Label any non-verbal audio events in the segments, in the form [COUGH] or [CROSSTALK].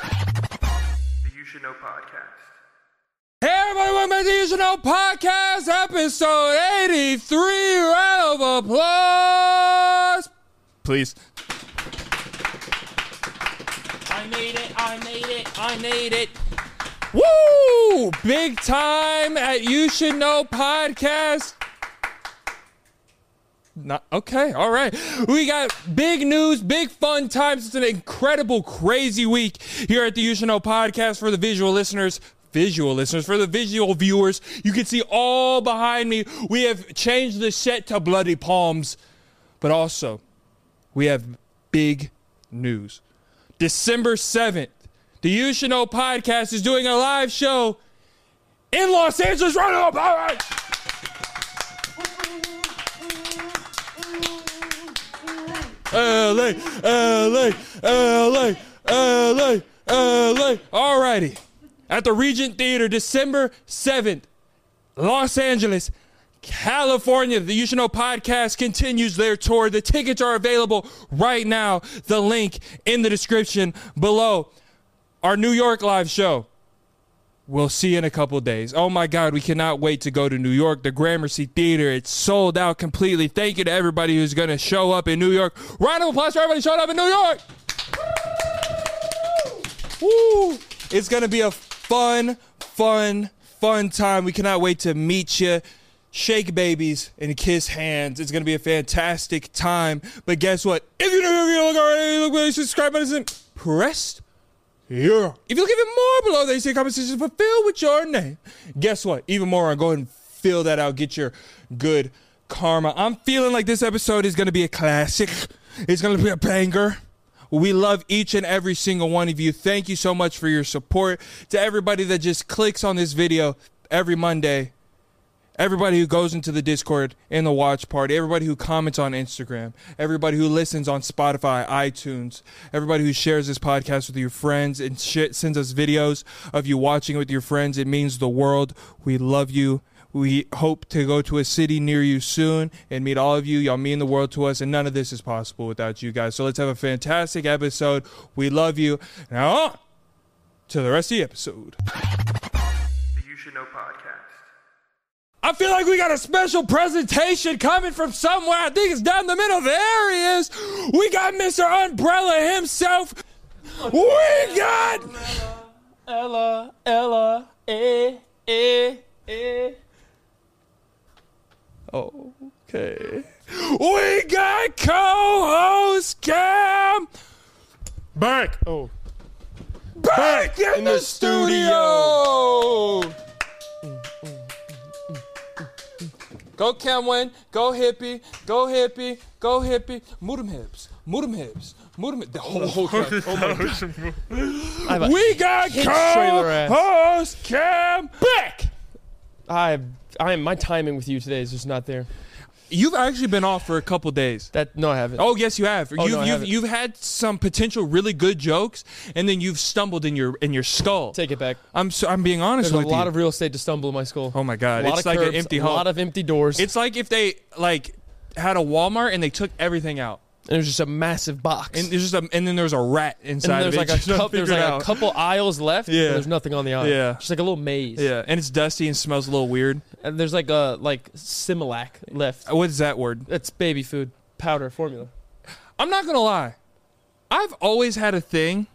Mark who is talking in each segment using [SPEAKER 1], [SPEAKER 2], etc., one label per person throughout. [SPEAKER 1] The You Should Know podcast.
[SPEAKER 2] Hey everybody, welcome back to the Usual Know Podcast, episode 83. Round of applause. Please. I need it, I need it, I need it. Woo! Big time at You Should Know Podcast. Not, okay, all right. We got big news, big fun times. It's an incredible, crazy week here at the You Should Know podcast for the visual listeners. Visual listeners, for the visual viewers, you can see all behind me. We have changed the set to Bloody Palms, but also we have big news. December 7th, the You Should Know podcast is doing a live show in Los Angeles. Round of applause. All right. LA, LA, LA, LA, LA. Alrighty. At the Regent Theater, December 7th, Los Angeles, California. The You Should Know podcast continues their tour. The tickets are available right now. The link in the description below. Our New York live show. We'll see in a couple days. Oh my God, we cannot wait to go to New York. The Gramercy Theater, it's sold out completely. Thank you to everybody who's going to show up in New York. Round of applause for everybody who showed up in New York. Woo! It's going to be a fun, fun, fun time. We cannot wait to meet you, shake babies, and kiss hands. It's going to be a fantastic time. But guess what? If you're new here, if you look already, look, below, subscribe button isn't pressed. Yeah. If you look even more below, they say compensation fulfilled with your name. Guess what? Even more, go ahead and fill that out. Get your good karma. I'm feeling like this episode is going to be a classic. It's going to be a banger. We love each and every single one of you. Thank you so much for your support. To everybody that just clicks on this video every Monday, everybody who goes into the Discord and the watch party, everybody who comments on Instagram, everybody who listens on Spotify, iTunes, everybody who shares this podcast with your friends and shit, sends us videos of you watching it with your friends. It means the world. We love you. We hope to go to a city near you soon and meet all of you. Y'all mean the world to us, and none of this is possible without you guys. So let's have a fantastic episode. We love you. Now, on to the rest of the episode.
[SPEAKER 1] The You Should Know podcast.
[SPEAKER 2] I feel like we got a special presentation coming from somewhere. I think it's down the middle. There he is. We got Mr. Umbrella himself. We got
[SPEAKER 3] Ella, Ella, eh, eh, eh.
[SPEAKER 2] Okay. We got co-host Cam back. Oh, back, in, the, studio. Go Cam win. Go hippie. Go hippie. Go hippie. Move them hips. Move them hips. Move them. The whole, [LAUGHS] whole time. Oh my [LAUGHS] God. We got
[SPEAKER 3] trailer ass.
[SPEAKER 2] co-host Cam back.
[SPEAKER 3] I, I am. My timing with you today is just not there.
[SPEAKER 2] You've actually been off for a couple days.
[SPEAKER 3] That no, I haven't.
[SPEAKER 2] Oh yes, you have. you've
[SPEAKER 3] no, I
[SPEAKER 2] you've,
[SPEAKER 3] haven't.
[SPEAKER 2] you've had some potential really good jokes, and then you've stumbled in your in your skull.
[SPEAKER 3] take it back.
[SPEAKER 2] I'm so, I'm being honest
[SPEAKER 3] There's a
[SPEAKER 2] with
[SPEAKER 3] lot
[SPEAKER 2] you.
[SPEAKER 3] of real estate to stumble in my skull.
[SPEAKER 2] oh my
[SPEAKER 3] a
[SPEAKER 2] god,
[SPEAKER 3] lot
[SPEAKER 2] it's
[SPEAKER 3] of
[SPEAKER 2] like an
[SPEAKER 3] curbs,
[SPEAKER 2] empty
[SPEAKER 3] a
[SPEAKER 2] home.
[SPEAKER 3] lot of empty doors.
[SPEAKER 2] it's like if they like had a Walmart and they took everything out,
[SPEAKER 3] and it was just a massive box.
[SPEAKER 2] and there's just a, and then there's a rat
[SPEAKER 3] And
[SPEAKER 2] inside.
[SPEAKER 3] there's
[SPEAKER 2] of it. [LAUGHS]
[SPEAKER 3] like
[SPEAKER 2] Just
[SPEAKER 3] a
[SPEAKER 2] not
[SPEAKER 3] cup, there's
[SPEAKER 2] figured
[SPEAKER 3] like
[SPEAKER 2] out.
[SPEAKER 3] a couple aisles left.
[SPEAKER 2] Yeah.
[SPEAKER 3] and there's nothing on the aisle.
[SPEAKER 2] Yeah.
[SPEAKER 3] just like a little maze.
[SPEAKER 2] Yeah, and it's dusty and smells a little weird. Uh,
[SPEAKER 3] and there's like a like Similac left.
[SPEAKER 2] What is that word?
[SPEAKER 3] That's baby food powder formula.
[SPEAKER 2] I'm not gonna lie. I've always had a thing.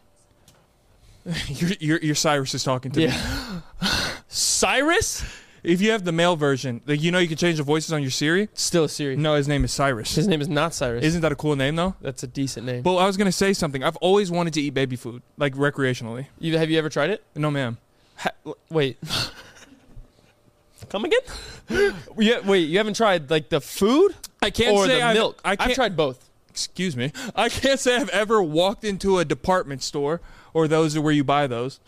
[SPEAKER 2] [LAUGHS] your, your, your Cyrus is talking to me.
[SPEAKER 3] Yeah, [LAUGHS] Cyrus,
[SPEAKER 2] If you have the male version, like you know, you can change the voices on your Siri.
[SPEAKER 3] still a series.
[SPEAKER 2] No, his name is Cyrus.
[SPEAKER 3] His name is not Cyrus.
[SPEAKER 2] Isn't that a cool name though?
[SPEAKER 3] That's a decent name.
[SPEAKER 2] But I was gonna say something. I've always wanted to eat baby food, like recreationally.
[SPEAKER 3] You, have you ever tried it?
[SPEAKER 2] No, ma'am.
[SPEAKER 3] Ha- wait. Come again? yeah, wait, you haven't tried like the food?
[SPEAKER 2] I can't
[SPEAKER 3] or
[SPEAKER 2] say
[SPEAKER 3] the
[SPEAKER 2] I've-
[SPEAKER 3] milk.
[SPEAKER 2] I
[SPEAKER 3] I've
[SPEAKER 2] can't-
[SPEAKER 3] tried both.
[SPEAKER 2] Excuse me. I can't say I've ever walked into a department store or those are where you buy those.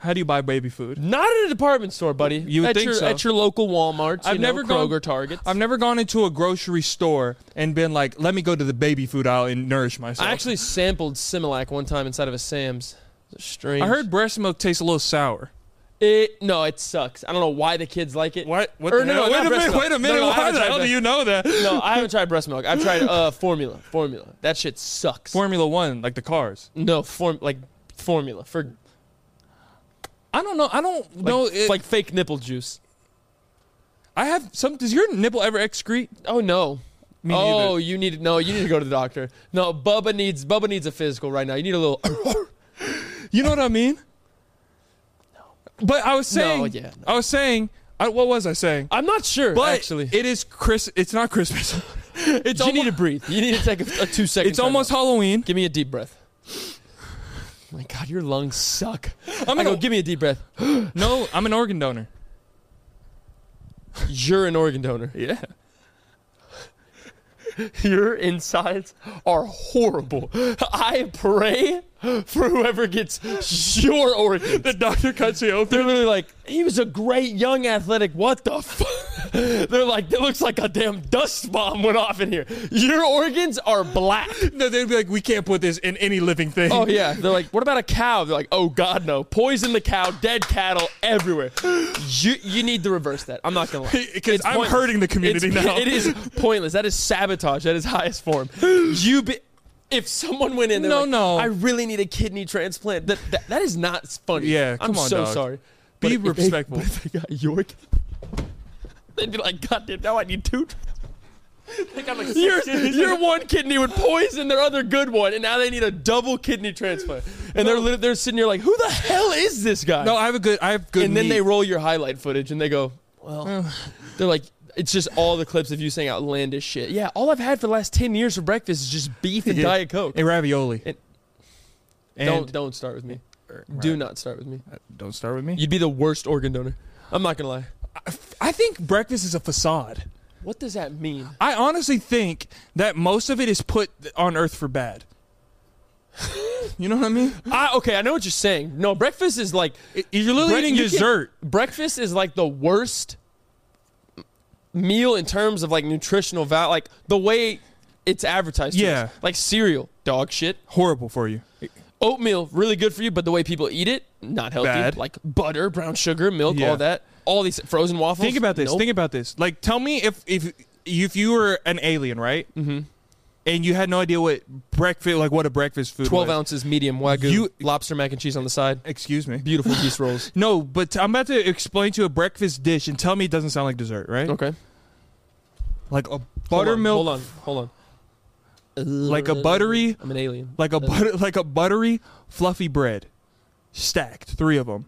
[SPEAKER 2] How do you buy baby food?
[SPEAKER 3] Not at a department store, buddy.
[SPEAKER 2] You would
[SPEAKER 3] at
[SPEAKER 2] think
[SPEAKER 3] your,
[SPEAKER 2] so.
[SPEAKER 3] At your local Walmart,
[SPEAKER 2] I've
[SPEAKER 3] you know,
[SPEAKER 2] never gone-
[SPEAKER 3] Kroger, Target.
[SPEAKER 2] I've never gone into a grocery store and been like, let me go to the baby food aisle and nourish myself.
[SPEAKER 3] I actually sampled Similac one time inside of a Sam's. Strange.
[SPEAKER 2] I heard breast milk tastes a little sour.
[SPEAKER 3] it. No, it sucks. I don't know why the kids like it.
[SPEAKER 2] What? What?
[SPEAKER 3] Or
[SPEAKER 2] the
[SPEAKER 3] no, no,
[SPEAKER 2] hell?
[SPEAKER 3] not
[SPEAKER 2] wait a
[SPEAKER 3] breast
[SPEAKER 2] minute.
[SPEAKER 3] milk.
[SPEAKER 2] Wait a
[SPEAKER 3] No,
[SPEAKER 2] minute.
[SPEAKER 3] no, I
[SPEAKER 2] Why
[SPEAKER 3] haven't
[SPEAKER 2] the
[SPEAKER 3] tried
[SPEAKER 2] hell do
[SPEAKER 3] breast-
[SPEAKER 2] you know that?
[SPEAKER 3] No, I haven't tried breast milk. I've tried uh, formula. Formula. That shit sucks.
[SPEAKER 2] Formula One, like the cars.
[SPEAKER 3] no, form like formula for like,
[SPEAKER 2] I don't know. I don't know. It,
[SPEAKER 3] like fake nipple juice.
[SPEAKER 2] I have some. Does your nipple ever excrete?
[SPEAKER 3] Oh no.
[SPEAKER 2] Me
[SPEAKER 3] oh,
[SPEAKER 2] neither.
[SPEAKER 3] you need no. You need to go to the doctor. No, Bubba needs Bubba needs a physical right now. You need a little. [COUGHS]
[SPEAKER 2] You know what I mean? No. But I was saying.
[SPEAKER 3] yeah, no.
[SPEAKER 2] I was saying. I, what was I saying?
[SPEAKER 3] I'm not sure.
[SPEAKER 2] But
[SPEAKER 3] actually,
[SPEAKER 2] it is Chris. It's not
[SPEAKER 3] [LAUGHS]
[SPEAKER 2] Christmas. it's
[SPEAKER 3] you
[SPEAKER 2] almo-
[SPEAKER 3] need to breathe. You need to take a, a two second.
[SPEAKER 2] It's almost
[SPEAKER 3] timeout. [LAUGHS]
[SPEAKER 2] Halloween.
[SPEAKER 3] Give me a deep breath. My God, your lungs suck. I'm
[SPEAKER 2] an
[SPEAKER 3] gonna go.
[SPEAKER 2] o-
[SPEAKER 3] Give me a deep breath.
[SPEAKER 2] No, I'm an organ donor.
[SPEAKER 3] You're an organ donor.
[SPEAKER 2] Yeah.
[SPEAKER 3] Your insides are horrible. I pray for whoever gets your organ.
[SPEAKER 2] The doctor cuts you open.
[SPEAKER 3] They're literally like, he was a great young athletic. What the fuck? [LAUGHS] They're like, that looks like a damn dust bomb went off in here. Your organs are black.
[SPEAKER 2] No, they'd be like, we can't put this in any living thing. [LAUGHS]
[SPEAKER 3] Oh yeah. They're like, what about a cow? They're like, oh god no. Poison the cow, dead cattle everywhere. You you need to reverse that. I'm not gonna lie.
[SPEAKER 2] Because
[SPEAKER 3] It's
[SPEAKER 2] I'm
[SPEAKER 3] pointless.
[SPEAKER 2] hurting the community
[SPEAKER 3] [LAUGHS] It's-
[SPEAKER 2] now.
[SPEAKER 3] It is pointless. That is sabotage at its highest [GASPS] form. You be if someone went in there,
[SPEAKER 2] No,
[SPEAKER 3] like,
[SPEAKER 2] no.
[SPEAKER 3] I really need a kidney transplant. That that, that is not funny.
[SPEAKER 2] Yeah,
[SPEAKER 3] I'm
[SPEAKER 2] come on,
[SPEAKER 3] so
[SPEAKER 2] dog.
[SPEAKER 3] sorry.
[SPEAKER 2] Be
[SPEAKER 3] if they-
[SPEAKER 2] respectful.
[SPEAKER 3] but if they got York, they'd be like, God damn, now I need two. [LAUGHS] Your, your one kidney would poison their other good one, and now they need a double kidney transplant. And they're lit- they're sitting here like, who the hell is this
[SPEAKER 2] [LAUGHS]
[SPEAKER 3] guy?
[SPEAKER 2] No, I have a good. I have good.
[SPEAKER 3] and then
[SPEAKER 2] meat.
[SPEAKER 3] they roll your highlight footage, and they go, well, they're like, it's just all the clips of you saying outlandish shit. Yeah, all I've had for the last ten years for breakfast is just beef
[SPEAKER 2] [LAUGHS]
[SPEAKER 3] and
[SPEAKER 2] Yeah.
[SPEAKER 3] diet coke.
[SPEAKER 2] and ravioli.
[SPEAKER 3] And-
[SPEAKER 2] And-
[SPEAKER 3] don't don't start with me.
[SPEAKER 2] Er,
[SPEAKER 3] Do not start with me.
[SPEAKER 2] Don't start with me.
[SPEAKER 3] You'd be the worst organ donor. I'm not gonna lie.
[SPEAKER 2] I think breakfast is a facade.
[SPEAKER 3] What does that mean?
[SPEAKER 2] I honestly think that most of it is put on Earth for bad. you know what I mean?
[SPEAKER 3] I, okay, I know what you're saying. No, breakfast is like
[SPEAKER 2] I- You're literally
[SPEAKER 3] Bre-
[SPEAKER 2] eating
[SPEAKER 3] you can-
[SPEAKER 2] dessert.
[SPEAKER 3] breakfast is like the worst meal in terms of like nutritional value, like the way it's advertised. to us.
[SPEAKER 2] Yeah.
[SPEAKER 3] like cereal, dog shit.
[SPEAKER 2] [LAUGHS] Horrible for you.
[SPEAKER 3] Oatmeal, really good for you, but the way people eat it, not healthy.
[SPEAKER 2] Bad.
[SPEAKER 3] Like butter, brown sugar, milk,
[SPEAKER 2] Yeah.
[SPEAKER 3] all that. All these frozen waffles.
[SPEAKER 2] Think about this.
[SPEAKER 3] Nope.
[SPEAKER 2] Think about this. Like, tell me if if if you were an alien, right? Mm-hmm. And you had no idea what breakfast, like what a breakfast food.
[SPEAKER 3] Twelve
[SPEAKER 2] was.
[SPEAKER 3] ounces medium wagyu,
[SPEAKER 2] You-
[SPEAKER 3] lobster mac and cheese on the side.
[SPEAKER 2] Excuse me. [LAUGHS]
[SPEAKER 3] Beautiful yeast rolls.
[SPEAKER 2] No, but I'm about to explain to you a breakfast dish, and tell me it doesn't sound like dessert, right?
[SPEAKER 3] Okay.
[SPEAKER 2] Like a
[SPEAKER 3] Hold on,
[SPEAKER 2] buttermilk,
[SPEAKER 3] Hold on, hold on.
[SPEAKER 2] like a buttery
[SPEAKER 3] I'm an alien.
[SPEAKER 2] like a butter, [LAUGHS] like a buttery fluffy bread, stacked three of them.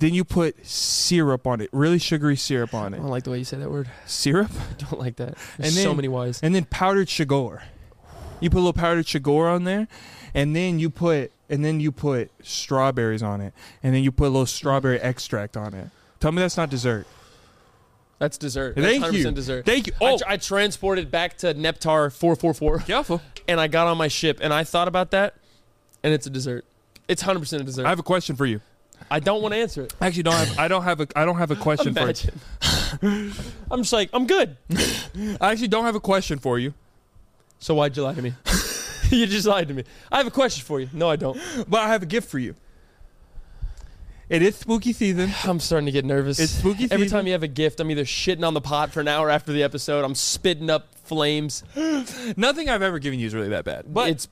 [SPEAKER 2] Then you put syrup on it, really sugary syrup on
[SPEAKER 3] I don't
[SPEAKER 2] it,
[SPEAKER 3] like the way you say that word. [LAUGHS]
[SPEAKER 2] syrup,
[SPEAKER 3] Don't like that.
[SPEAKER 2] And
[SPEAKER 3] There's so
[SPEAKER 2] then-
[SPEAKER 3] many whys.
[SPEAKER 2] and then powdered sugar. You put a little powdered sugar on there, and then you put and then you put strawberries on it, and then you put a little strawberry extract on it. Tell me that's not dessert.
[SPEAKER 3] That's dessert. That's
[SPEAKER 2] Thank
[SPEAKER 3] 100%
[SPEAKER 2] you.
[SPEAKER 3] dessert.
[SPEAKER 2] Thank you.
[SPEAKER 3] I
[SPEAKER 2] Oh,
[SPEAKER 3] tr- I, transported back to Neptar 444
[SPEAKER 2] careful.
[SPEAKER 3] and I got on my ship and I thought about that and it's a dessert. It's 100% a dessert.
[SPEAKER 2] I have a question for you.
[SPEAKER 3] I don't want to answer it.
[SPEAKER 2] I actually don't have. I don't have a. I don't have a question for. You.
[SPEAKER 3] Imagine. [LAUGHS] I'm just like, I'm good.
[SPEAKER 2] I actually don't have a question for you.
[SPEAKER 3] So why'd you lie to me? [LAUGHS] you just lied to me. I have a question for you. No, I don't.
[SPEAKER 2] But I have a gift for you. It is spooky season.
[SPEAKER 3] I'm starting to get nervous.
[SPEAKER 2] It's spooky
[SPEAKER 3] Every
[SPEAKER 2] season.
[SPEAKER 3] time you have a gift, I'm either shitting on the pot for an hour after the episode, I'm spitting up flames.
[SPEAKER 2] [SIGHS] Nothing I've ever given you is really that bad. But
[SPEAKER 3] it's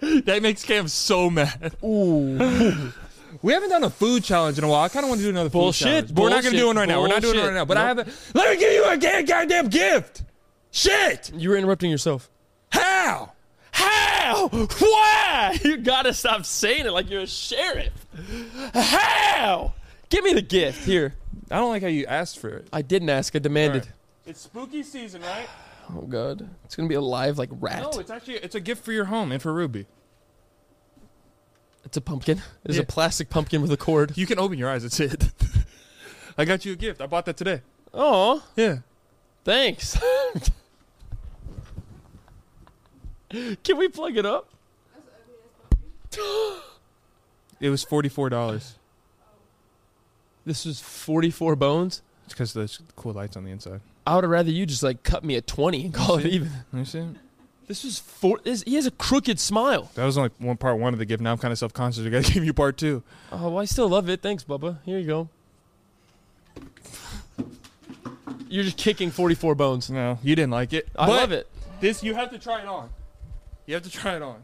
[SPEAKER 2] that makes Cam so [LAUGHS] mad. We haven't done a food challenge in a while. I kind of want to do another
[SPEAKER 3] Bullshit,
[SPEAKER 2] food challenge. But We're not going to do one right now. We're not doing it right now. But I have
[SPEAKER 3] Bullshit.
[SPEAKER 2] a. Let me give you a ga- goddamn gift. Shit.
[SPEAKER 3] you were interrupting yourself.
[SPEAKER 2] How?
[SPEAKER 3] How? Why? [LAUGHS] You gotta stop saying it like you're a sheriff. How? Give me the gift. Here.
[SPEAKER 2] I don't like how you asked for it.
[SPEAKER 3] I didn't ask, I demanded.
[SPEAKER 2] It's spooky season, right?
[SPEAKER 3] Oh god. It's gonna be alive like rat.
[SPEAKER 2] No, Oh, it's actually it's a gift for your home and for Ruby.
[SPEAKER 3] it's a pumpkin. It's
[SPEAKER 2] Yeah.
[SPEAKER 3] a plastic pumpkin with a cord.
[SPEAKER 2] You can open your eyes. It's it. [LAUGHS] I got you a gift. I bought that today.
[SPEAKER 3] Oh,
[SPEAKER 2] Yeah.
[SPEAKER 3] thanks. [LAUGHS] Can we plug it up?
[SPEAKER 2] It was $44. It's
[SPEAKER 3] This was 44 bones.
[SPEAKER 2] because there's cool lights on the inside.
[SPEAKER 3] I would have rather you just like cut me a 20 and call it even.
[SPEAKER 2] You see?
[SPEAKER 3] This was four. This, he has a crooked smile.
[SPEAKER 2] That was only one part one of the gift. Now I'm kind of self conscious. I got to [LAUGHS] give you part two.
[SPEAKER 3] Oh, well, I still love it. Thanks, Bubba. Here you go. You're just kicking 44 bones.
[SPEAKER 2] No, you didn't like it.
[SPEAKER 3] I
[SPEAKER 2] But
[SPEAKER 3] love it.
[SPEAKER 2] This you have to try it on. You have to try it on.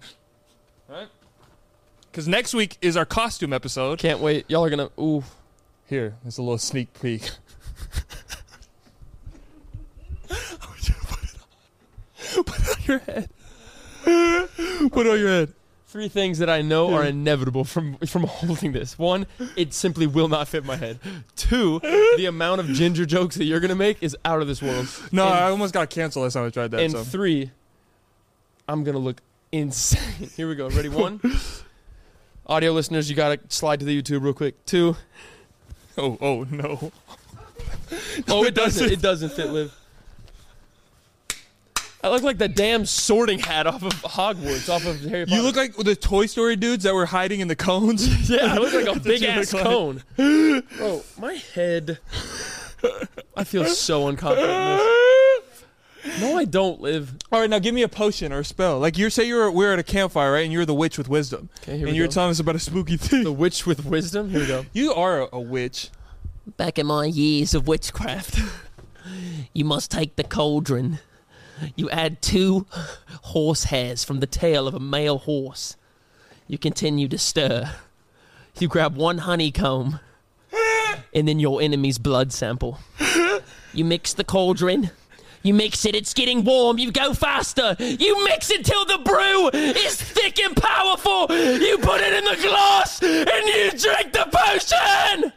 [SPEAKER 2] All right? Because next week is our costume episode.
[SPEAKER 3] Can't wait. Y'all are gonna. Ooh.
[SPEAKER 2] Here, it's a little sneak peek. put it on your head. put it on your head.
[SPEAKER 3] Three things that I know are inevitable from from [LAUGHS] holding this. One, it simply will not fit my head. Two, the amount of ginger jokes that you're gonna make is out of this world.
[SPEAKER 2] [LAUGHS] No,
[SPEAKER 3] And-
[SPEAKER 2] I almost got canceled last time I tried that.
[SPEAKER 3] and
[SPEAKER 2] so.
[SPEAKER 3] three, I'm gonna look insane. Here we go. Ready? One. Audio listeners, you gotta slide to the YouTube real quick.
[SPEAKER 2] [LAUGHS]
[SPEAKER 3] Two.
[SPEAKER 2] oh, oh no.
[SPEAKER 3] Oh,
[SPEAKER 2] doesn't.
[SPEAKER 3] it doesn't. It doesn't fit, Liv. I look like the damn sorting hat off of Hogwarts, off of Harry Potter.
[SPEAKER 2] You look like the Toy Story dudes that were hiding in the [LAUGHS] cones.
[SPEAKER 3] yeah, I look [LAUGHS] like a
[SPEAKER 2] That's what you
[SPEAKER 3] big ass
[SPEAKER 2] look like.
[SPEAKER 3] cone. [GASPS] Bro, my head. I feel so unconfident. in this. No, I don't live.
[SPEAKER 2] All right, now give me a potion or a spell. Like you say, you're we're at a campfire, right? And you're the witch with wisdom,
[SPEAKER 3] Okay, here
[SPEAKER 2] and
[SPEAKER 3] we
[SPEAKER 2] you're
[SPEAKER 3] go.
[SPEAKER 2] telling us about a spooky thing.
[SPEAKER 3] The witch with wisdom. Here we go.
[SPEAKER 2] you are a, a witch.
[SPEAKER 4] Back in my years of witchcraft, [LAUGHS] you must take the cauldron. You add two horse hairs from the tail of a male horse. You continue to stir. You grab one honeycomb and then your enemy's blood sample. You mix the cauldron. You mix it, it's getting warm. You go faster. You mix it till the brew is thick and powerful. You put it in the glass and you drink the potion.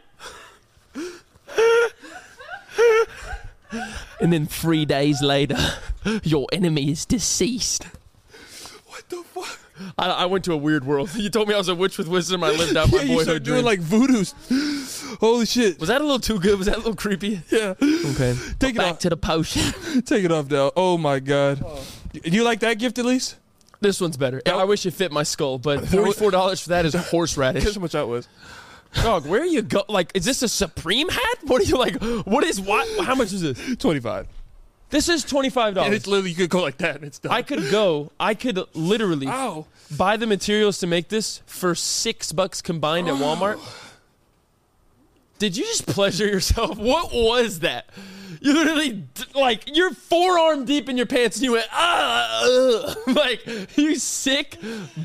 [SPEAKER 4] And then three days later, [LAUGHS] your enemy is deceased.
[SPEAKER 2] What the fuck?
[SPEAKER 3] I, I went to a weird world. [LAUGHS] You told me I was a witch with wisdom. I lived out my [LAUGHS]
[SPEAKER 2] yeah, you
[SPEAKER 3] boyhood
[SPEAKER 2] start doing
[SPEAKER 3] dreams.
[SPEAKER 2] like voodoo's. [GASPS] Holy shit!
[SPEAKER 3] was that a little too good? Was that a little creepy?
[SPEAKER 2] Yeah,
[SPEAKER 3] Okay.
[SPEAKER 2] take it
[SPEAKER 4] Back
[SPEAKER 2] off.
[SPEAKER 4] to the potion.
[SPEAKER 2] Take it off, Dell. Oh my god. Y- You like that gift at
[SPEAKER 3] [LAUGHS]
[SPEAKER 2] least?
[SPEAKER 3] This one's better. I wish it fit my skull, [LAUGHS] but forty-four dollars for that is
[SPEAKER 2] Guess
[SPEAKER 3] [LAUGHS] horseradish.
[SPEAKER 2] how much that was.
[SPEAKER 3] Dog, where you go? Like, is this a Supreme hat? What are you like? What is what? How much is this?
[SPEAKER 2] Twenty-five.
[SPEAKER 3] This is twenty-five
[SPEAKER 2] And it's
[SPEAKER 3] dollars.
[SPEAKER 2] literally you could go like that, and it's done.
[SPEAKER 3] I could go. I could literally
[SPEAKER 2] Ow.
[SPEAKER 3] buy the materials to make this for six bucks
[SPEAKER 2] [GASPS]
[SPEAKER 3] combined at Walmart. Did you just pleasure yourself? [LAUGHS] What was that? You literally d- like you're forearm deep in your pants, and you went ah, ugh." [LAUGHS] like you sick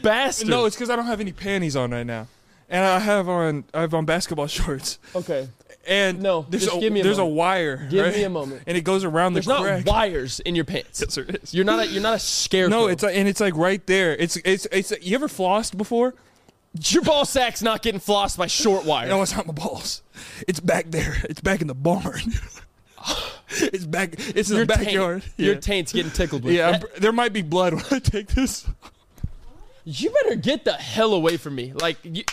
[SPEAKER 3] bastard.
[SPEAKER 2] No, it's because I don't have any panties on right now, and I have on I have on basketball [LAUGHS] shorts.
[SPEAKER 3] okay.
[SPEAKER 2] And
[SPEAKER 3] No,
[SPEAKER 2] there's
[SPEAKER 3] just
[SPEAKER 2] a,
[SPEAKER 3] give me a
[SPEAKER 2] there's
[SPEAKER 3] moment.
[SPEAKER 2] a wire.
[SPEAKER 3] Give
[SPEAKER 2] right?
[SPEAKER 3] me a moment.
[SPEAKER 2] And it goes around
[SPEAKER 3] There's
[SPEAKER 2] the
[SPEAKER 3] not
[SPEAKER 2] crack.
[SPEAKER 3] wires in your pants.
[SPEAKER 2] Yes, there is.
[SPEAKER 3] You're not a, you're not a scarecrow.
[SPEAKER 2] no, it's like, and it's like right there. It's it's it's. You ever flossed before?
[SPEAKER 3] your ball sack's not getting flossed by short wire.
[SPEAKER 2] No, it's not my balls. It's back there. It's back in the barn. [LAUGHS] it's back. It's in
[SPEAKER 3] your
[SPEAKER 2] the
[SPEAKER 3] taint-
[SPEAKER 2] backyard.
[SPEAKER 3] Your
[SPEAKER 2] yeah,
[SPEAKER 3] taint's getting tickled with.
[SPEAKER 2] yeah I'm
[SPEAKER 3] that.
[SPEAKER 2] pr- there might be blood when I take this.
[SPEAKER 3] You better get the hell away from me. Like you.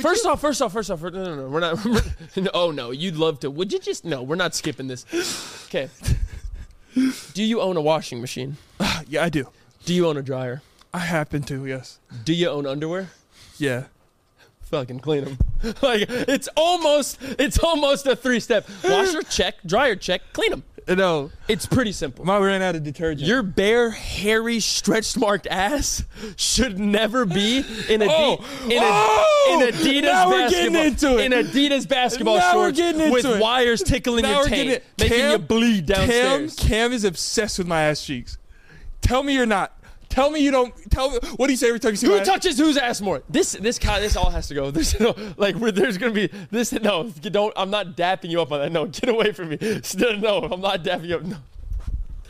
[SPEAKER 3] First off, first off, first off, no, no, no, we're not. [LAUGHS] no, oh no, you'd love to. Would you just? No, we're not skipping this. Okay. Do you own a washing machine?
[SPEAKER 2] [LAUGHS] Yeah, I do.
[SPEAKER 3] Do you own a dryer?
[SPEAKER 2] I happen to. Yes.
[SPEAKER 3] Do you own underwear?
[SPEAKER 2] Yeah.
[SPEAKER 3] Fucking clean them. [LAUGHS] like it's almost, it's almost a three-step: washer check, dryer check, clean them.
[SPEAKER 2] Uh, No,
[SPEAKER 3] It's pretty simple.
[SPEAKER 2] I ran out of detergent.
[SPEAKER 3] Your bare, hairy, stretched marked ass should never be in a
[SPEAKER 2] Oh.
[SPEAKER 3] in, a,
[SPEAKER 2] Oh.
[SPEAKER 3] in Adidas
[SPEAKER 2] Now we're
[SPEAKER 3] basketball
[SPEAKER 2] getting into it.
[SPEAKER 3] in Adidas basketball
[SPEAKER 2] Now we're
[SPEAKER 3] shorts
[SPEAKER 2] getting into
[SPEAKER 3] with
[SPEAKER 2] it.
[SPEAKER 3] wires tickling
[SPEAKER 2] Now
[SPEAKER 3] your
[SPEAKER 2] we're
[SPEAKER 3] taint,
[SPEAKER 2] getting it.
[SPEAKER 3] making
[SPEAKER 2] Cam-
[SPEAKER 3] you bleed
[SPEAKER 2] Cam,
[SPEAKER 3] downstairs.
[SPEAKER 2] Cam is obsessed with my ass cheeks. Tell me you're not. Tell me you don't. Tell me. What do you say every time you see my
[SPEAKER 3] Who
[SPEAKER 2] ass?
[SPEAKER 3] touches whose ass more? This this kind this all has to go. [LAUGHS] There's no like we're, there's gonna be this no you don't I'm not dapping you up on that. No, get away from me. [LAUGHS] No, no I'm not dapping you up.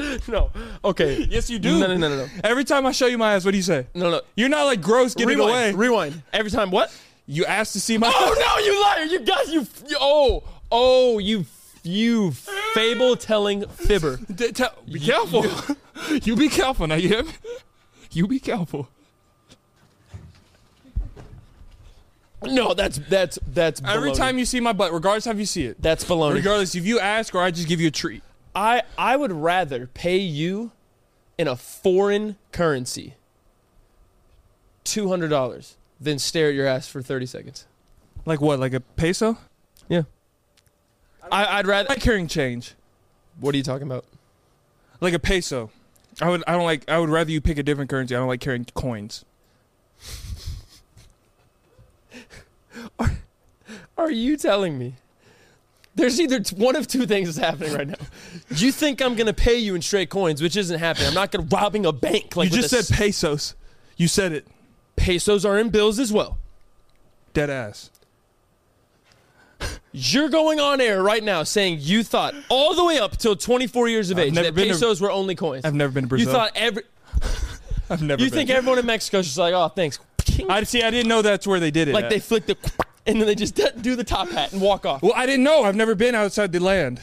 [SPEAKER 3] No. No. [LAUGHS] Okay.
[SPEAKER 2] Yes, you do.
[SPEAKER 3] No, no, no, no, no.
[SPEAKER 2] Every time I show you my ass, what do you say?
[SPEAKER 3] No, no.
[SPEAKER 2] You're not like gross. Get
[SPEAKER 3] rewind,
[SPEAKER 2] it away.
[SPEAKER 3] Rewind. Every time what?
[SPEAKER 2] you asked to see my. [LAUGHS]
[SPEAKER 3] Oh no, you liar! You got you. you- oh, oh, you, you fable telling fibber.
[SPEAKER 2] D- tell- be careful. [LAUGHS] You, be careful now. You hear me? You be careful.
[SPEAKER 3] No, that's that's that's
[SPEAKER 2] Every
[SPEAKER 3] baloney.
[SPEAKER 2] time you see my butt, regardless of how you see it,
[SPEAKER 3] that's baloney.
[SPEAKER 2] regardless if you ask or I just give you a treat.
[SPEAKER 3] I I would rather pay you in a foreign currency two hundred dollars than stare at your ass for thirty seconds.
[SPEAKER 2] Like what? Like a peso?
[SPEAKER 3] Yeah. I, I'd rather.
[SPEAKER 2] I like carrying change.
[SPEAKER 3] What are you talking about?
[SPEAKER 2] Like a peso. I would. I don't like. I would rather you pick a different currency. I don't like carrying coins.
[SPEAKER 3] Are you telling me? There's either t- one of two things that's happening right now. You think I'm gonna pay you in straight coins, which isn't happening. I'm not gonna robbing a bank like
[SPEAKER 2] you
[SPEAKER 3] with
[SPEAKER 2] just
[SPEAKER 3] a
[SPEAKER 2] said
[SPEAKER 3] s-
[SPEAKER 2] pesos. You said it.
[SPEAKER 3] pesos are in bills as well.
[SPEAKER 2] Dead ass.
[SPEAKER 3] You're going on air right now saying you thought all the way up till 24 years of
[SPEAKER 2] I've
[SPEAKER 3] age
[SPEAKER 2] never
[SPEAKER 3] that
[SPEAKER 2] been to-
[SPEAKER 3] pesos were only coins.
[SPEAKER 2] I've never been to
[SPEAKER 3] you
[SPEAKER 2] Brazil.
[SPEAKER 3] thought every
[SPEAKER 2] I've never.
[SPEAKER 3] you
[SPEAKER 2] been.
[SPEAKER 3] think everyone in Mexico's just like,
[SPEAKER 2] [LAUGHS]
[SPEAKER 3] oh, thanks.
[SPEAKER 2] I see. I didn't know that's where they did it.
[SPEAKER 3] like
[SPEAKER 2] at.
[SPEAKER 3] they flick the [LAUGHS] and then they just do the top hat and walk off.
[SPEAKER 2] Well, I didn't know. I've never been outside the land.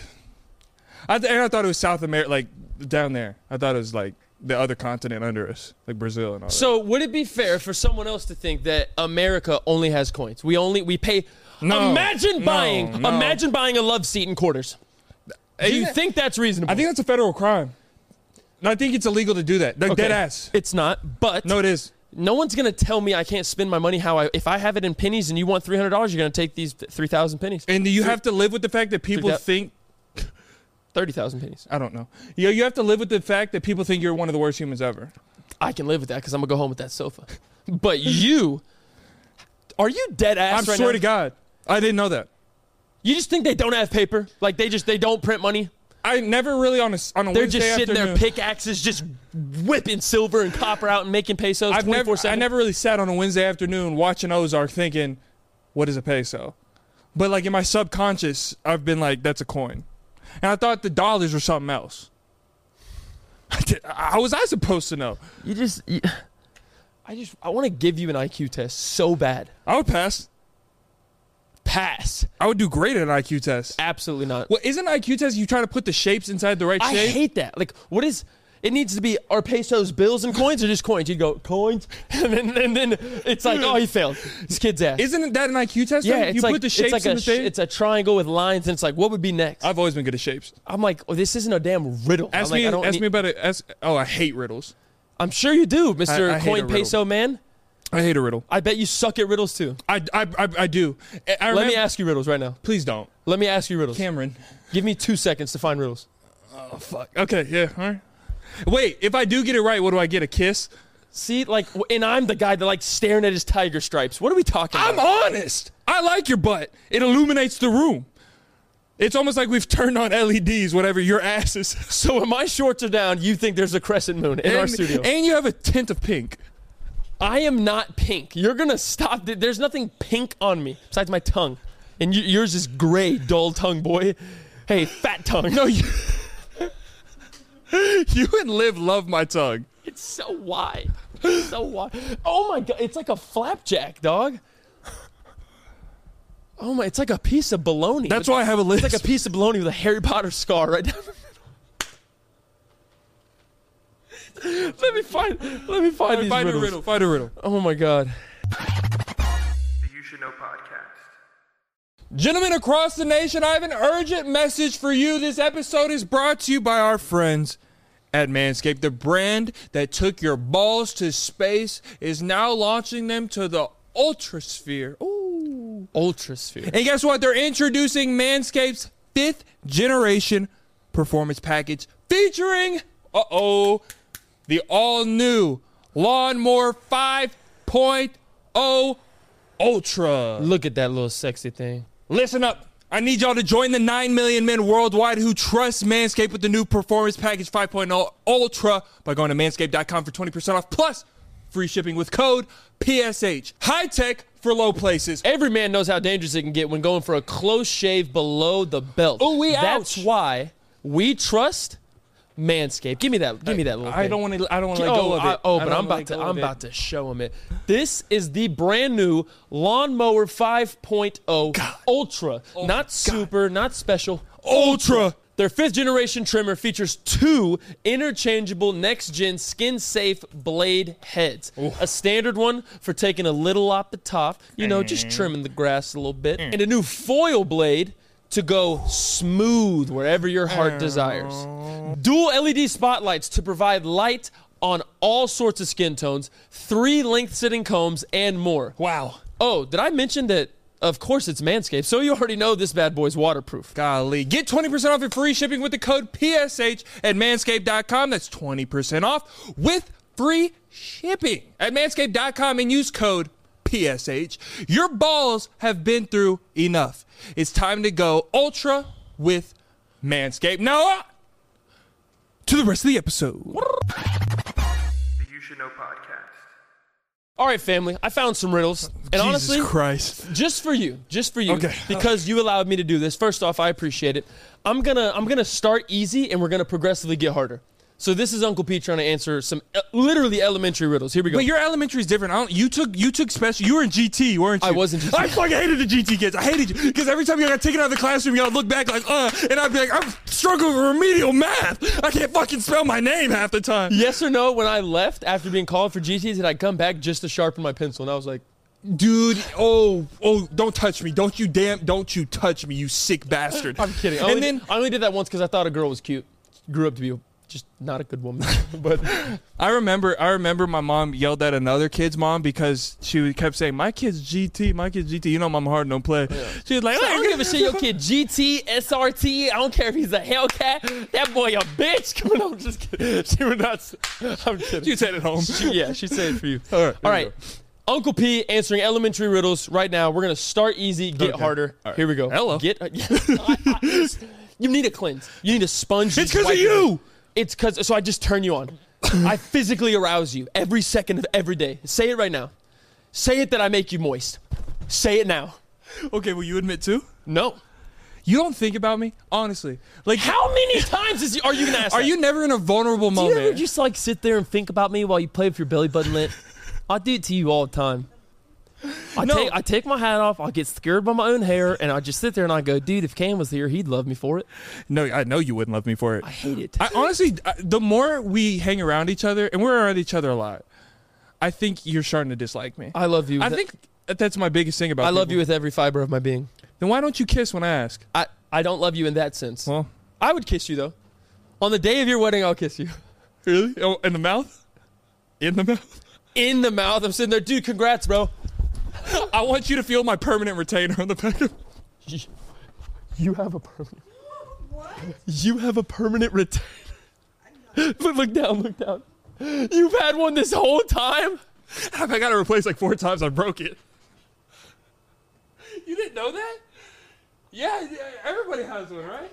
[SPEAKER 2] I th- and I thought it was South America, like down there. I thought it was like the other continent under us, like Brazil and all
[SPEAKER 3] So would it be fair for someone else to think that America only has coins? We only we pay.
[SPEAKER 2] No,
[SPEAKER 3] imagine
[SPEAKER 2] no,
[SPEAKER 3] buying.
[SPEAKER 2] no.
[SPEAKER 3] Imagine buying a love seat in quarters.
[SPEAKER 2] that.
[SPEAKER 3] Do you
[SPEAKER 2] Isn't it-
[SPEAKER 3] think that's reasonable?
[SPEAKER 2] I think that's a federal crime. No, I think it's illegal to do that. Like
[SPEAKER 3] Okay.
[SPEAKER 2] dead ass.
[SPEAKER 3] It's not, but
[SPEAKER 2] No, it is.
[SPEAKER 3] no one's gonna tell me I can't spend my money how I. If I have it in pennies and you want three hundred dollars, you're gonna take these three thousand pennies,
[SPEAKER 2] And you have to live with the fact that people
[SPEAKER 3] that-
[SPEAKER 2] think
[SPEAKER 3] thirty thousand pennies.
[SPEAKER 2] I don't know. You you have to live with the fact that people think you're one of the worst humans ever.
[SPEAKER 3] I can live with that because I'm gonna go home with that sofa. [LAUGHS] But you, are you dead ass?
[SPEAKER 2] I'm
[SPEAKER 3] right
[SPEAKER 2] swear
[SPEAKER 3] now?
[SPEAKER 2] to God, I didn't know that.
[SPEAKER 3] You just think they don't have paper? Like they just they don't print money?
[SPEAKER 2] I never really on a s- on a
[SPEAKER 3] They're
[SPEAKER 2] Wednesday
[SPEAKER 3] just sitting there
[SPEAKER 2] afternoon-
[SPEAKER 3] pickaxes, just whipping silver and copper out and making pesos
[SPEAKER 2] I've
[SPEAKER 3] twenty
[SPEAKER 2] never,
[SPEAKER 3] four
[SPEAKER 2] I
[SPEAKER 3] seven.
[SPEAKER 2] never really sat on a Wednesday afternoon watching Ozark thinking, what is a peso? But like in my subconscious, I've been like, that's a coin. And I thought the dollars were something else. [LAUGHS] I did- How was I supposed to know?
[SPEAKER 3] You just, you- I just, I want to give you an IQ test so bad.
[SPEAKER 2] I would pass.
[SPEAKER 3] Pass.
[SPEAKER 2] I would do great at an IQ test.
[SPEAKER 3] Absolutely not.
[SPEAKER 2] Well, isn't an IQ test you try to put the shapes inside the right
[SPEAKER 3] I
[SPEAKER 2] shape?
[SPEAKER 3] hate that. Like, what is? It needs to be are pesos bills and coins or just coins? You'd go coins, [LAUGHS] and then and then it's like, oh, he failed. This kid's ass.
[SPEAKER 2] isn't that an IQ test?
[SPEAKER 3] yeah,
[SPEAKER 2] though?
[SPEAKER 3] it's
[SPEAKER 2] you
[SPEAKER 3] like
[SPEAKER 2] put the
[SPEAKER 3] it's
[SPEAKER 2] shapes
[SPEAKER 3] like
[SPEAKER 2] in
[SPEAKER 3] a
[SPEAKER 2] the
[SPEAKER 3] sh-
[SPEAKER 2] thing.
[SPEAKER 3] it's a triangle with lines, and it's like, what would be next?
[SPEAKER 2] I've always been good at shapes.
[SPEAKER 3] I'm like, oh, this isn't a damn riddle. I'm
[SPEAKER 2] Ask
[SPEAKER 3] like,
[SPEAKER 2] me,
[SPEAKER 3] I don't
[SPEAKER 2] ask
[SPEAKER 3] need-
[SPEAKER 2] me about it. Ask, oh, I hate riddles.
[SPEAKER 3] I'm sure you do, Mister
[SPEAKER 2] I hate a
[SPEAKER 3] Coin
[SPEAKER 2] riddle.
[SPEAKER 3] Peso Man.
[SPEAKER 2] I hate a riddle.
[SPEAKER 3] I bet you suck at riddles too.
[SPEAKER 2] I, I, I, I do. I, I
[SPEAKER 3] Let me
[SPEAKER 2] remem-
[SPEAKER 3] ask you riddles right now.
[SPEAKER 2] Please don't,
[SPEAKER 3] Let me ask you riddles.
[SPEAKER 2] Cameron.
[SPEAKER 3] Give me two seconds to find riddles.
[SPEAKER 2] Fuck. Okay, yeah, all right. Wait, if I do get it right, what do I get? A kiss?
[SPEAKER 3] See, like, w- and I'm the guy that likes staring at his tiger stripes. What are we talking
[SPEAKER 2] I'm
[SPEAKER 3] about?
[SPEAKER 2] honest. I like your butt. It illuminates the room. It's almost like we've turned on LEDs, whatever your ass is.
[SPEAKER 3] so when my shorts are down, you think there's a crescent moon in our
[SPEAKER 2] And-
[SPEAKER 3] studio.
[SPEAKER 2] And you have a tint of pink. [LAUGHS]
[SPEAKER 3] I am not pink. You're gonna stop. th- There's nothing pink on me besides my tongue, and y- yours is gray, dull tongue boy. Hey, fat tongue. No, you-
[SPEAKER 2] You and Liv love my tongue.
[SPEAKER 3] [LAUGHS] it's so wide, It's so wide. Oh my god, it's like a flapjack, dog. Oh my, it's like a piece of bologna.
[SPEAKER 2] That's why I have a list.
[SPEAKER 3] It's like a piece of bologna with a Harry Potter scar right down the middle. let me find. Let me find these
[SPEAKER 2] find a
[SPEAKER 3] riddles.
[SPEAKER 2] riddle. Find a riddle.
[SPEAKER 3] Oh my god,
[SPEAKER 1] The You Should Know Podcast.
[SPEAKER 2] Gentlemen across the nation, I have an urgent message for you. This episode is brought to you by our friends at Manscaped. The brand that took your balls to space is now launching them to the ultrasphere. Ooh.
[SPEAKER 3] Ultrasphere.
[SPEAKER 2] And guess what? They're introducing Manscaped's fifth generation performance package featuring, uh oh, the all new Lawnmower 5.0 Ultra.
[SPEAKER 3] Look at that little sexy thing.
[SPEAKER 2] Listen up. I need y'all to join the 9 million men worldwide who trust Manscaped with the new Performance Package 5.0 Ultra by going to manscaped.com for 20% off plus free shipping with code PSH. High tech for low places.
[SPEAKER 3] Every man knows how dangerous it can get when going for a close shave below the belt.
[SPEAKER 2] Oh, we-
[SPEAKER 3] That's
[SPEAKER 2] ouch.
[SPEAKER 3] why we trust Manscaped. Give me that. Give me that little.
[SPEAKER 2] I
[SPEAKER 3] thing.
[SPEAKER 2] don't want to I don't want to let
[SPEAKER 3] oh,
[SPEAKER 2] go of it.
[SPEAKER 3] I- oh,
[SPEAKER 2] I
[SPEAKER 3] but
[SPEAKER 2] don't
[SPEAKER 3] I'm
[SPEAKER 2] wanna
[SPEAKER 3] about
[SPEAKER 2] let
[SPEAKER 3] to
[SPEAKER 2] go
[SPEAKER 3] I'm
[SPEAKER 2] of it.
[SPEAKER 3] about to show him it. This is the brand new lawnmower 5.0 Ultra, not oh super, not special.
[SPEAKER 2] Oh Ultra.
[SPEAKER 3] Their fifth generation trimmer features two interchangeable next gen skin safe blade heads. A standard one for taking a little off the top, you know, just
[SPEAKER 2] Mm.
[SPEAKER 3] trimming the grass a little bit, and a new foil blade to go smooth wherever your heart desires.
[SPEAKER 2] Oh.
[SPEAKER 3] Dual LED spotlights to provide light on all sorts of skin tones, three length sitting combs, and more.
[SPEAKER 2] Wow.
[SPEAKER 3] Oh, did I mention that? Of course, it's Manscaped, so you already know this bad boy's waterproof.
[SPEAKER 2] Golly. Get 20% off your free shipping with the code PSH at manscaped.com. That's 20% off with free shipping at manscaped.com and use code PSH. Your balls have been through enough. It's time to go ultra with Manscaped. Now, uh, to the rest of the episode.
[SPEAKER 1] The You Should Know podcast.
[SPEAKER 3] All right, family, I found some riddles, and honestly,
[SPEAKER 2] Christ.
[SPEAKER 3] just for you, just for you,
[SPEAKER 2] Okay.
[SPEAKER 3] because you allowed me to do this. First off, I appreciate it. I'm gonna I'm gonna start easy, and we're gonna progressively get harder. So this is Uncle Pete trying to answer some uh, literally elementary riddles. Here we go.
[SPEAKER 2] But your elementary is different. I don't, you took you took special. You were in GT, weren't you?
[SPEAKER 3] I was in GT.
[SPEAKER 2] I fucking hated the GT kids. I hated you because every time you got taken out of the classroom, you got to look back like, uh, and I'd be like, I'm struggling with remedial math. I can't fucking spell my name half the time.
[SPEAKER 3] yes or no? When I left after being called for GTs, did I come back just to sharpen my pencil? And I was like,
[SPEAKER 2] Dude, oh, oh, don't touch me. Don't you damn, don't you touch me, you sick bastard.
[SPEAKER 3] I'm kidding. I
[SPEAKER 2] And
[SPEAKER 3] only,
[SPEAKER 2] then
[SPEAKER 3] I only did that once because I thought a girl was cute. Grew up to be just not a good woman, [LAUGHS] but
[SPEAKER 2] I remember I remember my mom yelled at another kid's mom because she kept saying, My kid's GT, my kid's GT. You know mom hard don't play. She was like,
[SPEAKER 4] I don't give a shit your kid GT, SRT. I don't care if he's a Hellcat. That boy a
[SPEAKER 3] [LAUGHS]
[SPEAKER 4] bitch.
[SPEAKER 3] Come on, I'm just kidding. [LAUGHS] She would not. s- I'm kidding.
[SPEAKER 2] [LAUGHS] You said it home.
[SPEAKER 3] She- yeah, she said it for you.
[SPEAKER 2] All right,
[SPEAKER 3] All
[SPEAKER 2] here we
[SPEAKER 3] right. Uncle P answering elementary riddles right now. We're gonna start easy, get
[SPEAKER 2] Okay.
[SPEAKER 3] harder. Here we go.
[SPEAKER 2] Hello.
[SPEAKER 3] Get. uh, [LAUGHS] I- I- [LAUGHS] you need a cleanse. You need a sponge.
[SPEAKER 2] It's
[SPEAKER 3] You
[SPEAKER 2] 'cause of
[SPEAKER 3] wipe it
[SPEAKER 2] you.
[SPEAKER 3] off. It's because. So I just turn you on. I physically arouse you every second of every day. Say it right now. Say it that I make you moist. Say it now.
[SPEAKER 2] Okay, will you admit too?
[SPEAKER 3] No.
[SPEAKER 2] You don't think about me, honestly. Like
[SPEAKER 3] How many times is are you gonna ask?
[SPEAKER 2] Are
[SPEAKER 3] that?
[SPEAKER 2] you never in a vulnerable
[SPEAKER 4] Do you ever
[SPEAKER 2] moment?
[SPEAKER 4] just like sit there and think about me while you play with your belly button lit? I do it to you all the time. I,
[SPEAKER 2] No.
[SPEAKER 4] take, I take my hat off, I get scared by my own hair, and I just sit there and I go, dude, if Cam was here, he'd love me for it.
[SPEAKER 2] no, I know you wouldn't love me for it.
[SPEAKER 4] I hate it.
[SPEAKER 2] I honestly, I- the more we hang around each other, and we're around each other a lot, I think you're starting to dislike me.
[SPEAKER 3] I love you.
[SPEAKER 2] I
[SPEAKER 3] with-
[SPEAKER 2] think that- that's my biggest thing about.
[SPEAKER 3] I love you
[SPEAKER 2] people.
[SPEAKER 3] with every fiber of my being.
[SPEAKER 2] Then why don't you kiss when I ask?
[SPEAKER 3] I, I don't love you in that sense.
[SPEAKER 2] Well,
[SPEAKER 3] I would kiss you though. On the day of your wedding, I'll kiss you.
[SPEAKER 2] really? Oh, in the mouth? In the mouth?
[SPEAKER 3] In the mouth. I'm sitting there, dude, congrats, bro.
[SPEAKER 2] I want you to feel my permanent retainer on the back of.
[SPEAKER 3] You have a permanent. You have a permanent retainer. but [LAUGHS] look down, look down. You've had one this whole time?
[SPEAKER 2] I got to replace like four times. I broke it. You didn't know that? Yeah, everybody has one, right?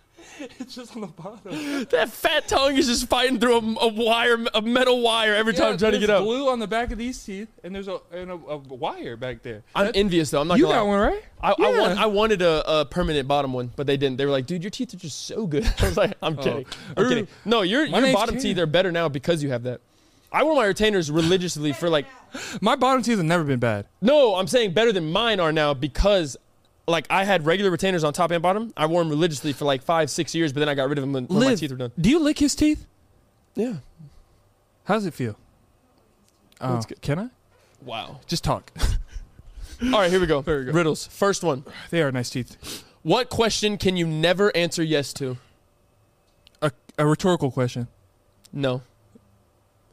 [SPEAKER 2] [LAUGHS] it's just on the bottom.
[SPEAKER 3] That fat tongue is just fighting through a, a wire, a metal wire every time I'm trying to
[SPEAKER 2] there's
[SPEAKER 3] get out.
[SPEAKER 2] glue on the back of these teeth, and there's a, and a, a wire back there.
[SPEAKER 3] I'm envious though. I'm not
[SPEAKER 2] You
[SPEAKER 3] gonna
[SPEAKER 2] got
[SPEAKER 3] lie.
[SPEAKER 2] one, right?
[SPEAKER 3] I, I,
[SPEAKER 2] Yeah.
[SPEAKER 3] want, I wanted a, a permanent bottom one, but they didn't. They were like, "Dude, your teeth are just so good." [LAUGHS] I was like, "I'm kidding,
[SPEAKER 2] Oh.
[SPEAKER 3] I'm
[SPEAKER 2] Ooh.
[SPEAKER 3] kidding." No, your
[SPEAKER 2] My
[SPEAKER 3] your
[SPEAKER 2] name's
[SPEAKER 3] bottom
[SPEAKER 2] Ken.
[SPEAKER 3] teeth are better now because you have that. I wore my retainers religiously for like.
[SPEAKER 2] My bottom teeth have never been bad.
[SPEAKER 3] No, I'm saying better than mine are now because, like, I had regular retainers on top and bottom. I wore them religiously for like five, six years, but then I got rid of them when, when my teeth were done.
[SPEAKER 2] do you lick his teeth?
[SPEAKER 3] Yeah.
[SPEAKER 2] How does it feel? Oh,
[SPEAKER 3] it's good.
[SPEAKER 2] Can I?
[SPEAKER 3] Wow.
[SPEAKER 2] Just talk. [LAUGHS]
[SPEAKER 3] All right, here we go.
[SPEAKER 2] we go.
[SPEAKER 3] Riddles. First one.
[SPEAKER 2] they are nice teeth.
[SPEAKER 3] What question can you never answer yes to?
[SPEAKER 2] A, a rhetorical question.
[SPEAKER 3] No.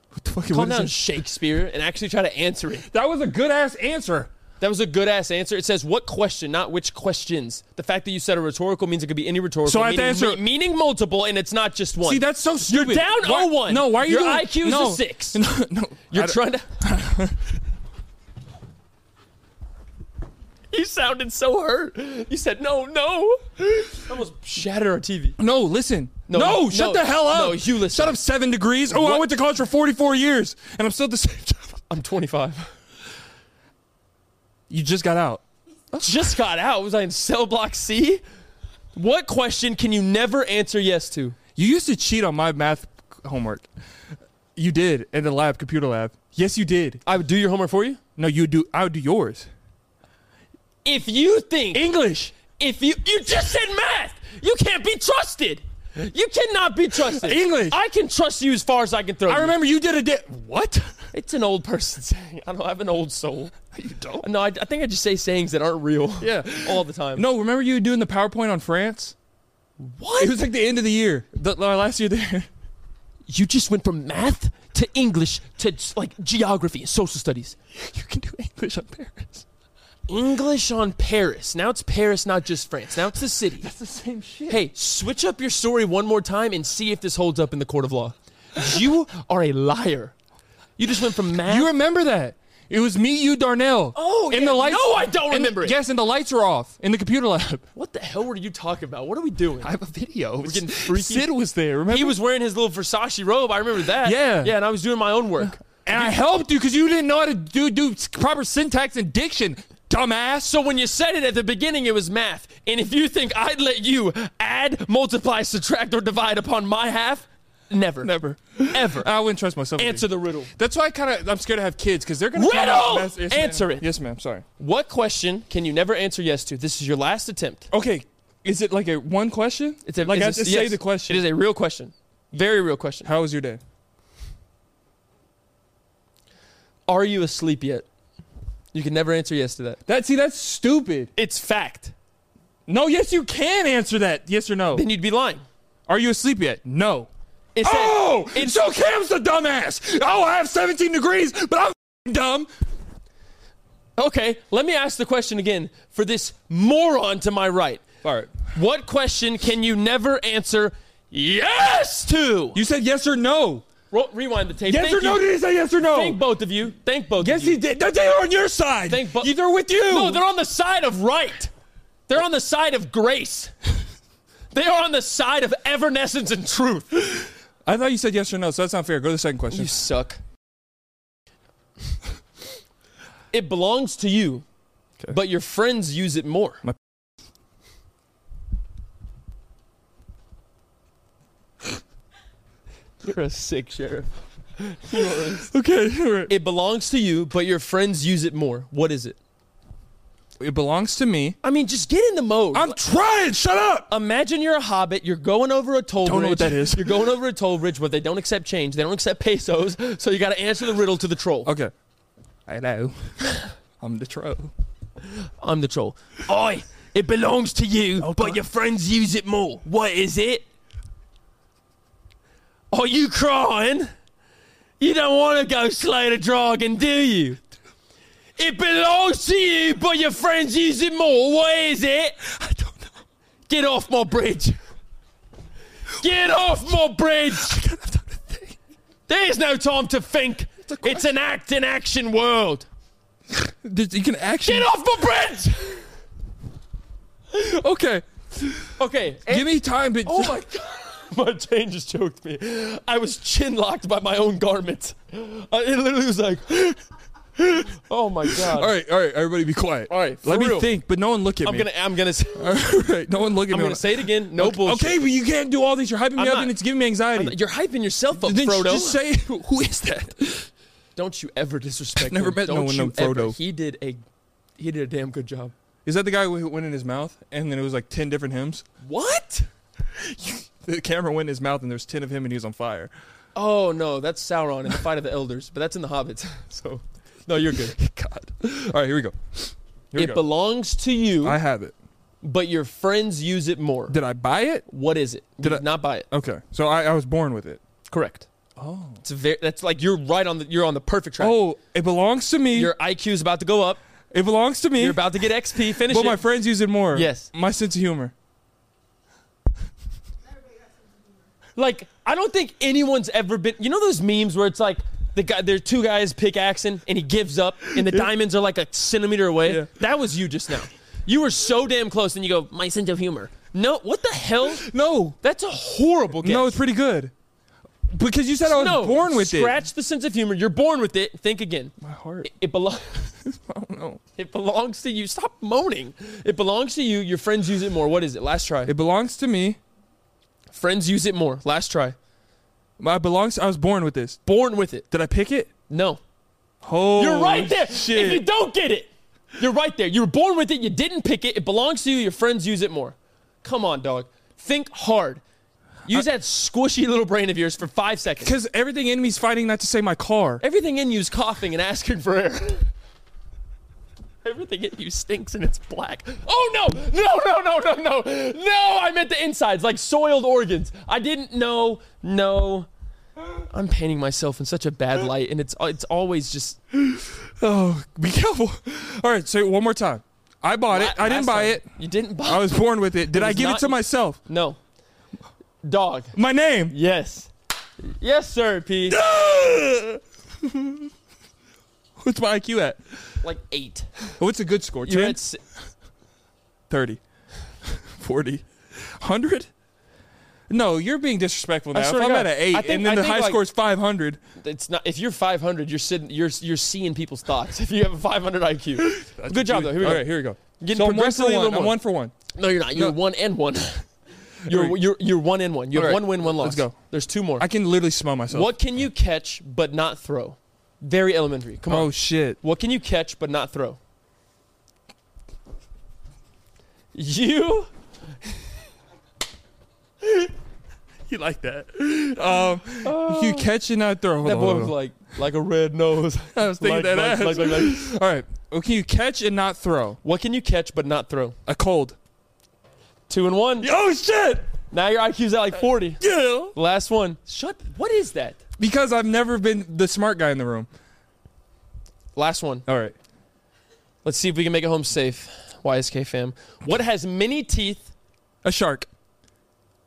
[SPEAKER 2] What the fuck?
[SPEAKER 3] Calm
[SPEAKER 2] what is
[SPEAKER 3] down,
[SPEAKER 2] this?
[SPEAKER 3] Shakespeare, and actually try to answer it.
[SPEAKER 2] That was a good ass answer.
[SPEAKER 3] That was a good ass answer. It says what question, not which questions. The fact that you said a rhetorical means it could be any rhetorical.
[SPEAKER 2] So I have to
[SPEAKER 3] meaning,
[SPEAKER 2] answer-
[SPEAKER 3] me- meaning multiple, and it's not just one.
[SPEAKER 2] See, that's so stupid.
[SPEAKER 3] down
[SPEAKER 2] Why-
[SPEAKER 3] 0-1.
[SPEAKER 2] No, why are you
[SPEAKER 3] Your
[SPEAKER 2] doing?
[SPEAKER 3] IQ is a
[SPEAKER 2] no. [LAUGHS]
[SPEAKER 3] six.
[SPEAKER 2] No, no. I
[SPEAKER 3] You're
[SPEAKER 2] don't-
[SPEAKER 3] trying to. [LAUGHS] you sounded so hurt. You said no, no. Almost shattered our TV.
[SPEAKER 2] No, listen. No,
[SPEAKER 3] no,
[SPEAKER 2] shut
[SPEAKER 3] no,
[SPEAKER 2] the hell up.
[SPEAKER 3] no, you listen.
[SPEAKER 2] Shut up, seven degrees. Oh, I
[SPEAKER 3] What?
[SPEAKER 2] went to college for 44 years, and I'm still at the [LAUGHS] same job.
[SPEAKER 3] I'm 25.
[SPEAKER 2] You just got out.
[SPEAKER 3] Just got out. Was I in cell block C? What question can you never answer yes to?
[SPEAKER 2] You used to cheat on my math homework. You did in the lab, computer lab. Yes, you did.
[SPEAKER 3] I would do your homework for you.
[SPEAKER 2] No, you do. I would do yours.
[SPEAKER 3] If you think
[SPEAKER 2] English.
[SPEAKER 3] If you you just said math, You can't be trusted. You cannot be trusted.
[SPEAKER 2] English.
[SPEAKER 3] I can trust you as far as I can throw.
[SPEAKER 2] I
[SPEAKER 3] you.
[SPEAKER 2] remember you did a di- what? [LAUGHS]
[SPEAKER 3] It's an old person [LAUGHS] saying. I don't have an old soul.
[SPEAKER 2] You don't.
[SPEAKER 3] No, I, I think I just say sayings that aren't real.
[SPEAKER 2] Yeah.
[SPEAKER 3] [LAUGHS] all the time.
[SPEAKER 2] No, remember you doing the PowerPoint on France?
[SPEAKER 3] what?
[SPEAKER 2] It was like the end of the year, the, the last year there.
[SPEAKER 3] you just went from math to English to just, like geography and social studies.
[SPEAKER 2] You can do English on Paris.
[SPEAKER 3] English on Paris. Now it's Paris, not just France. Now it's the city.
[SPEAKER 2] It's the same shit.
[SPEAKER 3] Hey, switch up your story one more time and see if this holds up in the court of law. [LAUGHS] You are a liar. You just went from math.
[SPEAKER 2] You remember that? It was me, you, Darnell.
[SPEAKER 3] Oh,
[SPEAKER 2] and
[SPEAKER 3] yeah.
[SPEAKER 2] the lights.
[SPEAKER 3] No, I don't
[SPEAKER 2] and-
[SPEAKER 3] remember it.
[SPEAKER 2] Yes, and the lights were off in the computer lab.
[SPEAKER 3] what the hell were you talking about? What are we doing?
[SPEAKER 2] I have a video. We're
[SPEAKER 3] [LAUGHS] getting freaky.
[SPEAKER 2] Sid was there. Remember?
[SPEAKER 3] he was wearing his little Versace robe. I remember that.
[SPEAKER 2] Yeah.
[SPEAKER 3] Yeah, and I was doing my own work.
[SPEAKER 2] and I helped you because you didn't know how to do do proper syntax and diction, dumbass.
[SPEAKER 3] So when you said it at the beginning, it was math. And if you think I'd let you add, multiply, subtract, or divide upon my half, never.
[SPEAKER 2] Never.
[SPEAKER 3] Ever.
[SPEAKER 2] I wouldn't trust myself. with
[SPEAKER 3] Answer
[SPEAKER 2] you.
[SPEAKER 3] the riddle.
[SPEAKER 2] That's why I kind of I'm scared to have kids because they're gonna come out
[SPEAKER 3] Riddle!
[SPEAKER 2] mess- yes,
[SPEAKER 3] Answer
[SPEAKER 2] ma'am.
[SPEAKER 3] it.
[SPEAKER 2] Yes, ma'am. Sorry.
[SPEAKER 3] What question can you never answer yes to? This is your last attempt.
[SPEAKER 2] Okay, is it like a one question?
[SPEAKER 3] It's a,
[SPEAKER 2] like
[SPEAKER 3] is
[SPEAKER 2] I have to
[SPEAKER 3] this-
[SPEAKER 2] say
[SPEAKER 3] yes.
[SPEAKER 2] the question.
[SPEAKER 3] It is a real question. Very real question.
[SPEAKER 2] How was your day?
[SPEAKER 3] Are you asleep yet? You can never answer yes to that.
[SPEAKER 2] That see, that's stupid.
[SPEAKER 3] It's fact.
[SPEAKER 2] No, yes, you can answer that. Yes or no.
[SPEAKER 3] Then you'd be lying.
[SPEAKER 2] Are you asleep yet? No.
[SPEAKER 3] It's
[SPEAKER 2] Oh,
[SPEAKER 3] it's-
[SPEAKER 2] so Cam's the dumbass. Oh, I have 17 degrees, but I'm f***ing dumb.
[SPEAKER 3] okay, let me ask the question again for this moron to my right.
[SPEAKER 2] All right.
[SPEAKER 3] What question can you never answer yes to?
[SPEAKER 2] You said yes or no.
[SPEAKER 3] Ro- rewind the tape.
[SPEAKER 2] Yes or
[SPEAKER 3] Thank
[SPEAKER 2] no?
[SPEAKER 3] you.
[SPEAKER 2] Did he say yes or no?
[SPEAKER 3] Thank both of you. Thank both
[SPEAKER 2] yes,
[SPEAKER 3] of you.
[SPEAKER 2] he did. No, They're on your side.
[SPEAKER 3] Thank bo-
[SPEAKER 2] They're with you.
[SPEAKER 3] No, they're on the side of right. They're on the side of grace. [LAUGHS] They are on the side of evanescence and truth.
[SPEAKER 2] I thought you said yes or no, so that's not fair. Go to the second question.
[SPEAKER 3] You suck. it belongs to you,
[SPEAKER 2] Okay.
[SPEAKER 3] but your friends use it more.
[SPEAKER 2] My-
[SPEAKER 3] [LAUGHS] You're a sick sheriff.
[SPEAKER 2] okay. all right.
[SPEAKER 3] It belongs to you, but your friends use it more. What is it?
[SPEAKER 2] It belongs to me.
[SPEAKER 3] I mean, just get in the mode.
[SPEAKER 2] I'm trying. Shut up.
[SPEAKER 3] Imagine you're a hobbit. You're going over a toll
[SPEAKER 2] Don't
[SPEAKER 3] bridge.
[SPEAKER 2] know what that is.
[SPEAKER 3] You're going over a toll bridge where they don't accept change. They don't accept pesos. So you got to answer the riddle to the troll.
[SPEAKER 2] Okay. [LAUGHS] Hello. I'm the troll.
[SPEAKER 3] I'm the troll. Oi, it belongs to you, but your friends use it more. What is it? Are you crying? You don't want to go slay the dragon, do you? It belongs to you, but your friends use it more. What is it? I don't know. Get off my bridge. Get off my bridge. There's no time to think. It's an act in action world.
[SPEAKER 2] Did- You can actually.
[SPEAKER 3] Get off my bridge.
[SPEAKER 2] Okay.
[SPEAKER 3] Okay.
[SPEAKER 2] Give me time. But
[SPEAKER 3] oh my god. My chain just choked me. I was chin locked by my own garment. I, it literally was like, [GASPS] oh my god.
[SPEAKER 2] [LAUGHS] All right, all right, everybody be quiet.
[SPEAKER 3] All right, for
[SPEAKER 2] let
[SPEAKER 3] real.
[SPEAKER 2] me think, but no one look at
[SPEAKER 3] I'm
[SPEAKER 2] me.
[SPEAKER 3] gonna, I'm gonna, s- I'm
[SPEAKER 2] [LAUGHS] All right, no one look at me.
[SPEAKER 3] gonna say it again. No bullshit.
[SPEAKER 2] Okay, but you can't do all this. You're hyping me
[SPEAKER 3] I'm
[SPEAKER 2] up,
[SPEAKER 3] not-
[SPEAKER 2] and it's giving me anxiety.
[SPEAKER 3] You're hyping yourself up,
[SPEAKER 2] then
[SPEAKER 3] Frodo.
[SPEAKER 2] just say, who is that?
[SPEAKER 3] [LAUGHS] Don't you ever disrespect
[SPEAKER 2] Never
[SPEAKER 3] him.
[SPEAKER 2] met no
[SPEAKER 3] Don't
[SPEAKER 2] one
[SPEAKER 3] you
[SPEAKER 2] named
[SPEAKER 3] Ever.
[SPEAKER 2] Frodo.
[SPEAKER 3] He did a, he did a damn good job.
[SPEAKER 2] Is that the guy who went in his mouth, and then it was like ten different hymns? [LAUGHS]
[SPEAKER 3] What?
[SPEAKER 2] The camera went in his mouth, and there's ten of him, and he was on fire. [LAUGHS]
[SPEAKER 3] Oh no, that's Sauron in the Fight of the Elders, but that's in the Hobbits. [LAUGHS] So, no, you're good.
[SPEAKER 2] God. All right, here we go. Here we
[SPEAKER 3] It
[SPEAKER 2] go.
[SPEAKER 3] belongs to you,
[SPEAKER 2] I have it.
[SPEAKER 3] but your friends use it more.
[SPEAKER 2] Did I buy it?
[SPEAKER 3] What is it? You
[SPEAKER 2] Did
[SPEAKER 3] did
[SPEAKER 2] I-
[SPEAKER 3] not buy it.
[SPEAKER 2] Okay, so I, I was born with it.
[SPEAKER 3] Correct. Oh, it's a very. That's like you're right on the. You're on the perfect track.
[SPEAKER 2] Oh, it belongs to me.
[SPEAKER 3] your IQ is about to go up.
[SPEAKER 2] it belongs to me.
[SPEAKER 3] You're about to get XP.
[SPEAKER 2] [LAUGHS]
[SPEAKER 3] Finish
[SPEAKER 2] but
[SPEAKER 3] it.
[SPEAKER 2] my friends use it more.
[SPEAKER 3] Yes.
[SPEAKER 2] my sense of humor.
[SPEAKER 3] like I don't think anyone's ever been. You know those memes where it's like the guy. There are two guys pickaxing, and he gives up, and the diamonds are like a centimeter away.
[SPEAKER 2] Yeah.
[SPEAKER 3] That was you just now. You were so damn close, and you go, my sense of humor. No, what the hell?
[SPEAKER 2] No,
[SPEAKER 3] That's a horrible guess.
[SPEAKER 2] No, it's pretty good. Because you said I was
[SPEAKER 3] No,
[SPEAKER 2] born with
[SPEAKER 3] Scratch the sense of humor. You're born with it. Think again.
[SPEAKER 2] it. My heart.
[SPEAKER 3] It, it belongs.
[SPEAKER 2] I don't know.
[SPEAKER 3] [LAUGHS] It belongs to you. Stop moaning. It belongs to you. Your friends use it more. What is it? Last try.
[SPEAKER 2] It belongs to me.
[SPEAKER 3] friends use it more. Last try.
[SPEAKER 2] I belongs. I was born with this.
[SPEAKER 3] Born with it.
[SPEAKER 2] Did I pick it?
[SPEAKER 3] No.
[SPEAKER 2] Oh,
[SPEAKER 3] You're right there. If you
[SPEAKER 2] Shit.
[SPEAKER 3] don't get it, you're right there. You were born with it. You didn't pick it. It belongs to you. Your friends use it more. Come on, dog. Think hard. Use that squishy little brain of yours for five seconds.
[SPEAKER 2] Because everything in me's fighting not to say my car.
[SPEAKER 3] Everything in you's coughing and asking for air. Everything in you stinks and it's black. Oh no! No, no, no, no, no! No! I meant the insides, like soiled organs. I didn't know. No. I'm painting myself in such a bad light, and it's it's always just
[SPEAKER 2] Oh, be careful. All right, say it one more time. I bought it. I didn't
[SPEAKER 3] Last
[SPEAKER 2] buy
[SPEAKER 3] time,
[SPEAKER 2] it.
[SPEAKER 3] You didn't buy
[SPEAKER 2] I was born with it. Did I
[SPEAKER 3] was
[SPEAKER 2] give it
[SPEAKER 3] not-
[SPEAKER 2] to myself?
[SPEAKER 3] No. Dog.
[SPEAKER 2] My name.
[SPEAKER 3] Yes. Yes, sir, P.
[SPEAKER 2] [LAUGHS] What's my IQ at?
[SPEAKER 3] Like eight.
[SPEAKER 2] What's a good score?
[SPEAKER 3] You're
[SPEAKER 2] 10?
[SPEAKER 3] at si-
[SPEAKER 2] [LAUGHS] 30. 40. 100? No, you're being disrespectful now. If
[SPEAKER 3] swear
[SPEAKER 2] I'm
[SPEAKER 3] to
[SPEAKER 2] at
[SPEAKER 3] God.
[SPEAKER 2] an 8
[SPEAKER 3] I think-
[SPEAKER 2] and then
[SPEAKER 3] I
[SPEAKER 2] the
[SPEAKER 3] think,
[SPEAKER 2] high
[SPEAKER 3] like-
[SPEAKER 2] score is 500,
[SPEAKER 3] it's not if you're 500, you're sitting you're you're seeing people's thoughts. If you have a 500 IQ. Good job though. Here we go.
[SPEAKER 2] All right, here we go.
[SPEAKER 3] Getting
[SPEAKER 2] so I'm one for
[SPEAKER 3] progressively a
[SPEAKER 2] one.
[SPEAKER 3] little
[SPEAKER 2] I'm
[SPEAKER 3] more.
[SPEAKER 2] one for one.
[SPEAKER 3] No, you're not. You're
[SPEAKER 2] No.
[SPEAKER 3] one and one. [LAUGHS] You're you're you're one and one. You have
[SPEAKER 2] All right.
[SPEAKER 3] one win, one loss.
[SPEAKER 2] Let's go.
[SPEAKER 3] There's two more.
[SPEAKER 2] I can literally smell myself.
[SPEAKER 3] what can you catch but not throw? Very elementary. Come on.
[SPEAKER 2] Oh, shit.
[SPEAKER 3] What can you catch but not throw? You
[SPEAKER 2] [LAUGHS] You like that? [LAUGHS] Um, you catch and not throw. Hold
[SPEAKER 3] Oh. that
[SPEAKER 2] on,
[SPEAKER 3] boy
[SPEAKER 2] hold
[SPEAKER 3] was
[SPEAKER 2] on.
[SPEAKER 3] like like a red [LAUGHS] nose.
[SPEAKER 2] I was thinking
[SPEAKER 3] Like,
[SPEAKER 2] that
[SPEAKER 3] like,
[SPEAKER 2] ass.
[SPEAKER 3] like, like, like.
[SPEAKER 2] All right. Well, can you catch and not throw?
[SPEAKER 3] What can you catch but not throw?
[SPEAKER 2] A cold.
[SPEAKER 3] Two and one.
[SPEAKER 2] Oh shit!
[SPEAKER 3] Now your IQ's at like 40.
[SPEAKER 2] Yeah.
[SPEAKER 3] Last one. Shut. What is that?
[SPEAKER 2] Because I've never been the smart guy in the room.
[SPEAKER 3] Last one.
[SPEAKER 2] All right.
[SPEAKER 3] Let's see if we can make it home safe. YSK fam. What has many teeth?
[SPEAKER 2] A shark.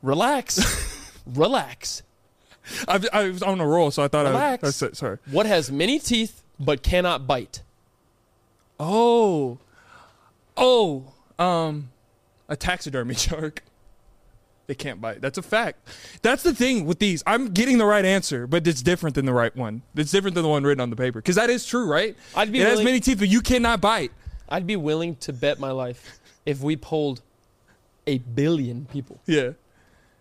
[SPEAKER 3] Relax. Relax.
[SPEAKER 2] I've, I was on a roll, so I thought
[SPEAKER 3] Relax.
[SPEAKER 2] I. Would, that's, sorry.
[SPEAKER 3] What has many teeth but cannot bite?
[SPEAKER 2] Oh. Oh. Um. A taxidermy [LAUGHS] shark. They can't bite. That's a fact. That's the thing with these. I'm getting the right answer, but it's different than the right one. It's different than the one written on the paper. Because that is true, right?
[SPEAKER 3] I'd be
[SPEAKER 2] it has
[SPEAKER 3] willing-
[SPEAKER 2] many teeth, but you cannot bite.
[SPEAKER 3] I'd be willing to bet my life if we polled a billion people.
[SPEAKER 2] Yeah.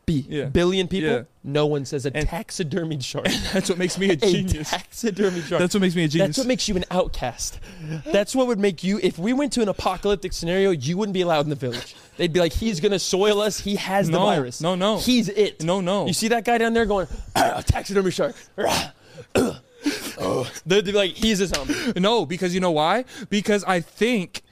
[SPEAKER 3] B.
[SPEAKER 2] Yeah.
[SPEAKER 3] Billion people?
[SPEAKER 2] Yeah.
[SPEAKER 3] No one says a
[SPEAKER 2] And-
[SPEAKER 3] taxidermied shark.
[SPEAKER 2] [LAUGHS] That's what makes me a
[SPEAKER 3] [LAUGHS] a
[SPEAKER 2] genius.
[SPEAKER 3] taxidermied shark.
[SPEAKER 2] That's what makes me a genius.
[SPEAKER 3] That's what makes you an outcast. That's what would make you, if we went to an apocalyptic scenario, you wouldn't be allowed in the village. They'd be like, he's going to soil us. He has the
[SPEAKER 2] No,
[SPEAKER 3] virus.
[SPEAKER 2] no, no.
[SPEAKER 3] He's it.
[SPEAKER 2] No, no.
[SPEAKER 3] You see that guy down there going, [CLEARS THROAT] "Ah, taxidermy shark. [CLEARS THROAT] Ah, ah, oh." They'd be like, he's a zombie.
[SPEAKER 2] No, because you know why? Because I think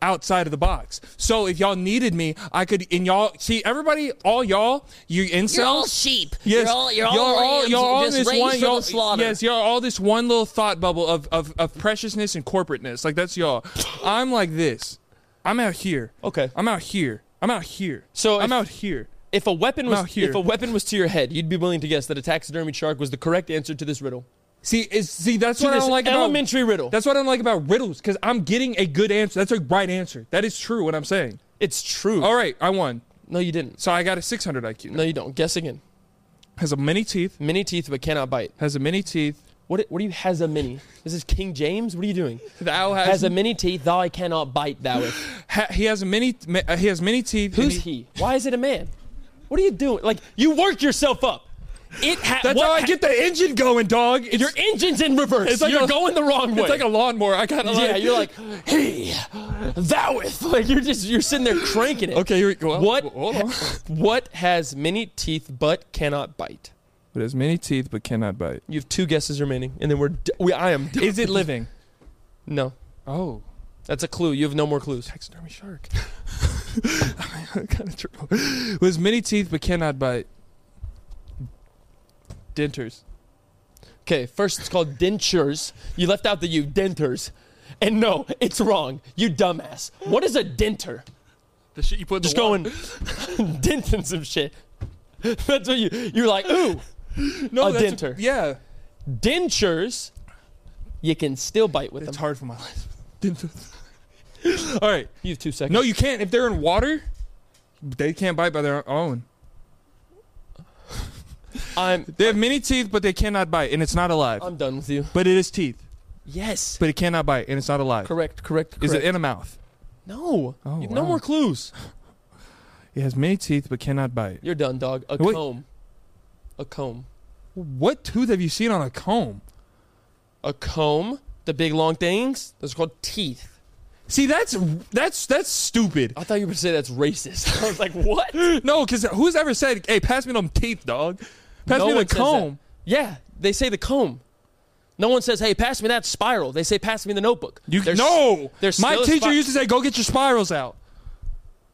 [SPEAKER 2] outside of the box. So if y'all needed me, I could. And y'all see everybody, all y'all, you incels.
[SPEAKER 4] You're all sheep.
[SPEAKER 2] Yes,
[SPEAKER 4] You're all you're all,
[SPEAKER 2] y'all
[SPEAKER 4] lambs
[SPEAKER 2] y'all all
[SPEAKER 4] just
[SPEAKER 2] this
[SPEAKER 4] raised
[SPEAKER 2] one,
[SPEAKER 4] for
[SPEAKER 2] y'all,
[SPEAKER 4] the slaughter.
[SPEAKER 2] yes, y'all all this one little thought bubble of, of, of preciousness and corporateness. Like that's y'all. I'm like this. I'm out here.
[SPEAKER 3] Okay.
[SPEAKER 2] I'm out here. I'm out here.
[SPEAKER 3] So
[SPEAKER 2] I'm
[SPEAKER 3] if-
[SPEAKER 2] out here.
[SPEAKER 3] If a weapon
[SPEAKER 2] Now
[SPEAKER 3] was
[SPEAKER 2] here.
[SPEAKER 3] if a weapon was to your head, you'd be willing to guess that a taxidermied shark was the correct answer to this riddle.
[SPEAKER 2] See, is see that's
[SPEAKER 3] To
[SPEAKER 2] what I
[SPEAKER 3] this
[SPEAKER 2] don't like about
[SPEAKER 3] elementary riddle.
[SPEAKER 2] That's what I don't like about riddles because I'm getting a good answer. That's a right answer. That is true. What I'm saying.
[SPEAKER 3] it's true.
[SPEAKER 2] All right, I won.
[SPEAKER 3] No, you didn't.
[SPEAKER 2] So I got a 600 IQ.
[SPEAKER 3] No, you don't. Guess again.
[SPEAKER 2] Has a many teeth.
[SPEAKER 3] Many teeth but cannot bite.
[SPEAKER 2] Has a many teeth.
[SPEAKER 3] What what do you has a mini? Is this King James? What are you doing?
[SPEAKER 2] Thou has,
[SPEAKER 3] Has a many teeth, thou I cannot bite thou with.
[SPEAKER 2] ha, he has a many ma- uh, he has many teeth. and
[SPEAKER 3] Who's he? Why is it a man? What are you doing? Like you work yourself up. It ha-
[SPEAKER 2] That's
[SPEAKER 3] what
[SPEAKER 2] how I
[SPEAKER 3] ha-
[SPEAKER 2] get the engine going, dog. It's,
[SPEAKER 3] your engine's in reverse.
[SPEAKER 2] It's like
[SPEAKER 3] you're
[SPEAKER 2] a-
[SPEAKER 3] going the wrong way.
[SPEAKER 2] it's like a lawnmower. I got
[SPEAKER 3] yeah, you're like he thoueth. [LAUGHS] Like you're just you're sitting there cranking it.
[SPEAKER 2] okay. Here, well,
[SPEAKER 3] What
[SPEAKER 2] Hold on.
[SPEAKER 3] ha- what has many teeth but cannot bite?
[SPEAKER 2] It has many teeth but cannot bite.
[SPEAKER 3] You have two guesses remaining, and then we're d- we, I am d-
[SPEAKER 2] Is it living?
[SPEAKER 3] no.
[SPEAKER 2] [LAUGHS] Oh,
[SPEAKER 3] That's a clue. You have no more clues.
[SPEAKER 2] taxidermy shark. [LAUGHS] kind [LAUGHS] of true. With many teeth but cannot bite. Denters.
[SPEAKER 3] Okay, first it's called dentures. You left out the U, denters. And no, it's wrong. You dumbass. What is a denter?
[SPEAKER 2] The shit you put in
[SPEAKER 3] Just going [LAUGHS] denting some shit. That's what you you're like, ooh.
[SPEAKER 2] no,
[SPEAKER 3] Oh, a
[SPEAKER 2] that's
[SPEAKER 3] denter.
[SPEAKER 2] yeah,
[SPEAKER 3] Dentures. You can still bite with
[SPEAKER 2] it's
[SPEAKER 3] them.
[SPEAKER 2] hard for my
[SPEAKER 3] [LAUGHS]
[SPEAKER 2] life. Denters. [LAUGHS] All right.
[SPEAKER 3] You have two seconds.
[SPEAKER 2] No, you can't. If they're in water, they can't bite by their own.
[SPEAKER 3] I'm
[SPEAKER 2] They have many teeth, but they cannot bite, and it's not alive.
[SPEAKER 3] I'm done with you.
[SPEAKER 2] but it is teeth,
[SPEAKER 3] Yes.
[SPEAKER 2] but it cannot bite, and it's not alive.
[SPEAKER 3] correct, correct, correct.
[SPEAKER 2] Is it in a mouth?
[SPEAKER 3] no.
[SPEAKER 2] Oh,
[SPEAKER 3] You have No
[SPEAKER 2] wow.
[SPEAKER 3] more clues.
[SPEAKER 2] It has many teeth, but cannot bite.
[SPEAKER 3] You're done, dog. A
[SPEAKER 2] Wait.
[SPEAKER 3] comb. A comb.
[SPEAKER 2] What tooth have you seen on a comb?
[SPEAKER 3] A comb. The big long things. Those are called teeth.
[SPEAKER 2] See, that's that's that's stupid.
[SPEAKER 3] I thought you were going to say that's racist. I was like, what? Pass
[SPEAKER 2] No, because who's ever said, "Hey, pass me them teeth, dog. Pass me the comb."
[SPEAKER 3] Yeah, they say the comb. No one says, hey, pass me that spiral. They say, pass me the notebook.
[SPEAKER 2] You
[SPEAKER 3] There's-
[SPEAKER 2] no.
[SPEAKER 3] there's
[SPEAKER 2] My
[SPEAKER 3] still a
[SPEAKER 2] teacher
[SPEAKER 3] spi- [LAUGHS]
[SPEAKER 2] used to say, "Go get your spirals out."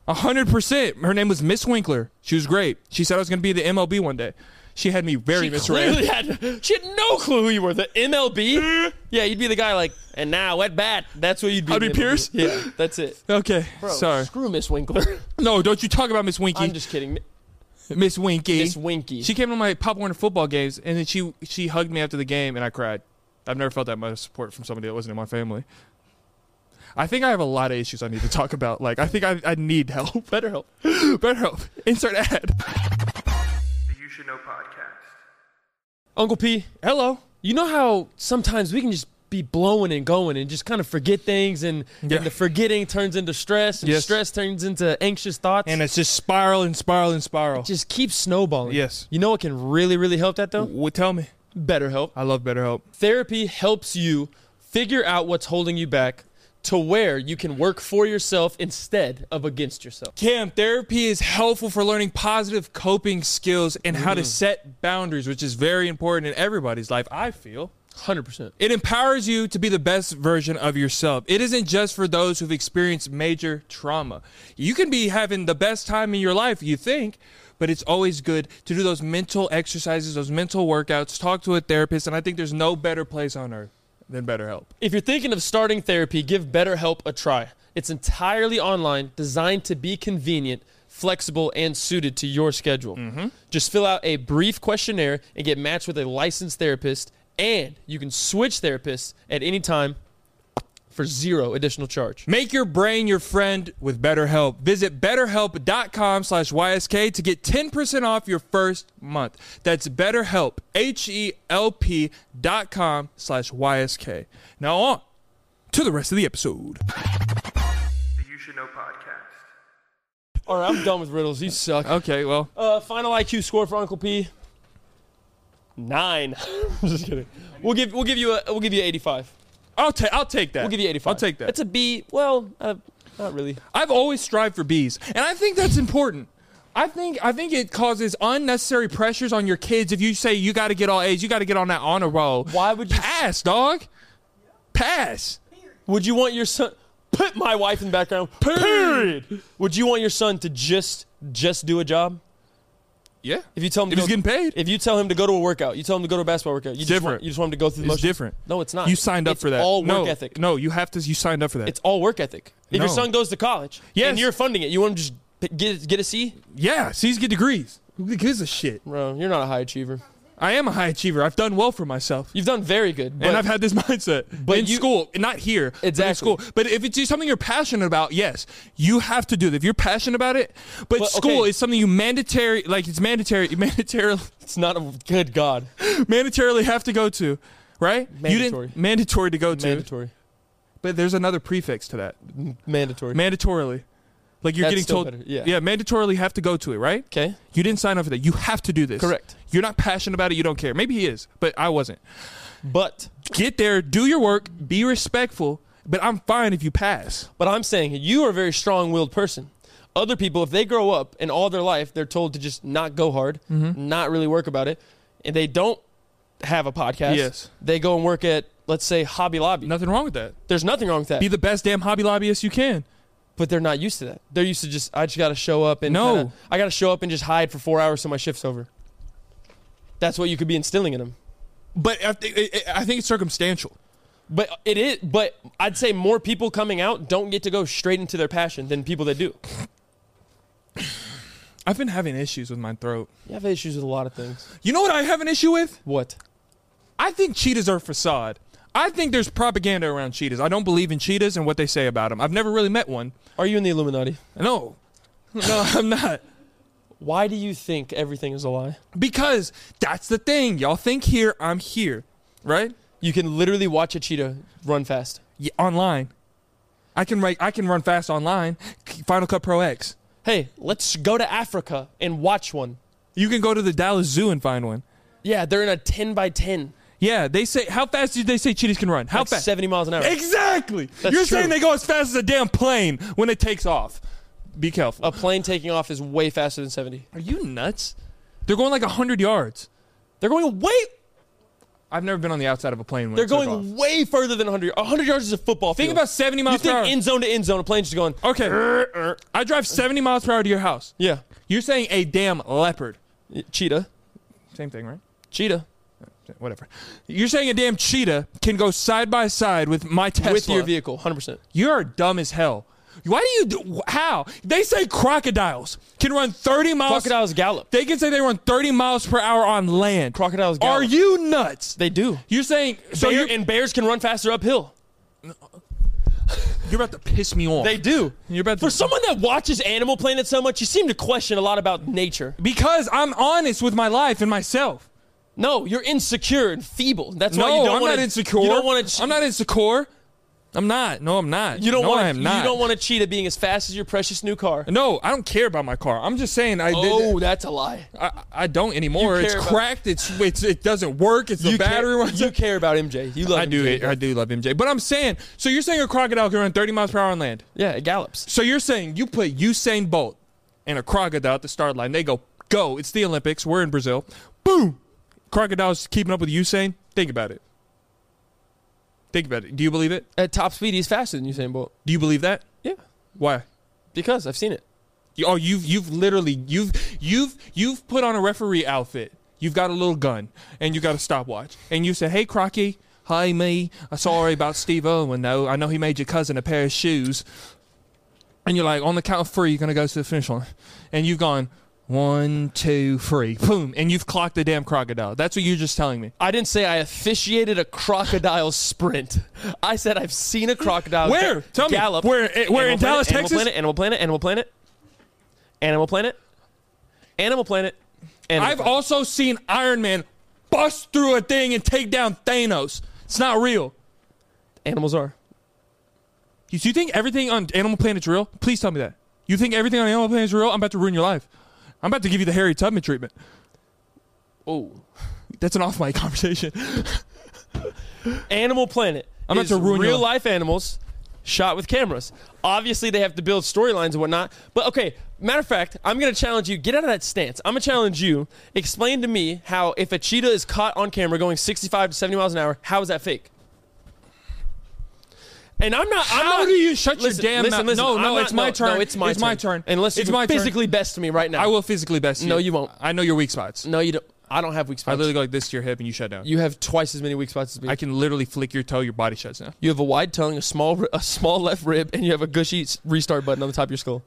[SPEAKER 2] A hundred percent. Her name was Miss Winkler. She was great. She said I was going to be the MLB one day. She had me very
[SPEAKER 3] She
[SPEAKER 2] misread.
[SPEAKER 3] clearly had. She had no clue who you were. The
[SPEAKER 2] [LAUGHS]
[SPEAKER 3] MLB. yeah, you'd be the guy like, and now at bat, that's what you'd be.
[SPEAKER 2] I'd
[SPEAKER 3] in
[SPEAKER 2] be
[SPEAKER 3] the MLB.
[SPEAKER 2] Pierce?
[SPEAKER 3] Yeah, that's it.
[SPEAKER 2] [LAUGHS] okay,
[SPEAKER 3] Bro,
[SPEAKER 2] sorry.
[SPEAKER 3] Screw Miss Winkler. [LAUGHS]
[SPEAKER 2] No, don't you talk about Miss
[SPEAKER 3] I'm
[SPEAKER 2] Winky.
[SPEAKER 3] just kidding.
[SPEAKER 2] Miss Winky.
[SPEAKER 3] Miss Winky.
[SPEAKER 2] She came to my Pop Warner football games, and then she she hugged me after the game, and I cried. I've never felt that much support from somebody that wasn't in my family. I think I have a lot of issues I need to talk about. Like, I think I, I need help.
[SPEAKER 3] Better help.
[SPEAKER 2] [LAUGHS] Better help. Insert ad.
[SPEAKER 1] The You Should Know podcast.
[SPEAKER 3] Uncle P,
[SPEAKER 2] Hello.
[SPEAKER 3] you know how sometimes we can just be blowing and going and just kind of forget things, and, and
[SPEAKER 2] Yeah.
[SPEAKER 3] the forgetting turns into stress, and
[SPEAKER 2] Yes.
[SPEAKER 3] stress turns into anxious thoughts.
[SPEAKER 2] And it's just spiral and spiral and spiral.
[SPEAKER 3] just keeps snowballing.
[SPEAKER 2] Yes.
[SPEAKER 3] You know what can really, really help that though?
[SPEAKER 2] Well, tell me.
[SPEAKER 3] Better help.
[SPEAKER 2] I love BetterHelp.
[SPEAKER 3] Therapy helps you figure out what's holding you back to where you can work for yourself instead of against yourself.
[SPEAKER 2] Cam, therapy is helpful for learning positive coping skills and how to set boundaries, which is very important in everybody's life, I feel.
[SPEAKER 3] 100%.
[SPEAKER 2] It empowers you to be the best version of yourself. It isn't just for those who've experienced major trauma. You can be having the best time in your life, you think, but it's always good to do those mental exercises, those mental workouts, talk to a therapist, and I think there's no better place on earth than BetterHelp.
[SPEAKER 3] If you're thinking of starting therapy, give BetterHelp a try. It's entirely online, designed to be convenient, flexible, and suited to your schedule. Just fill out a brief questionnaire and get matched with a licensed therapist, and you can switch therapists at any time for zero additional charge.
[SPEAKER 2] Make your brain your friend with BetterHelp. Visit betterhelp.com slash YSK to get 10% off your first month. That's betterhelp, H-E-L-P dot com slash YSK. Now on to the rest of the episode.
[SPEAKER 1] The You Should Know podcast.
[SPEAKER 3] All right, I'm done with riddles. You suck.
[SPEAKER 2] Okay, well,
[SPEAKER 3] Uh, final IQ score for Uncle P. Nine. [LAUGHS] I'm just kidding. We'll give we'll give you a we'll give you 85.
[SPEAKER 2] I'll, ta- I'll take that.
[SPEAKER 3] We'll give you 85.
[SPEAKER 2] I'll take that.
[SPEAKER 3] It's a B. Well, uh, not really.
[SPEAKER 2] I've always strived for B's, and I think that's important. I think I think it causes unnecessary pressures on your kids if you say you got to get all A's, you got to get on that honor roll.
[SPEAKER 3] Why would you-
[SPEAKER 2] pass, dog? Pass.
[SPEAKER 3] Would you want your son? Put my wife in the background. Period. Would you want your son to just just do a job?
[SPEAKER 2] Yeah.
[SPEAKER 3] If you tell him
[SPEAKER 2] If
[SPEAKER 3] to
[SPEAKER 2] he's
[SPEAKER 3] go-
[SPEAKER 2] getting paid.
[SPEAKER 3] if you tell him to go to a workout, you tell him to go to a basketball workout. You Just
[SPEAKER 2] different.
[SPEAKER 3] want, you just want him to go through the
[SPEAKER 2] It's
[SPEAKER 3] motions.
[SPEAKER 2] different.
[SPEAKER 3] No, it's not.
[SPEAKER 2] You signed up
[SPEAKER 3] It's
[SPEAKER 2] for that.
[SPEAKER 3] All work
[SPEAKER 2] no,
[SPEAKER 3] ethic.
[SPEAKER 2] No, you have to. You signed up for that.
[SPEAKER 3] It's all work ethic. If your
[SPEAKER 2] No.
[SPEAKER 3] son goes to college
[SPEAKER 2] Yes.
[SPEAKER 3] and you're funding it, you want him to just p- get get a C?
[SPEAKER 2] yeah, C's get degrees. Who gives a shit?
[SPEAKER 3] Bro, you're not a high achiever.
[SPEAKER 2] I am a high achiever. I've done well for myself.
[SPEAKER 3] You've done very good, but
[SPEAKER 2] and I've had this [LAUGHS] mindset
[SPEAKER 3] but
[SPEAKER 2] in
[SPEAKER 3] you-
[SPEAKER 2] school, not here, but in
[SPEAKER 3] Exactly.
[SPEAKER 2] school. But if it's something you're passionate about, yes, you have to do it. If you're passionate about it, but,
[SPEAKER 3] But,
[SPEAKER 2] school
[SPEAKER 3] okay.
[SPEAKER 2] is something you mandatory, like it's mandatory, [LAUGHS] mandatorily,
[SPEAKER 3] it's not a good
[SPEAKER 2] [LAUGHS]
[SPEAKER 3] God.
[SPEAKER 2] mandatorily have to go to, right? You
[SPEAKER 3] Mandatory.
[SPEAKER 2] didn't mandatory to go to,
[SPEAKER 3] Mandatory.
[SPEAKER 2] but there's another prefix to that,
[SPEAKER 3] Mandatory.
[SPEAKER 2] mandatorily. Like you're
[SPEAKER 3] That's
[SPEAKER 2] getting
[SPEAKER 3] still
[SPEAKER 2] told,
[SPEAKER 3] better, yeah.
[SPEAKER 2] yeah, mandatorily have to go to it, right?
[SPEAKER 3] okay.
[SPEAKER 2] You didn't sign up for that. You have to do this.
[SPEAKER 3] Correct.
[SPEAKER 2] You're not passionate about it. You don't care. Maybe he is, but I wasn't.
[SPEAKER 3] But
[SPEAKER 2] Get there, do your work, be respectful. But I'm fine if you pass.
[SPEAKER 3] but I'm saying you are a very strong-willed person. Other people, if they grow up and all their life they're told to just not go hard,
[SPEAKER 2] Mm-hmm.
[SPEAKER 3] not really work about it, and they don't have a podcast,
[SPEAKER 2] Yes.
[SPEAKER 3] they go and work at let's say Hobby Lobby.
[SPEAKER 2] Nothing wrong with that.
[SPEAKER 3] There's nothing wrong with that.
[SPEAKER 2] Be the best damn hobby lobbyist you can.
[SPEAKER 3] but they're not used to that. They're used to just I just got to show up and
[SPEAKER 2] No.
[SPEAKER 3] kinda- I got to show up and just hide for four hours till my shift's over. That's what you could be instilling in them.
[SPEAKER 2] But I, thi- I- I think it's circumstantial.
[SPEAKER 3] But it is. But I'd say more people coming out don't get to go straight into their passion than people that do.
[SPEAKER 2] I've been having issues with my throat.
[SPEAKER 3] You have issues with a lot of things.
[SPEAKER 2] You know what I have an issue with?
[SPEAKER 3] What?
[SPEAKER 2] I think cheetahs are facade. I think there's propaganda around cheetahs. I don't believe in cheetahs and what they say about them. I've never really met one.
[SPEAKER 3] Are you in the Illuminati?
[SPEAKER 2] No, [LAUGHS] no, I'm not.
[SPEAKER 3] Why do you think everything is a lie?
[SPEAKER 2] Because that's the thing. Y'all think here, I'm here, right?
[SPEAKER 3] You can literally watch a cheetah run fast.
[SPEAKER 2] Yeah, online. I can write, I can run fast online. Final Cut Pro X.
[SPEAKER 3] Hey, let's go to Africa and watch one.
[SPEAKER 2] You can go to the Dallas Zoo and find one.
[SPEAKER 3] Yeah, they're in a ten by ten.
[SPEAKER 2] Yeah, they say how fast did they say cheetahs can run? How
[SPEAKER 3] Like
[SPEAKER 2] fast?
[SPEAKER 3] 70 miles an hour.
[SPEAKER 2] Exactly.
[SPEAKER 3] That's
[SPEAKER 2] You're
[SPEAKER 3] true.
[SPEAKER 2] saying they go as fast as a damn plane when it takes off. Be careful.
[SPEAKER 3] A plane taking off is way faster than 70.
[SPEAKER 2] Are you nuts? They're going like 100 yards.
[SPEAKER 3] They're going way
[SPEAKER 2] I've never been on the outside of a plane when
[SPEAKER 3] They're
[SPEAKER 2] it took
[SPEAKER 3] going
[SPEAKER 2] off.
[SPEAKER 3] way further than 100. 100 yards is a football
[SPEAKER 2] Think
[SPEAKER 3] field.
[SPEAKER 2] about 70
[SPEAKER 3] You
[SPEAKER 2] miles per
[SPEAKER 3] think
[SPEAKER 2] hour.
[SPEAKER 3] end zone to end zone, a plane's just going. Er,
[SPEAKER 2] okay. I drive 70 miles per hour to your house.
[SPEAKER 3] Yeah.
[SPEAKER 2] You're saying a damn leopard.
[SPEAKER 3] Cheetah.
[SPEAKER 2] Same thing, right?
[SPEAKER 3] Cheetah.
[SPEAKER 2] Whatever. You're saying a damn cheetah can go side by side with my Tesla.
[SPEAKER 3] With your vehicle, 100%.
[SPEAKER 2] You're dumb as hell. Why do you do how? They say crocodiles can run 30 miles
[SPEAKER 3] Crocodiles gallop.
[SPEAKER 2] They can say they run 30 miles per hour on land.
[SPEAKER 3] Crocodiles gallop.
[SPEAKER 2] Are you nuts?
[SPEAKER 3] They do.
[SPEAKER 2] You're saying so
[SPEAKER 3] So
[SPEAKER 2] you're,
[SPEAKER 3] and bears can run faster uphill.
[SPEAKER 2] you're about to piss me off.
[SPEAKER 3] They do.
[SPEAKER 2] You're about to-
[SPEAKER 3] For someone that watches Animal Planet so much, you seem to question a lot about nature.
[SPEAKER 2] because I'm honest with my life and myself.
[SPEAKER 3] No, you're insecure and feeble. That's
[SPEAKER 2] No,
[SPEAKER 3] why you don't
[SPEAKER 2] I'm
[SPEAKER 3] wanna,
[SPEAKER 2] not insecure.
[SPEAKER 3] You don't want to.
[SPEAKER 2] I'm not insecure. I'm not. No, I'm not.
[SPEAKER 3] You don't
[SPEAKER 2] no,
[SPEAKER 3] want.
[SPEAKER 2] I am not.
[SPEAKER 3] You don't want to cheat at being as fast as your precious new car.
[SPEAKER 2] No, I don't care about my car. I'm just saying I
[SPEAKER 3] Oh, that's a lie.
[SPEAKER 2] I, I don't anymore.
[SPEAKER 3] You
[SPEAKER 2] It's
[SPEAKER 3] care about-
[SPEAKER 2] cracked. It's, it's it doesn't work. It's the
[SPEAKER 3] you
[SPEAKER 2] battery
[SPEAKER 3] care,
[SPEAKER 2] runs
[SPEAKER 3] You
[SPEAKER 2] out.
[SPEAKER 3] care about MJ. You love.
[SPEAKER 2] I do.
[SPEAKER 3] MJ.
[SPEAKER 2] I do love MJ. But I'm saying, so you're saying a crocodile can run 30 miles per hour on land.
[SPEAKER 3] Yeah, it gallops.
[SPEAKER 2] So you're saying you put Usain Bolt and a crocodile at the start line. They go, go. It's the Olympics. We're in Brazil. Boom. Crocodile's keeping up with Usain. Think about it. Think about it. Do you believe it?
[SPEAKER 3] At top speed, he's faster than Usain Bolt.
[SPEAKER 2] Do you believe that?
[SPEAKER 3] Yeah,
[SPEAKER 2] Why?
[SPEAKER 3] because I've seen it.
[SPEAKER 2] You- Oh, you've you've literally you've you've you've put on a referee outfit. You've got a little gun and you got a stopwatch, and you say, "Hey, Crocky, hi me. I'm sorry about Steve Irwin. Though I know he made your cousin a pair of shoes." And you're like, on the count of three, you're gonna go to the finish line, and you've gone one, two, three, boom, and you've clocked the damn crocodile. That's what you're just telling me.
[SPEAKER 3] I didn't say I officiated a crocodile sprint. I said I've seen a crocodile
[SPEAKER 2] Where?
[SPEAKER 3] ga-
[SPEAKER 2] Tell me.
[SPEAKER 3] gallop.
[SPEAKER 2] Where- eh, where, in
[SPEAKER 3] Animal Planet,
[SPEAKER 2] Dallas,
[SPEAKER 3] Animal
[SPEAKER 2] Texas?
[SPEAKER 3] Planet, Animal Planet, Animal Planet, Animal Planet, Animal Planet. Animal
[SPEAKER 2] I've
[SPEAKER 3] Planet.
[SPEAKER 2] also seen Iron Man bust through a thing and take down Thanos. It's not real.
[SPEAKER 3] animals are.
[SPEAKER 2] You- Do you think everything on Animal Planet's real? Please tell me that. You think everything on Animal Planet's real? I'm about to ruin your life. I'm about to give you the Harry Tubman treatment.
[SPEAKER 3] Oh,
[SPEAKER 2] [LAUGHS] That's an off mic [LAUGHS] conversation.
[SPEAKER 3] Animal Planet.
[SPEAKER 2] I'm about
[SPEAKER 3] is
[SPEAKER 2] to ruin your
[SPEAKER 3] real life animals shot with cameras. Obviously, they have to build storylines and whatnot. But okay, matter of fact, I'm gonna challenge you. Get out of that stance. I'm gonna challenge you. Explain to me how if a cheetah is caught on camera going 65 to 70 miles an hour, how is that fake? And I'm not. I'm
[SPEAKER 2] How
[SPEAKER 3] not-
[SPEAKER 2] do you shut your
[SPEAKER 3] listen,
[SPEAKER 2] damn
[SPEAKER 3] listen,
[SPEAKER 2] mouth?
[SPEAKER 3] Listen,
[SPEAKER 2] No,
[SPEAKER 3] I'm
[SPEAKER 2] no,
[SPEAKER 3] not-
[SPEAKER 2] it's my turn.
[SPEAKER 3] No, it's my
[SPEAKER 2] It's
[SPEAKER 3] turn.
[SPEAKER 2] my turn.
[SPEAKER 3] Unless
[SPEAKER 2] It's
[SPEAKER 3] you
[SPEAKER 2] my turn.
[SPEAKER 3] physically best to me right now.
[SPEAKER 2] I will physically best you.
[SPEAKER 3] No, you won't.
[SPEAKER 2] I know your weak spots.
[SPEAKER 3] No, you don't. I don't have weak
[SPEAKER 2] I
[SPEAKER 3] spots.
[SPEAKER 2] literally go like this to your hip and you shut down.
[SPEAKER 3] you have twice as many weak spots as me.
[SPEAKER 2] I can literally flick your toe, your body shuts down.
[SPEAKER 3] You have a wide tongue, a small, ri- a small [LAUGHS] left rib, and you have a gushy s- restart button on the top of your skull.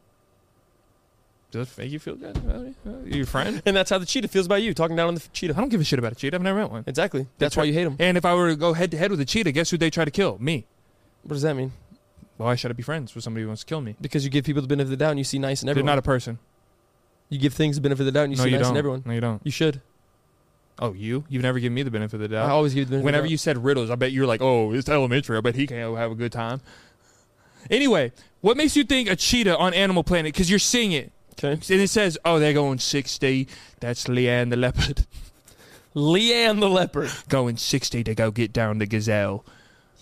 [SPEAKER 2] Does that make you feel good? Really? Uh, Your friend?
[SPEAKER 3] And that's how the cheetah feels about you, talking down on the f-
[SPEAKER 2] I
[SPEAKER 3] cheetah.
[SPEAKER 2] don't give a shit about a cheetah. I've never met one.
[SPEAKER 3] Exactly. That's why you hate him.
[SPEAKER 2] And if I were to go head to head with a cheetah, guess who they try to kill? Me.
[SPEAKER 3] What does that mean?
[SPEAKER 2] Why should I be friends with somebody who wants to kill me?
[SPEAKER 3] Because you give people the benefit of the doubt, and you see nice in
[SPEAKER 2] They're
[SPEAKER 3] everyone.
[SPEAKER 2] not a person.
[SPEAKER 3] you give things the benefit of the doubt, and you
[SPEAKER 2] no,
[SPEAKER 3] see
[SPEAKER 2] you
[SPEAKER 3] nice
[SPEAKER 2] don't.
[SPEAKER 3] in everyone.
[SPEAKER 2] No, you don't.
[SPEAKER 3] You should.
[SPEAKER 2] Oh, you? You've never given me the benefit of the doubt.
[SPEAKER 3] I always give you the benefit.
[SPEAKER 2] Whenever
[SPEAKER 3] of the [LAUGHS]
[SPEAKER 2] you said riddles, I bet you were like, "Oh, it's elementary. I bet he can have a good time." Anyway, what makes you think a cheetah on Animal Planet? Because you're seeing it,
[SPEAKER 3] doubt. okay.
[SPEAKER 2] and it says, "Oh, they're going 60. That's Leanne the leopard
[SPEAKER 3] [LAUGHS]
[SPEAKER 2] [LAUGHS]
[SPEAKER 3] Leanne the leopard.
[SPEAKER 2] going 60 to go get down the gazelle,"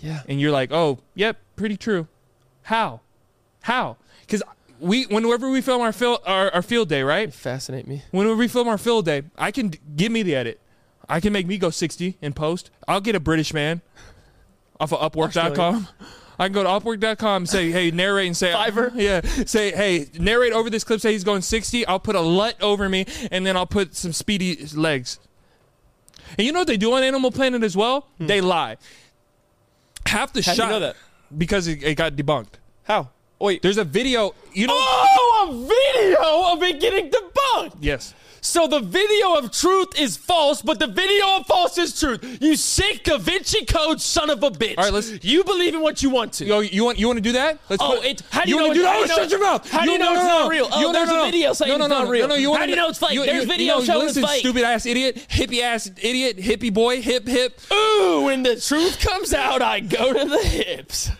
[SPEAKER 3] Yeah.
[SPEAKER 2] and you're like, "Oh, yep, pretty true." How? How? Because we, whenever we film our field, our, our field day, right?
[SPEAKER 3] Fascinate me.
[SPEAKER 2] Whenever we film our field day, I can give me the edit. I can make me go 60 in post. I'll get a British man off of Upwork.com. I can go to Upwork.com and say, hey, narrate and say,
[SPEAKER 3] [LAUGHS] Fiverr?
[SPEAKER 2] Yeah. Say, hey, narrate over this clip, say he's going 60. I'll put a LUT over me, and then I'll put some speedy legs. And you know what they do on Animal Planet as well? They lie. Half the
[SPEAKER 3] How
[SPEAKER 2] shot.
[SPEAKER 3] do Hmm. you know that?
[SPEAKER 2] Because it, it got debunked.
[SPEAKER 3] How? Wait.
[SPEAKER 2] There's a video. You know.
[SPEAKER 3] Oh, a video of it getting debunked.
[SPEAKER 2] Yes.
[SPEAKER 3] So the video of truth is false, but the video of false is truth. You sick Da Vinci Code son of a bitch.
[SPEAKER 2] All right, let's-
[SPEAKER 3] You believe in what you want to.
[SPEAKER 2] Yo, you want you want to do that? Let's
[SPEAKER 3] Oh,
[SPEAKER 2] put-
[SPEAKER 3] it- how do you
[SPEAKER 2] wanna
[SPEAKER 3] know it- how do
[SPEAKER 2] Oh,
[SPEAKER 3] you know
[SPEAKER 2] shut
[SPEAKER 3] it-
[SPEAKER 2] your mouth.
[SPEAKER 3] how do you know it's not real? Oh, there's a video saying
[SPEAKER 2] no,
[SPEAKER 3] it's
[SPEAKER 2] no, no,
[SPEAKER 3] not real.
[SPEAKER 2] No, no, you wanna
[SPEAKER 3] How do you know it's fake?
[SPEAKER 2] You,
[SPEAKER 4] There's
[SPEAKER 2] you,
[SPEAKER 4] video
[SPEAKER 2] you know,
[SPEAKER 4] showing it's
[SPEAKER 2] listen,
[SPEAKER 4] fake.
[SPEAKER 2] Stupid ass idiot, hippie ass idiot, hippie boy, hip hip.
[SPEAKER 3] Ooh, when the truth comes out, I go to the hips. [LAUGHS]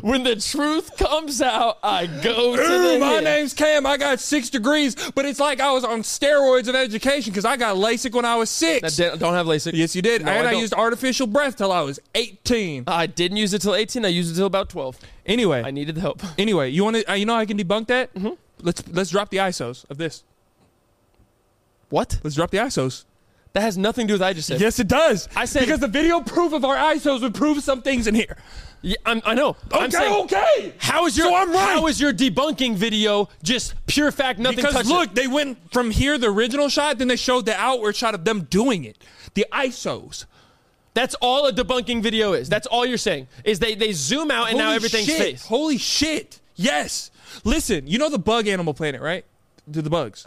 [SPEAKER 3] When the truth comes out, I go to
[SPEAKER 2] Ooh,
[SPEAKER 3] the
[SPEAKER 2] my
[SPEAKER 3] hill."
[SPEAKER 2] name's Cam. I got six degrees, but it's like I was on steroids of education because I got LASIK when I was
[SPEAKER 3] I
[SPEAKER 2] six.
[SPEAKER 3] didn't- don't have LASIK.
[SPEAKER 2] yes, you did.
[SPEAKER 3] No,
[SPEAKER 2] and I,
[SPEAKER 3] don't.
[SPEAKER 2] used artificial breath till I was 18.
[SPEAKER 3] I didn't use it till 18. I used it till about 12.
[SPEAKER 2] Anyway,
[SPEAKER 3] I needed
[SPEAKER 2] [LAUGHS]
[SPEAKER 3] the help.
[SPEAKER 2] anyway, you want to? Uh, you know how I can debunk that? Mm-hmm. Let's let's drop the ISOs of this.
[SPEAKER 3] What?
[SPEAKER 2] Let's drop the ISOs.
[SPEAKER 3] That has nothing to do with what I just said.
[SPEAKER 2] Yes, it does.
[SPEAKER 3] I said-
[SPEAKER 2] because the video proof of our ISOs would prove some things in here.
[SPEAKER 3] Yeah, I'm, I know. I'm
[SPEAKER 2] okay,
[SPEAKER 3] saying,
[SPEAKER 2] okay.
[SPEAKER 3] How is your
[SPEAKER 2] So I'm right.
[SPEAKER 3] How is your debunking video just pure fact? Nothing
[SPEAKER 2] Because
[SPEAKER 3] touched
[SPEAKER 2] look,
[SPEAKER 3] it?
[SPEAKER 2] they went from here, the original shot, then they showed the outward shot of them doing it. The ISOs.
[SPEAKER 3] That's all a debunking video is. That's all you're saying is they they zoom out and now
[SPEAKER 2] Holy
[SPEAKER 3] everything's
[SPEAKER 2] shit.
[SPEAKER 3] face. [LAUGHS]
[SPEAKER 2] Holy shit. Yes. Listen, you know the bug Animal Planet, right? The, the bugs.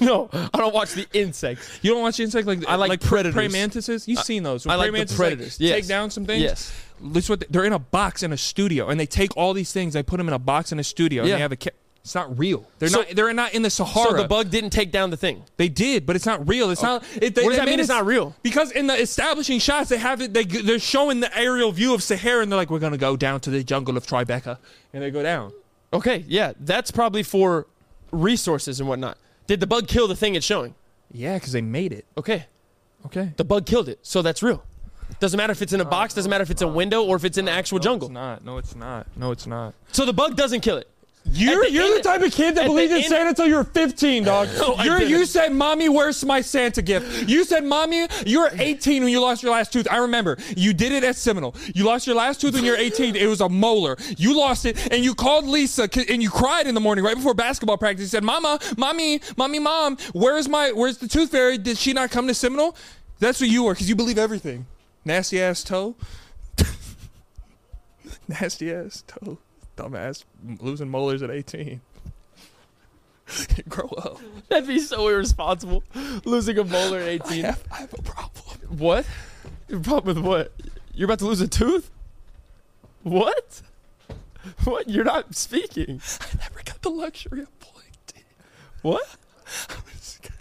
[SPEAKER 3] No, I don't watch the insects.
[SPEAKER 2] You don't watch insect like
[SPEAKER 3] I like
[SPEAKER 2] pre-
[SPEAKER 3] predators.
[SPEAKER 2] prey mantises. You've seen those.
[SPEAKER 3] I
[SPEAKER 2] prey
[SPEAKER 3] like the
[SPEAKER 2] mantises,
[SPEAKER 3] predators.
[SPEAKER 2] Like,
[SPEAKER 3] Yes.
[SPEAKER 2] Take down some things.
[SPEAKER 3] Yes.
[SPEAKER 2] This is what they, they're in a box in a studio, and they take all these things. They put them in a box in a studio,
[SPEAKER 3] Yeah.
[SPEAKER 2] and they have a. Ca- it's not real. They're
[SPEAKER 3] So-
[SPEAKER 2] not. They're not in the Sahara.
[SPEAKER 3] So the bug didn't take down the thing.
[SPEAKER 2] They did, but it's not real. It's not. It, they,
[SPEAKER 3] What
[SPEAKER 2] they
[SPEAKER 3] does that mean
[SPEAKER 2] made
[SPEAKER 3] it's
[SPEAKER 2] us-
[SPEAKER 3] not real?
[SPEAKER 2] Because in the establishing shots, they have it. They they're showing the aerial view of Sahara, and they're like, "We're gonna go down to the jungle of Tribeca," and they go down.
[SPEAKER 3] Okay, yeah, that's probably for resources and whatnot. Did the bug kill the thing it's showing?
[SPEAKER 2] Yeah, because they made it.
[SPEAKER 3] Okay,
[SPEAKER 2] Okay.
[SPEAKER 3] the bug killed it, so that's real. Doesn't matter if it's in a box, doesn't matter if it's a window or if it's in the actual
[SPEAKER 2] no,
[SPEAKER 3] jungle.
[SPEAKER 2] It's not. No, it's not. No, it's not.
[SPEAKER 3] So the bug doesn't kill it.
[SPEAKER 2] You're
[SPEAKER 3] the
[SPEAKER 2] you're
[SPEAKER 3] end-
[SPEAKER 2] the type of kid
[SPEAKER 3] at
[SPEAKER 2] that believed
[SPEAKER 3] the
[SPEAKER 2] in
[SPEAKER 3] end-
[SPEAKER 2] Santa until you were 15, dog.
[SPEAKER 3] [LAUGHS] No, I
[SPEAKER 2] you're, you
[SPEAKER 3] didn't.
[SPEAKER 2] said, "Mommy, where's my Santa gift?" You said, "Mommy, you were 18 when you lost your last tooth." I remember. You did it at Seminole. You lost your last tooth when you were 18. It was a molar. You lost it, and you called Lisa, c- and you cried in the morning right before basketball practice. You said, "Mama, mommy, mommy, mom, where's my where's the tooth fairy? Did she not come to Seminole?" That's what you were, because you believe everything. Nasty ass toe. [LAUGHS] Nasty ass toe. Dumbass losing molars at 18. Grow up.
[SPEAKER 3] That'd be so irresponsible. Losing a molar at 18.
[SPEAKER 2] have, I have a problem.
[SPEAKER 3] What? Your problem with what? You're about to lose a tooth? What? [LAUGHS] What? You're not speaking.
[SPEAKER 2] I never got the luxury of pulling teeth.
[SPEAKER 3] What?
[SPEAKER 2] I was scared.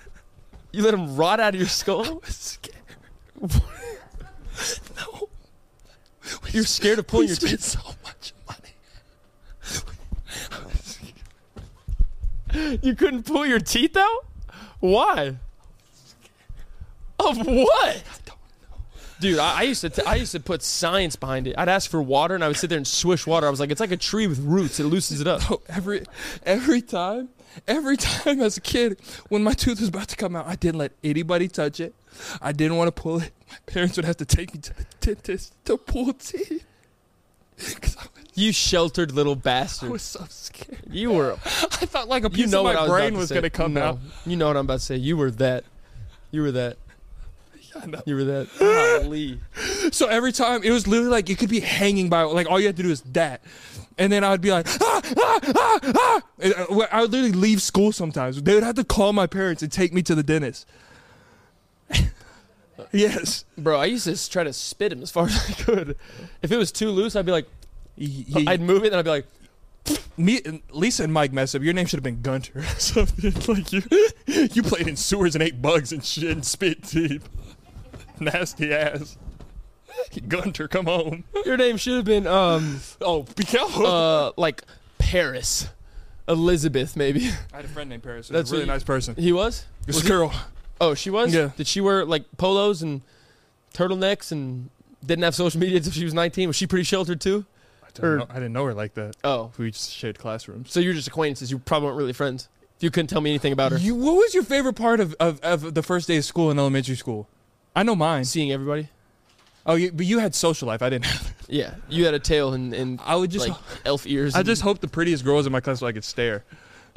[SPEAKER 3] You let him rot out of your skull?
[SPEAKER 2] I was
[SPEAKER 3] [LAUGHS]
[SPEAKER 2] scared. no. We
[SPEAKER 3] You're
[SPEAKER 2] sp-
[SPEAKER 3] scared of pulling
[SPEAKER 2] we
[SPEAKER 3] your
[SPEAKER 2] spent
[SPEAKER 3] teeth.
[SPEAKER 2] so much money.
[SPEAKER 3] You couldn't pull your teeth out? Why? Of what? Dude, I, I used to t- I used to put science behind it. I'd ask for water and I would sit there and swish water. I was like, it's like a tree with roots. It loosens [LAUGHS] it up.
[SPEAKER 2] Oh, every every time, every [LAUGHS] time as a kid, when my tooth was about to come out, I didn't let anybody touch it. I didn't want to pull it. My parents would have to take me to the dentist to pull teeth. 'Cause I was,
[SPEAKER 3] You sheltered little
[SPEAKER 2] I
[SPEAKER 3] bastard.
[SPEAKER 2] was so scared.
[SPEAKER 3] You were
[SPEAKER 2] I felt like a piece
[SPEAKER 3] you know
[SPEAKER 2] of
[SPEAKER 3] what I
[SPEAKER 2] my
[SPEAKER 3] was about
[SPEAKER 2] brain
[SPEAKER 3] to
[SPEAKER 2] was
[SPEAKER 3] say.
[SPEAKER 2] going to come
[SPEAKER 3] No.
[SPEAKER 2] out.
[SPEAKER 3] You know what I'm about to say. You were that. You were that.
[SPEAKER 2] I know.
[SPEAKER 3] You
[SPEAKER 2] [LAUGHS]
[SPEAKER 3] were that. Golly.
[SPEAKER 2] So every time it was literally like it could be hanging by like all you had to do is that, and then I would be like ah ah ah ah. And I- I would literally leave school sometimes. They would have to call my parents and take me to the dentist. [LAUGHS] yes,
[SPEAKER 3] Bro, I used to s- try to spit him as far [LAUGHS] as I could. If it was too loose, I'd be like,
[SPEAKER 2] Y- y-
[SPEAKER 3] I'd move it and I'd be like,
[SPEAKER 2] me, Lisa and Mike mess up. Your name should have been Gunter [LAUGHS] or something. Like you, you played in sewers and ate bugs and shit and spit teeth. [LAUGHS] Nasty ass. Gunter, come home.
[SPEAKER 3] your name should have been, um,
[SPEAKER 2] Oh, Pico.
[SPEAKER 3] uh, like Paris. Elizabeth, maybe. [LAUGHS]
[SPEAKER 2] I had a friend named Paris.
[SPEAKER 3] That's
[SPEAKER 2] That's a really
[SPEAKER 3] what you-
[SPEAKER 2] nice person.
[SPEAKER 3] He was?
[SPEAKER 2] This girl.
[SPEAKER 3] Oh, she was?
[SPEAKER 2] Yeah.
[SPEAKER 3] Did she wear like polos and turtlenecks and didn't have social media until she was 19? Was she pretty sheltered too?
[SPEAKER 2] I
[SPEAKER 3] Or-
[SPEAKER 2] didn't, know, I didn't know her like that.
[SPEAKER 3] Oh.
[SPEAKER 2] We just shared classrooms.
[SPEAKER 3] So you're just acquaintances. You probably weren't really friends. If you couldn't tell me anything about her.
[SPEAKER 2] You, what was your favorite part of, of, of the first day of school in elementary school? I know mine.
[SPEAKER 3] Seeing everybody.
[SPEAKER 2] Oh, you, but you had social life. I didn't. have
[SPEAKER 3] Yeah, you had a tail and, and
[SPEAKER 2] I would just.
[SPEAKER 3] like elf ears.
[SPEAKER 2] I
[SPEAKER 3] and-
[SPEAKER 2] just hoped the prettiest girls in my class so I could stare.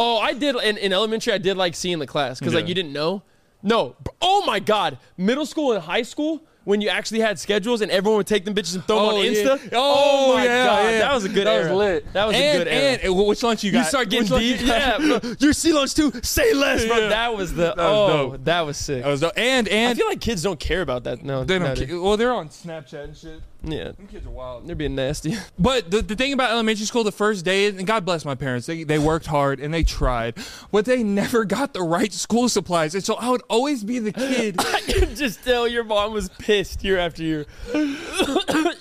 [SPEAKER 3] oh, I did in, in elementary. I did like seeing the class because like
[SPEAKER 2] Yeah.
[SPEAKER 3] you didn't know. No, b- oh my god, middle school and high school when you actually had schedules and everyone would take them bitches and throw them on Insta.
[SPEAKER 2] Oh, Yeah. Oh,
[SPEAKER 3] my
[SPEAKER 2] yeah,
[SPEAKER 3] god,
[SPEAKER 2] yeah.
[SPEAKER 3] that was a good
[SPEAKER 2] That
[SPEAKER 3] era.
[SPEAKER 2] was lit.
[SPEAKER 3] That was
[SPEAKER 2] and,
[SPEAKER 3] a good era.
[SPEAKER 2] And eh, wh- which lunch you got?
[SPEAKER 3] you start
[SPEAKER 2] Which
[SPEAKER 3] getting
[SPEAKER 2] lunch
[SPEAKER 3] deep.
[SPEAKER 2] you got? [LAUGHS]
[SPEAKER 3] Yeah, bro, your sea lunch too. Say less, bro.
[SPEAKER 2] Yeah.
[SPEAKER 3] That was the
[SPEAKER 2] That was
[SPEAKER 3] oh,
[SPEAKER 2] dope.
[SPEAKER 3] that was sick.
[SPEAKER 2] That was dope. And
[SPEAKER 3] I
[SPEAKER 2] and
[SPEAKER 3] feel like kids don't care about that. No,
[SPEAKER 2] they don't.
[SPEAKER 3] nowadays.
[SPEAKER 2] care. Well, they're on Snapchat and shit.
[SPEAKER 3] Yeah,
[SPEAKER 2] Them kids are wild.
[SPEAKER 3] they're being nasty. [LAUGHS]
[SPEAKER 2] But the, the thing about elementary school, the first day, and God bless my parents, they, they worked hard and they tried, but they never got the right school supplies. And so I would always be the
[SPEAKER 3] [LAUGHS]
[SPEAKER 2] kid.
[SPEAKER 3] I could just tell your mom was pissed year after year. [COUGHS]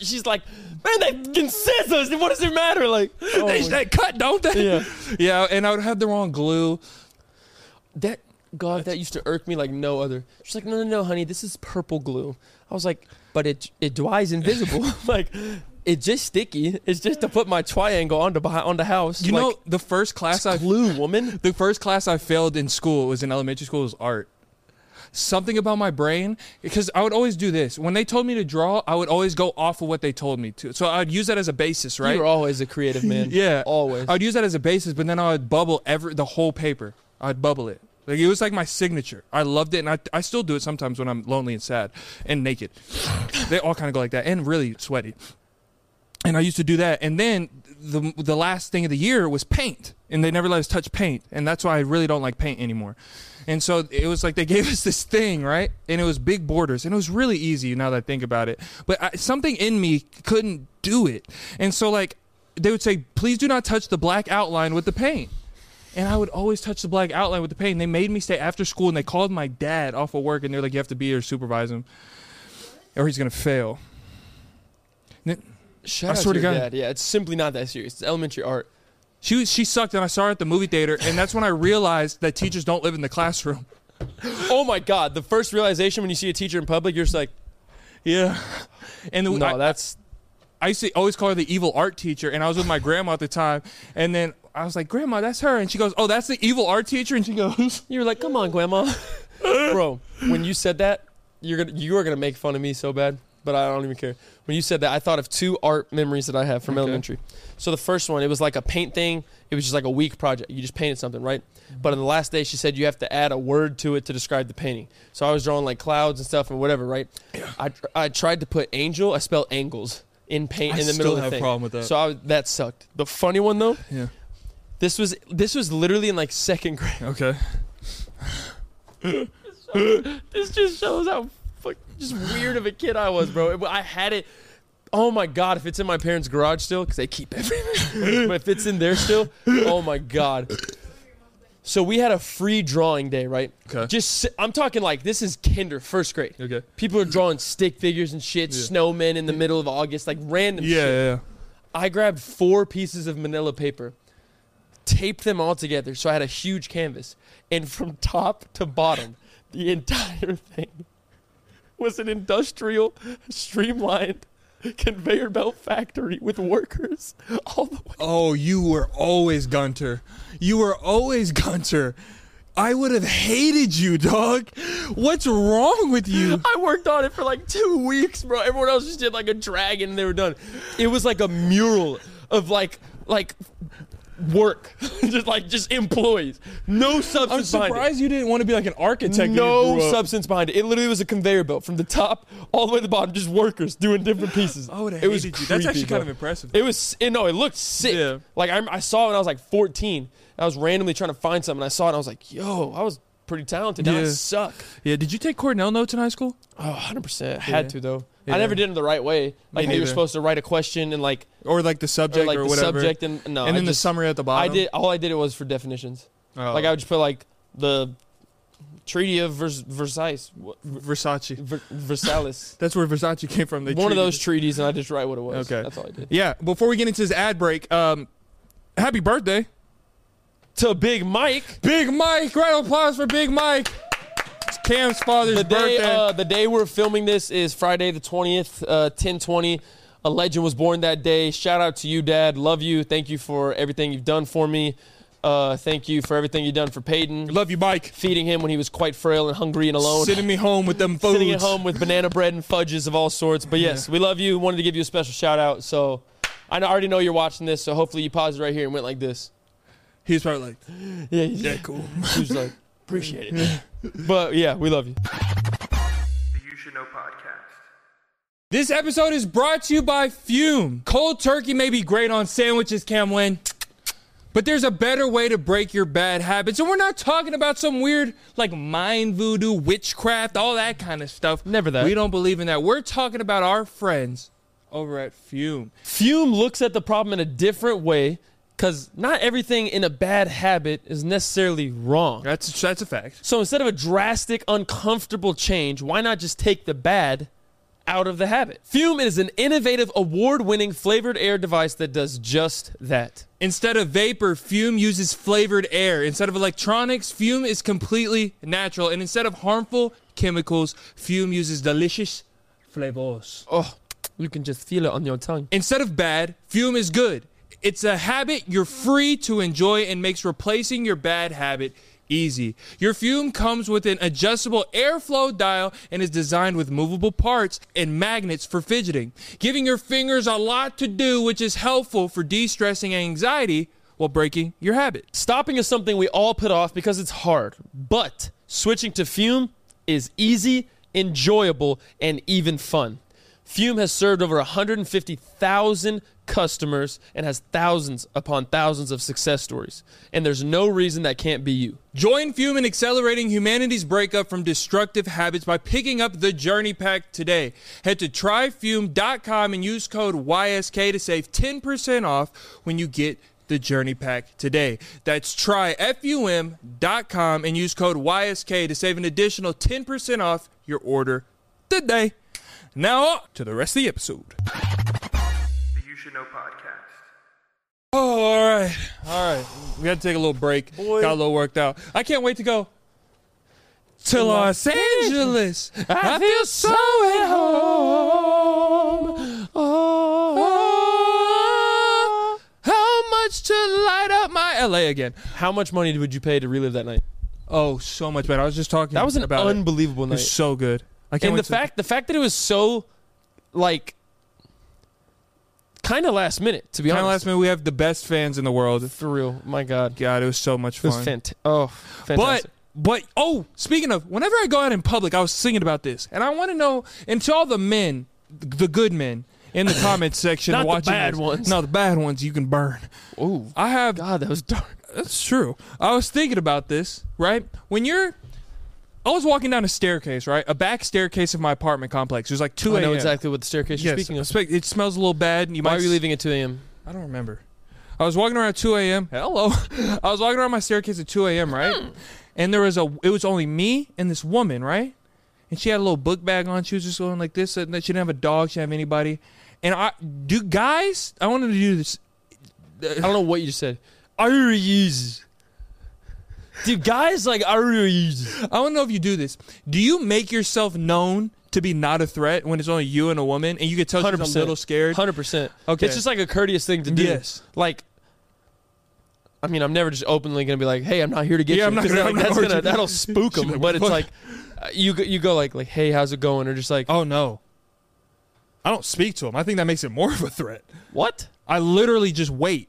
[SPEAKER 3] She's like, Man, they can scissors. What does it matter? Like,
[SPEAKER 2] they,
[SPEAKER 3] Oh my-
[SPEAKER 2] they cut, don't they?
[SPEAKER 3] Yeah.
[SPEAKER 2] yeah, and I would have the wrong glue.
[SPEAKER 3] that God, that used to irk me like no other. She's like, no, no, no, honey, this is purple glue. I was like, but it it dries [LAUGHS] invisible. like, it's just sticky. It's just to put my triangle onto behind on the house.
[SPEAKER 2] You
[SPEAKER 3] like,
[SPEAKER 2] know, the first class I
[SPEAKER 3] it's glue, woman.
[SPEAKER 2] the first class I failed in school was in elementary school was art. Something about my brain because I would always do this. When they told me to draw, I would always go off of what they told me to. So I'd use that as a basis, right?
[SPEAKER 3] You were always a creative [LAUGHS] man.
[SPEAKER 2] Yeah,
[SPEAKER 3] always.
[SPEAKER 2] I would use that as a basis, but then I would bubble every the whole paper. I'd bubble it. Like it was like my signature. I loved it, and I, I still do it sometimes when I'm lonely and sad and naked. they all kind of go like that, and really sweaty. And I used to do that, and then the the last thing of the year was paint, and they never let us touch paint, and that's why I really don't like paint anymore. And so it was like they [LAUGHS] gave us this thing, right? And it was big borders, and it was really easy now that I think about it. But I, something in me couldn't do it, and so like they would say, please do not touch the black outline with the paint. And I would always touch the black outline with the paint. They made me stay after school and they called my dad off of work and they're like, you have to be here to supervise him or he's going to fail. And then-
[SPEAKER 3] Shout
[SPEAKER 2] I
[SPEAKER 3] out
[SPEAKER 2] swear to
[SPEAKER 3] your
[SPEAKER 2] God.
[SPEAKER 3] dad. Yeah, it's simply not that serious. It's elementary art.
[SPEAKER 2] She, was- she sucked and I saw her at the movie theater. And that's when I realized that teachers don't live in the classroom.
[SPEAKER 3] Oh my God! The first realization when you see a teacher in public, you're just like,
[SPEAKER 2] [LAUGHS] Yeah. And the,
[SPEAKER 3] no,
[SPEAKER 2] I-
[SPEAKER 3] that's
[SPEAKER 2] I used to always call her the evil art teacher, and I was with my grandma at the time, and then I was like, "Grandma, that's her," and she goes, "Oh, that's the evil art teacher," and she goes, [LAUGHS]
[SPEAKER 3] You were like, "Come on, grandma." [LAUGHS] Bro, when you said that, you're gonna you are gonna make fun of me so bad, but I don't even care. When you said that, I thought of two art memories that I have from elementary. So the first one, it was like a paint thing. It was just like a week project. You just painted something, right?
[SPEAKER 2] Mm-hmm.
[SPEAKER 3] But on the last day, she said you have to add a word to it to describe the painting. So I was drawing like clouds and stuff and whatever, right? I tr- I tried to put angel. I spelled angles in paint
[SPEAKER 2] I
[SPEAKER 3] in the
[SPEAKER 2] still
[SPEAKER 3] middle of the
[SPEAKER 2] have
[SPEAKER 3] thing.
[SPEAKER 2] problem with that.
[SPEAKER 3] So I, that sucked. The funny one though,
[SPEAKER 2] "Yeah,
[SPEAKER 3] this was this was literally in like second [LAUGHS] grade.
[SPEAKER 2] okay."
[SPEAKER 3] This just shows how fuck, just weird of a kid I was, bro. I had it. Oh my god, if it's in my parents' garage still, because they keep everything. [LAUGHS] but if it's in there still, oh my god. So we had a free drawing day, right?
[SPEAKER 2] Okay.
[SPEAKER 3] Just s- I'm talking like this is kinder, first grade.
[SPEAKER 2] Okay.
[SPEAKER 3] People are drawing stick figures and shit, snowmen in the middle of August, like random
[SPEAKER 2] Yeah,
[SPEAKER 3] shit.
[SPEAKER 2] yeah,
[SPEAKER 3] I grabbed four pieces of manila paper, taped them all together, so I had a huge canvas. And from top to bottom, the entire [LAUGHS] thing was an industrial, streamlined conveyor belt factory with workers all the
[SPEAKER 2] [LAUGHS]
[SPEAKER 3] way.
[SPEAKER 2] Oh, you were always Gunter. You were always Gunter. I would have hated you, dog. What's wrong with you?
[SPEAKER 3] I worked on it for like two weeks, bro. Everyone else just did like a dragon and they were done. It was like a mural of like like work. [LAUGHS] just like just employees. No substance
[SPEAKER 2] I'm
[SPEAKER 3] behind it.
[SPEAKER 2] surprised you didn't want to be like an architect. when you
[SPEAKER 3] no
[SPEAKER 2] grew up.
[SPEAKER 3] substance behind it. It literally was a conveyor belt from the top all the way to the bottom, just workers doing different pieces.
[SPEAKER 2] I would've
[SPEAKER 3] it was
[SPEAKER 2] hated you. That's
[SPEAKER 3] creepy,
[SPEAKER 2] actually kind
[SPEAKER 3] bro.
[SPEAKER 2] of impressive.
[SPEAKER 3] It was it, no, it looked sick.
[SPEAKER 2] Yeah.
[SPEAKER 3] Like I, I saw it when I was like 14. I was randomly trying to find something. I saw it. and I was like, yo, I was pretty talented. Now I
[SPEAKER 2] Yeah.
[SPEAKER 3] suck.
[SPEAKER 2] Yeah. Did you take Cornell notes in high school?
[SPEAKER 3] Oh, 100 percent. Had
[SPEAKER 2] Yeah.
[SPEAKER 3] to though.
[SPEAKER 2] Yeah.
[SPEAKER 3] I never did it the right way. Like how you're
[SPEAKER 2] neither.
[SPEAKER 3] supposed to write a question and like
[SPEAKER 2] Or like the subject
[SPEAKER 3] or like the
[SPEAKER 2] whatever?
[SPEAKER 3] subject and no.
[SPEAKER 2] and
[SPEAKER 3] I
[SPEAKER 2] then the
[SPEAKER 3] just-
[SPEAKER 2] summary at the bottom.
[SPEAKER 3] I did all I did it was for definitions.
[SPEAKER 2] Oh.
[SPEAKER 3] Like I would just put like the Treaty of Vers- Versailles. What-
[SPEAKER 2] Versace.
[SPEAKER 3] Ver- [LAUGHS] Versailles.
[SPEAKER 2] That's where Versace came from. They
[SPEAKER 3] One of
[SPEAKER 2] treated
[SPEAKER 3] [LAUGHS] those treaties, and I just write what it was.
[SPEAKER 2] Okay.
[SPEAKER 3] That's all I did.
[SPEAKER 2] Yeah, before we get into this ad break, um, happy birthday.
[SPEAKER 3] To Big Mike,
[SPEAKER 2] Big Mike, round of applause for Big Mike. It's Cam's father's
[SPEAKER 3] the day
[SPEAKER 2] birthday.
[SPEAKER 3] uh, the day we're filming this is Friday the twentieth, uh, ten twenty. A legend was born that day. Shout out to you, Dad. Love you. Thank you for everything you've done for me. Uh, thank you for everything you've done for Peyton.
[SPEAKER 2] Love you, Mike.
[SPEAKER 3] Feeding him when he was quite frail and hungry and alone.
[SPEAKER 2] Sending me home with them foods.
[SPEAKER 3] Sitting at home with banana bread and fudges of all sorts. But yes, we love you. Wanted to give you a special shout out. So I know- I already know you're watching this. So hopefully you paused it right here and went like this.
[SPEAKER 2] He was probably like,
[SPEAKER 3] Yeah, you-
[SPEAKER 2] yeah, cool.
[SPEAKER 3] She was like, appreciate [LAUGHS] it. But yeah, we love you.
[SPEAKER 1] The You Should Know Podcast.
[SPEAKER 2] This episode is brought to you by Fume. Cold turkey may be great on sandwiches, Cam Lynn, but there's a better way to break your bad habits. And we're not talking about some weird, like, mind voodoo, witchcraft, all that kind of stuff.
[SPEAKER 3] Never that.
[SPEAKER 2] We don't believe in that. We're talking about our friends over at Fume.
[SPEAKER 3] Fume looks at the problem in a different way because not everything in a bad habit is necessarily wrong.
[SPEAKER 2] That's, that's a fact.
[SPEAKER 3] So instead of a drastic, uncomfortable change, why not just take the bad out of the habit. Fume is an innovative, award winning flavored air device that does just that.
[SPEAKER 2] Instead of vapor, fume uses flavored air. Instead of electronics, fume is completely natural. And instead of harmful chemicals, fume uses delicious flavors.
[SPEAKER 3] Oh, you can just feel it on your tongue.
[SPEAKER 2] Instead of bad, fume is good. It's a habit you're free to enjoy and makes replacing your bad habit easy. Your fume comes with an adjustable airflow dial and is designed with movable parts and magnets for fidgeting, giving your fingers a lot to do, which is helpful for de stressing anxiety while breaking your habit.
[SPEAKER 3] Stopping is something we all put off because it's hard, but switching to Fume is easy, enjoyable, and even fun. Fume has served over 150,000 customers and has thousands upon thousands of success stories. And there's no reason that can't be you.
[SPEAKER 2] Join Fume in accelerating humanity's breakup from destructive habits by picking up the Journey Pack today. Head to tryfume.com and use code YSK to save 10% off when you get the Journey Pack today. That's tryfum.com and use code YSK to save an additional 10% off your order today. Now, to the rest of the episode.
[SPEAKER 1] The You Should Know podcast.
[SPEAKER 2] Oh, all right. All right. We got to take a little break. Got a little worked out. I can't wait to go to Los Angeles. I feel so at home. Oh, how much to light up my LA again?
[SPEAKER 3] How much money would you pay to relive that night?
[SPEAKER 2] Oh, so much better. I was just talking
[SPEAKER 3] That was an
[SPEAKER 2] about it.
[SPEAKER 3] unbelievable
[SPEAKER 2] It
[SPEAKER 3] night.
[SPEAKER 2] was so good. I can't
[SPEAKER 3] and
[SPEAKER 2] wait to-
[SPEAKER 3] the fact the fact that it was so like kind of last minute to be
[SPEAKER 2] Kinda last
[SPEAKER 3] honest
[SPEAKER 2] minute, we have the best fans in the world.
[SPEAKER 3] for real my god
[SPEAKER 2] God, it was so much
[SPEAKER 3] it
[SPEAKER 2] fun.
[SPEAKER 3] was fant- oh fantastic
[SPEAKER 2] But but oh, speaking of, whenever I go out in public, I was thinking about this, and I want to know and to all the men, the good men in the
[SPEAKER 3] [LAUGHS]
[SPEAKER 2] comment section,
[SPEAKER 3] Not the
[SPEAKER 2] watching
[SPEAKER 3] bad
[SPEAKER 2] this-
[SPEAKER 3] ones.
[SPEAKER 2] No, the bad ones you can burn.
[SPEAKER 3] oh
[SPEAKER 2] I have.
[SPEAKER 3] god that was dark
[SPEAKER 2] That's true. I was thinking about this. Right when you're. I was walking down a staircase, right? A back staircase of my apartment complex. It was like 2
[SPEAKER 3] I
[SPEAKER 2] a.m.
[SPEAKER 3] know exactly what the staircase
[SPEAKER 2] Oh, Yes.
[SPEAKER 3] you're speaking of
[SPEAKER 2] Spe- It smells a little bad. You
[SPEAKER 3] why
[SPEAKER 2] might
[SPEAKER 3] are you leaving at 2 a.m
[SPEAKER 2] I don't remember. I was walking around at 2 a.m. Hello. [LAUGHS] I was walking around my staircase at 2 a.m., right? And there was a, it was only me and this woman, right? And she had a little book bag on. She was just going like this. And she didn't have a dog. She didn't have anybody. And I, do guys, I wanted to do this. Uh,
[SPEAKER 3] i don't know what you just said Aries. dude guys like Aries.
[SPEAKER 2] I want to know if you do this. Do you make yourself known to be not a threat when it's only you and a woman and you can tell she's a
[SPEAKER 3] 100%.
[SPEAKER 2] little scared?
[SPEAKER 3] 100%
[SPEAKER 2] Okay.
[SPEAKER 3] it's just like a courteous thing to do
[SPEAKER 2] Yes.
[SPEAKER 3] like I mean, I'm never just openly gonna be like, "Hey, I'm not here to get
[SPEAKER 2] Yeah,
[SPEAKER 3] you."
[SPEAKER 2] I'm not
[SPEAKER 3] [LAUGHS] 'cause
[SPEAKER 2] gonna-
[SPEAKER 3] like,
[SPEAKER 2] I'm not
[SPEAKER 3] that's
[SPEAKER 2] here [LAUGHS]
[SPEAKER 3] gonna
[SPEAKER 2] to-
[SPEAKER 3] that'll spook
[SPEAKER 2] She's
[SPEAKER 3] them.
[SPEAKER 2] like,
[SPEAKER 3] but it's
[SPEAKER 2] "Fuck."
[SPEAKER 3] like, uh, you go- you go like like, "Hey, how's it going?" Or just like,
[SPEAKER 2] Oh, no. I don't speak to him. I think that makes it more of a threat.
[SPEAKER 3] What?
[SPEAKER 2] I literally just wait.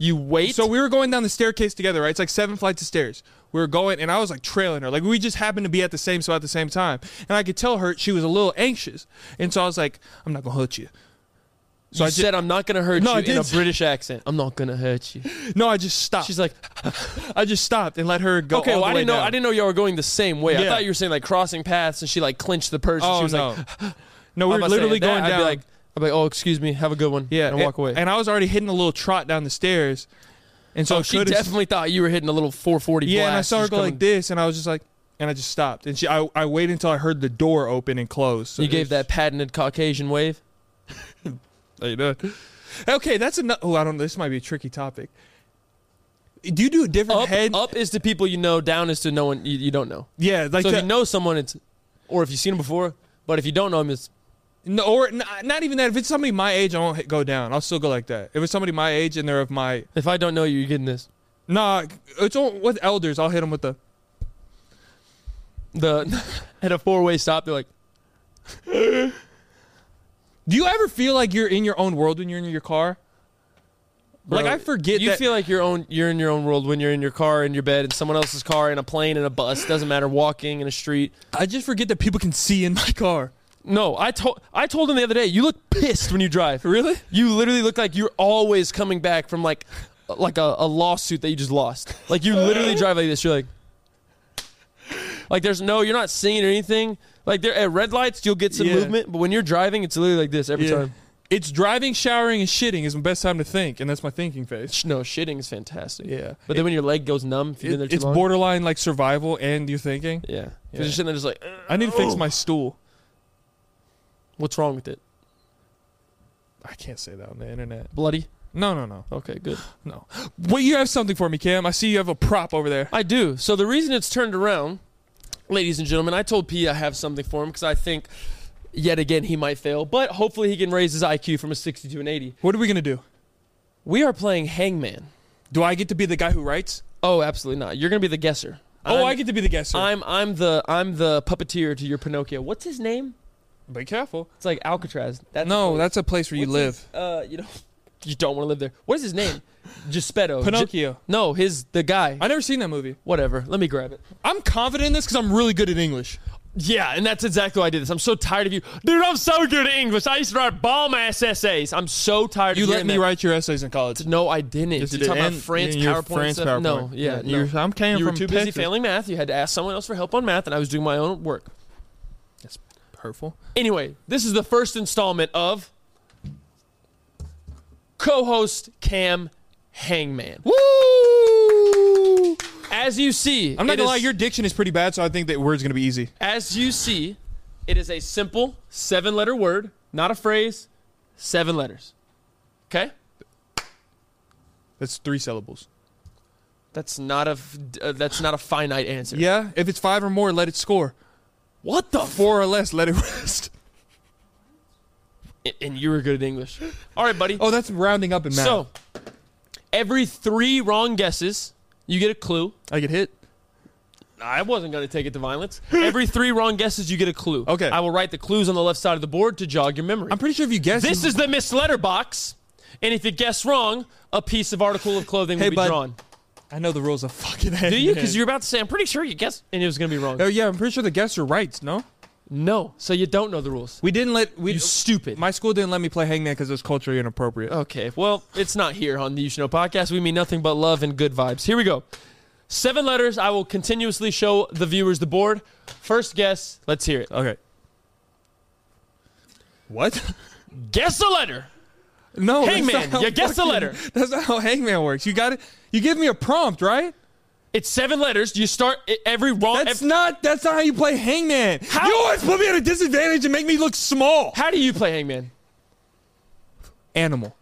[SPEAKER 3] You wait?
[SPEAKER 2] So we were going down the staircase together, right? It's like seven flights of stairs. We were going, and I was like trailing her. Like we just happened to be at the same spot at the same time, and I could tell her she was a little anxious. And so I was like, "I'm not gonna hurt you."
[SPEAKER 3] so I
[SPEAKER 2] I ju-
[SPEAKER 3] said, I'm not going to hurt
[SPEAKER 2] No, I
[SPEAKER 3] you in a
[SPEAKER 2] didn't.
[SPEAKER 3] British accent. I'm not going to hurt you.
[SPEAKER 2] No, I just stopped.
[SPEAKER 3] She's like,
[SPEAKER 2] I just stopped and let her go.
[SPEAKER 3] okay,
[SPEAKER 2] all
[SPEAKER 3] well,
[SPEAKER 2] the
[SPEAKER 3] I
[SPEAKER 2] way
[SPEAKER 3] didn't know.
[SPEAKER 2] down.
[SPEAKER 3] I didn't know y'all were going the same way. I
[SPEAKER 2] Yeah.
[SPEAKER 3] thought you were saying like crossing paths, and she like clinched the person.
[SPEAKER 2] Oh
[SPEAKER 3] she was
[SPEAKER 2] no,
[SPEAKER 3] like, [LAUGHS]
[SPEAKER 2] no, we
[SPEAKER 3] "Am I
[SPEAKER 2] we're
[SPEAKER 3] saying
[SPEAKER 2] literally
[SPEAKER 3] that?"
[SPEAKER 2] going
[SPEAKER 3] I'd
[SPEAKER 2] down.
[SPEAKER 3] Be like, I'd be like, oh, excuse me, have a good one.
[SPEAKER 2] yeah,
[SPEAKER 3] and,
[SPEAKER 2] and-
[SPEAKER 3] walk away.
[SPEAKER 2] And I was already hitting a little trot down the stairs, and so
[SPEAKER 3] so
[SPEAKER 2] I
[SPEAKER 3] Oh, she
[SPEAKER 2] could've-
[SPEAKER 3] definitely thought you were hitting a little 440.
[SPEAKER 2] Yeah, and I
[SPEAKER 3] blast
[SPEAKER 2] saw her
[SPEAKER 3] just
[SPEAKER 2] go
[SPEAKER 3] coming-
[SPEAKER 2] like this, and I was just like, and I just stopped. And she, I, I waited until I heard the door open and close. So
[SPEAKER 3] You
[SPEAKER 2] it
[SPEAKER 3] gave
[SPEAKER 2] was-
[SPEAKER 3] that patented
[SPEAKER 2] [LAUGHS]
[SPEAKER 3] Caucasian wave.
[SPEAKER 2] How you doing? Okay, that's enough. Oh, I don't. This might be a tricky topic. Do you do a different
[SPEAKER 3] Up,
[SPEAKER 2] head?
[SPEAKER 3] up is to people you know. Down is to no one you, you don't know.
[SPEAKER 2] Yeah, like
[SPEAKER 3] so
[SPEAKER 2] the,
[SPEAKER 3] if you know someone, it's or if you've seen them before. But if you don't know them, it's
[SPEAKER 2] no, or n- not even that. If it's somebody my age, I won't hit- go down. I'll still go like that. If it's somebody my age and they're of my
[SPEAKER 3] if I don't know you, you're getting this.
[SPEAKER 2] nah, it's on, with elders. I'll hit them with the.
[SPEAKER 3] the [LAUGHS] at a four way stop. They're like,
[SPEAKER 2] Do you ever feel like you're in your own world when you're in your car? like
[SPEAKER 3] bro,
[SPEAKER 2] I forget
[SPEAKER 3] You
[SPEAKER 2] that.
[SPEAKER 3] feel like your own. You're in your own world when you're in your car, in your bed, in someone else's car, in a plane, in a bus. Doesn't matter. Walking in a street.
[SPEAKER 2] I just forget that people can see in my car.
[SPEAKER 3] No, I told I told him the other day. You look pissed when you drive.
[SPEAKER 2] Really?
[SPEAKER 3] You literally look like you're always coming back from like like a, a lawsuit that you just lost. Like you literally drive like this. You're like. Like there's no, you're not singing or anything. Like there at red lights, you'll get some
[SPEAKER 2] Yeah.
[SPEAKER 3] movement, but when you're driving, it's literally like this every
[SPEAKER 2] Yeah.
[SPEAKER 3] time.
[SPEAKER 2] It's driving, showering, and shitting is my best time to think, and that's my thinking phase.
[SPEAKER 3] Sh- No, shitting is fantastic.
[SPEAKER 2] Yeah.
[SPEAKER 3] But then when your leg goes numb, if you've been there
[SPEAKER 2] It-
[SPEAKER 3] too
[SPEAKER 2] it's
[SPEAKER 3] long,
[SPEAKER 2] borderline like survival and you thinking.
[SPEAKER 3] Yeah. 'Cause
[SPEAKER 2] Yeah.
[SPEAKER 3] You're sitting there just like,
[SPEAKER 2] I need to fix my stool.
[SPEAKER 3] What's wrong with it?
[SPEAKER 2] I can't say that on the internet.
[SPEAKER 3] Bloody?
[SPEAKER 2] No, no, no,
[SPEAKER 3] Okay, good.
[SPEAKER 2] no. Wait, you have something for me, Cam. I see you have a prop over there.
[SPEAKER 3] I do. So the reason it's turned around, ladies and gentlemen, I told P I have something for him because I think yet again he might fail, but hopefully he can raise his IQ from a 60 to an 80.
[SPEAKER 2] What are we gonna do?
[SPEAKER 3] We are playing Hangman.
[SPEAKER 2] Do I get to be the guy who writes?
[SPEAKER 3] Oh, absolutely not. You're gonna be the guesser.
[SPEAKER 2] oh,
[SPEAKER 3] I'm-
[SPEAKER 2] I get to be the guesser.
[SPEAKER 3] I'm I'm the I'm the puppeteer to your Pinocchio. What's his name?
[SPEAKER 2] be careful.
[SPEAKER 3] It's like Alcatraz. That's the
[SPEAKER 2] No,
[SPEAKER 3] place.
[SPEAKER 2] that's a place where you
[SPEAKER 3] What's
[SPEAKER 2] live.
[SPEAKER 3] his- uh, you know, you don't want to live there. What is his
[SPEAKER 2] [LAUGHS]
[SPEAKER 3] name? Geppetto.
[SPEAKER 2] Pinocchio.
[SPEAKER 3] Ge- no, his the guy.
[SPEAKER 2] I never seen that movie.
[SPEAKER 3] Whatever. Let me grab it.
[SPEAKER 2] I'm confident in this because I'm really good at English.
[SPEAKER 3] Yeah, and that's exactly why I did this. I'm so tired of you, dude. I'm so good at English. I used to write bomb ass essays. I'm so tired.
[SPEAKER 2] You
[SPEAKER 3] of
[SPEAKER 2] let
[SPEAKER 3] hearing
[SPEAKER 2] me
[SPEAKER 3] that.
[SPEAKER 2] write your essays in college.
[SPEAKER 3] No, I didn't.
[SPEAKER 2] Yes,
[SPEAKER 3] You're
[SPEAKER 2] you did.
[SPEAKER 3] talking about
[SPEAKER 2] And-
[SPEAKER 3] France
[SPEAKER 2] and your
[SPEAKER 3] PowerPoint
[SPEAKER 2] France
[SPEAKER 3] and stuff? No,
[SPEAKER 2] PowerPoint.
[SPEAKER 3] yeah,
[SPEAKER 2] Yeah, you're-
[SPEAKER 3] no.
[SPEAKER 2] I'm came
[SPEAKER 3] you were
[SPEAKER 2] from
[SPEAKER 3] too busy
[SPEAKER 2] Texas.
[SPEAKER 3] failing math. You had to ask someone else for help on math, and I was doing my own work.
[SPEAKER 2] Hurtful.
[SPEAKER 3] Anyway, this is the first installment of co-host Cam Hangman.
[SPEAKER 2] Woo!
[SPEAKER 3] As you see,
[SPEAKER 2] I'm not
[SPEAKER 3] it
[SPEAKER 2] gonna lie,
[SPEAKER 3] is-
[SPEAKER 2] your diction is pretty bad, so I think that word's gonna be easy.
[SPEAKER 3] as you see, it is a simple seven-letter word, not a phrase, seven letters. Okay,
[SPEAKER 2] That's three syllables.
[SPEAKER 3] that's not a f- uh, that's not a finite answer.
[SPEAKER 2] Yeah, if it's five or more, let it score.
[SPEAKER 3] What the? F-
[SPEAKER 2] Four or less, let it [LAUGHS] rest.
[SPEAKER 3] and you were good at English. All right, buddy.
[SPEAKER 2] Oh, that's rounding up in math.
[SPEAKER 3] so every three wrong guesses, you get a clue.
[SPEAKER 2] I get hit.
[SPEAKER 3] I wasn't going to take it
[SPEAKER 2] [LAUGHS]
[SPEAKER 3] to violence. Every three wrong guesses, you get a clue.
[SPEAKER 2] Okay.
[SPEAKER 3] I will write the clues on the left side of the board to jog your memory.
[SPEAKER 2] I'm pretty sure if you guess
[SPEAKER 3] this is the Miss Letterbox, and if you guess wrong, a piece of article of clothing
[SPEAKER 2] Hey,
[SPEAKER 3] will be
[SPEAKER 2] bud.
[SPEAKER 3] drawn.
[SPEAKER 2] I know the rules of fucking.
[SPEAKER 3] Do you? Because you're about to say, I'm pretty sure you guessed, and it was going to be wrong.
[SPEAKER 2] Oh yeah, I'm pretty sure the guesser writes. No,
[SPEAKER 3] No, so you don't know the rules.
[SPEAKER 2] we didn't let we.
[SPEAKER 3] You stupid.
[SPEAKER 2] my school didn't let me play hangman because it was culturally inappropriate.
[SPEAKER 3] Okay, well, it's not here on the You Should Know podcast. We mean nothing but love and good vibes. Here we go. Seven letters. I will continuously show the viewers the board. First guess. Let's hear it. Uh,
[SPEAKER 2] Okay. What?
[SPEAKER 3] Guess a letter.
[SPEAKER 2] [LAUGHS] No, that's
[SPEAKER 3] Hangman,
[SPEAKER 2] not how
[SPEAKER 3] you guessed the
[SPEAKER 2] fucking-
[SPEAKER 3] letter.
[SPEAKER 2] That's not how hangman works. You got it. You give me a prompt, right?
[SPEAKER 3] It's seven letters. You start i- every wrong.
[SPEAKER 2] That's
[SPEAKER 3] ev-
[SPEAKER 2] not. That's not how you play hangman. You always put me at a disadvantage and make me look small.
[SPEAKER 3] How do you play Hangman?
[SPEAKER 2] Animal.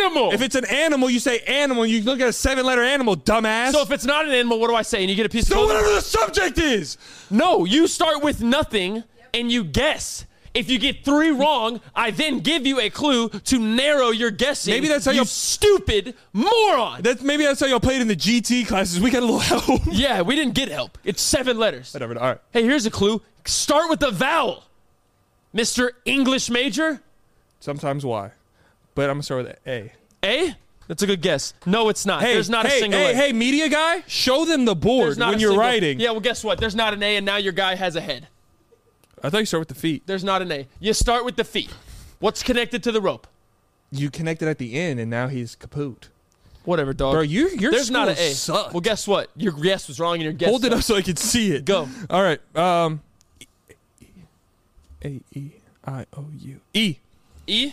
[SPEAKER 3] Animal.
[SPEAKER 2] If it's an animal, you say animal. You look at a seven-letter animal, dumbass.
[SPEAKER 3] so if it's not an animal, what do I say? And you get a piece of
[SPEAKER 2] so
[SPEAKER 3] clothing?
[SPEAKER 2] whatever the subject is.
[SPEAKER 3] No, you start with nothing and you guess. If you get three wrong, I then give you a clue to narrow your guessing.
[SPEAKER 2] Maybe that's how
[SPEAKER 3] you
[SPEAKER 2] you-
[SPEAKER 3] stupid moron.
[SPEAKER 2] That's maybe that's how y'all played in the GT classes. We got a little [LAUGHS] help.
[SPEAKER 3] yeah, we didn't get help. It's seven letters.
[SPEAKER 2] Whatever. All right.
[SPEAKER 3] Hey, here's a clue. Start with the vowel. Mr. English major?
[SPEAKER 2] Sometimes why, but I'm gonna start with a. A.
[SPEAKER 3] A? Eh? That's a good guess. No, it's not.
[SPEAKER 2] Hey,
[SPEAKER 3] There's not
[SPEAKER 2] hey,
[SPEAKER 3] a single
[SPEAKER 2] hey,
[SPEAKER 3] A.
[SPEAKER 2] hey, media guy, show them the board
[SPEAKER 3] There's not
[SPEAKER 2] when
[SPEAKER 3] a
[SPEAKER 2] you're
[SPEAKER 3] single-
[SPEAKER 2] writing.
[SPEAKER 3] Yeah, well, guess what? There's not an A, and now your guy has a head.
[SPEAKER 2] I thought you start with the feet.
[SPEAKER 3] There's not an A. You start with the feet. What's connected to the rope?
[SPEAKER 2] You connected at the end, and now he's kaput.
[SPEAKER 3] Whatever, dog.
[SPEAKER 2] Bro, you your
[SPEAKER 3] There's not an
[SPEAKER 2] school
[SPEAKER 3] A.
[SPEAKER 2] sucked.
[SPEAKER 3] Well, guess what? Your guess was wrong, and your guess.
[SPEAKER 2] Hold it up so I can see it.
[SPEAKER 3] Go.
[SPEAKER 2] All right. Um. A e i o u e.
[SPEAKER 3] E.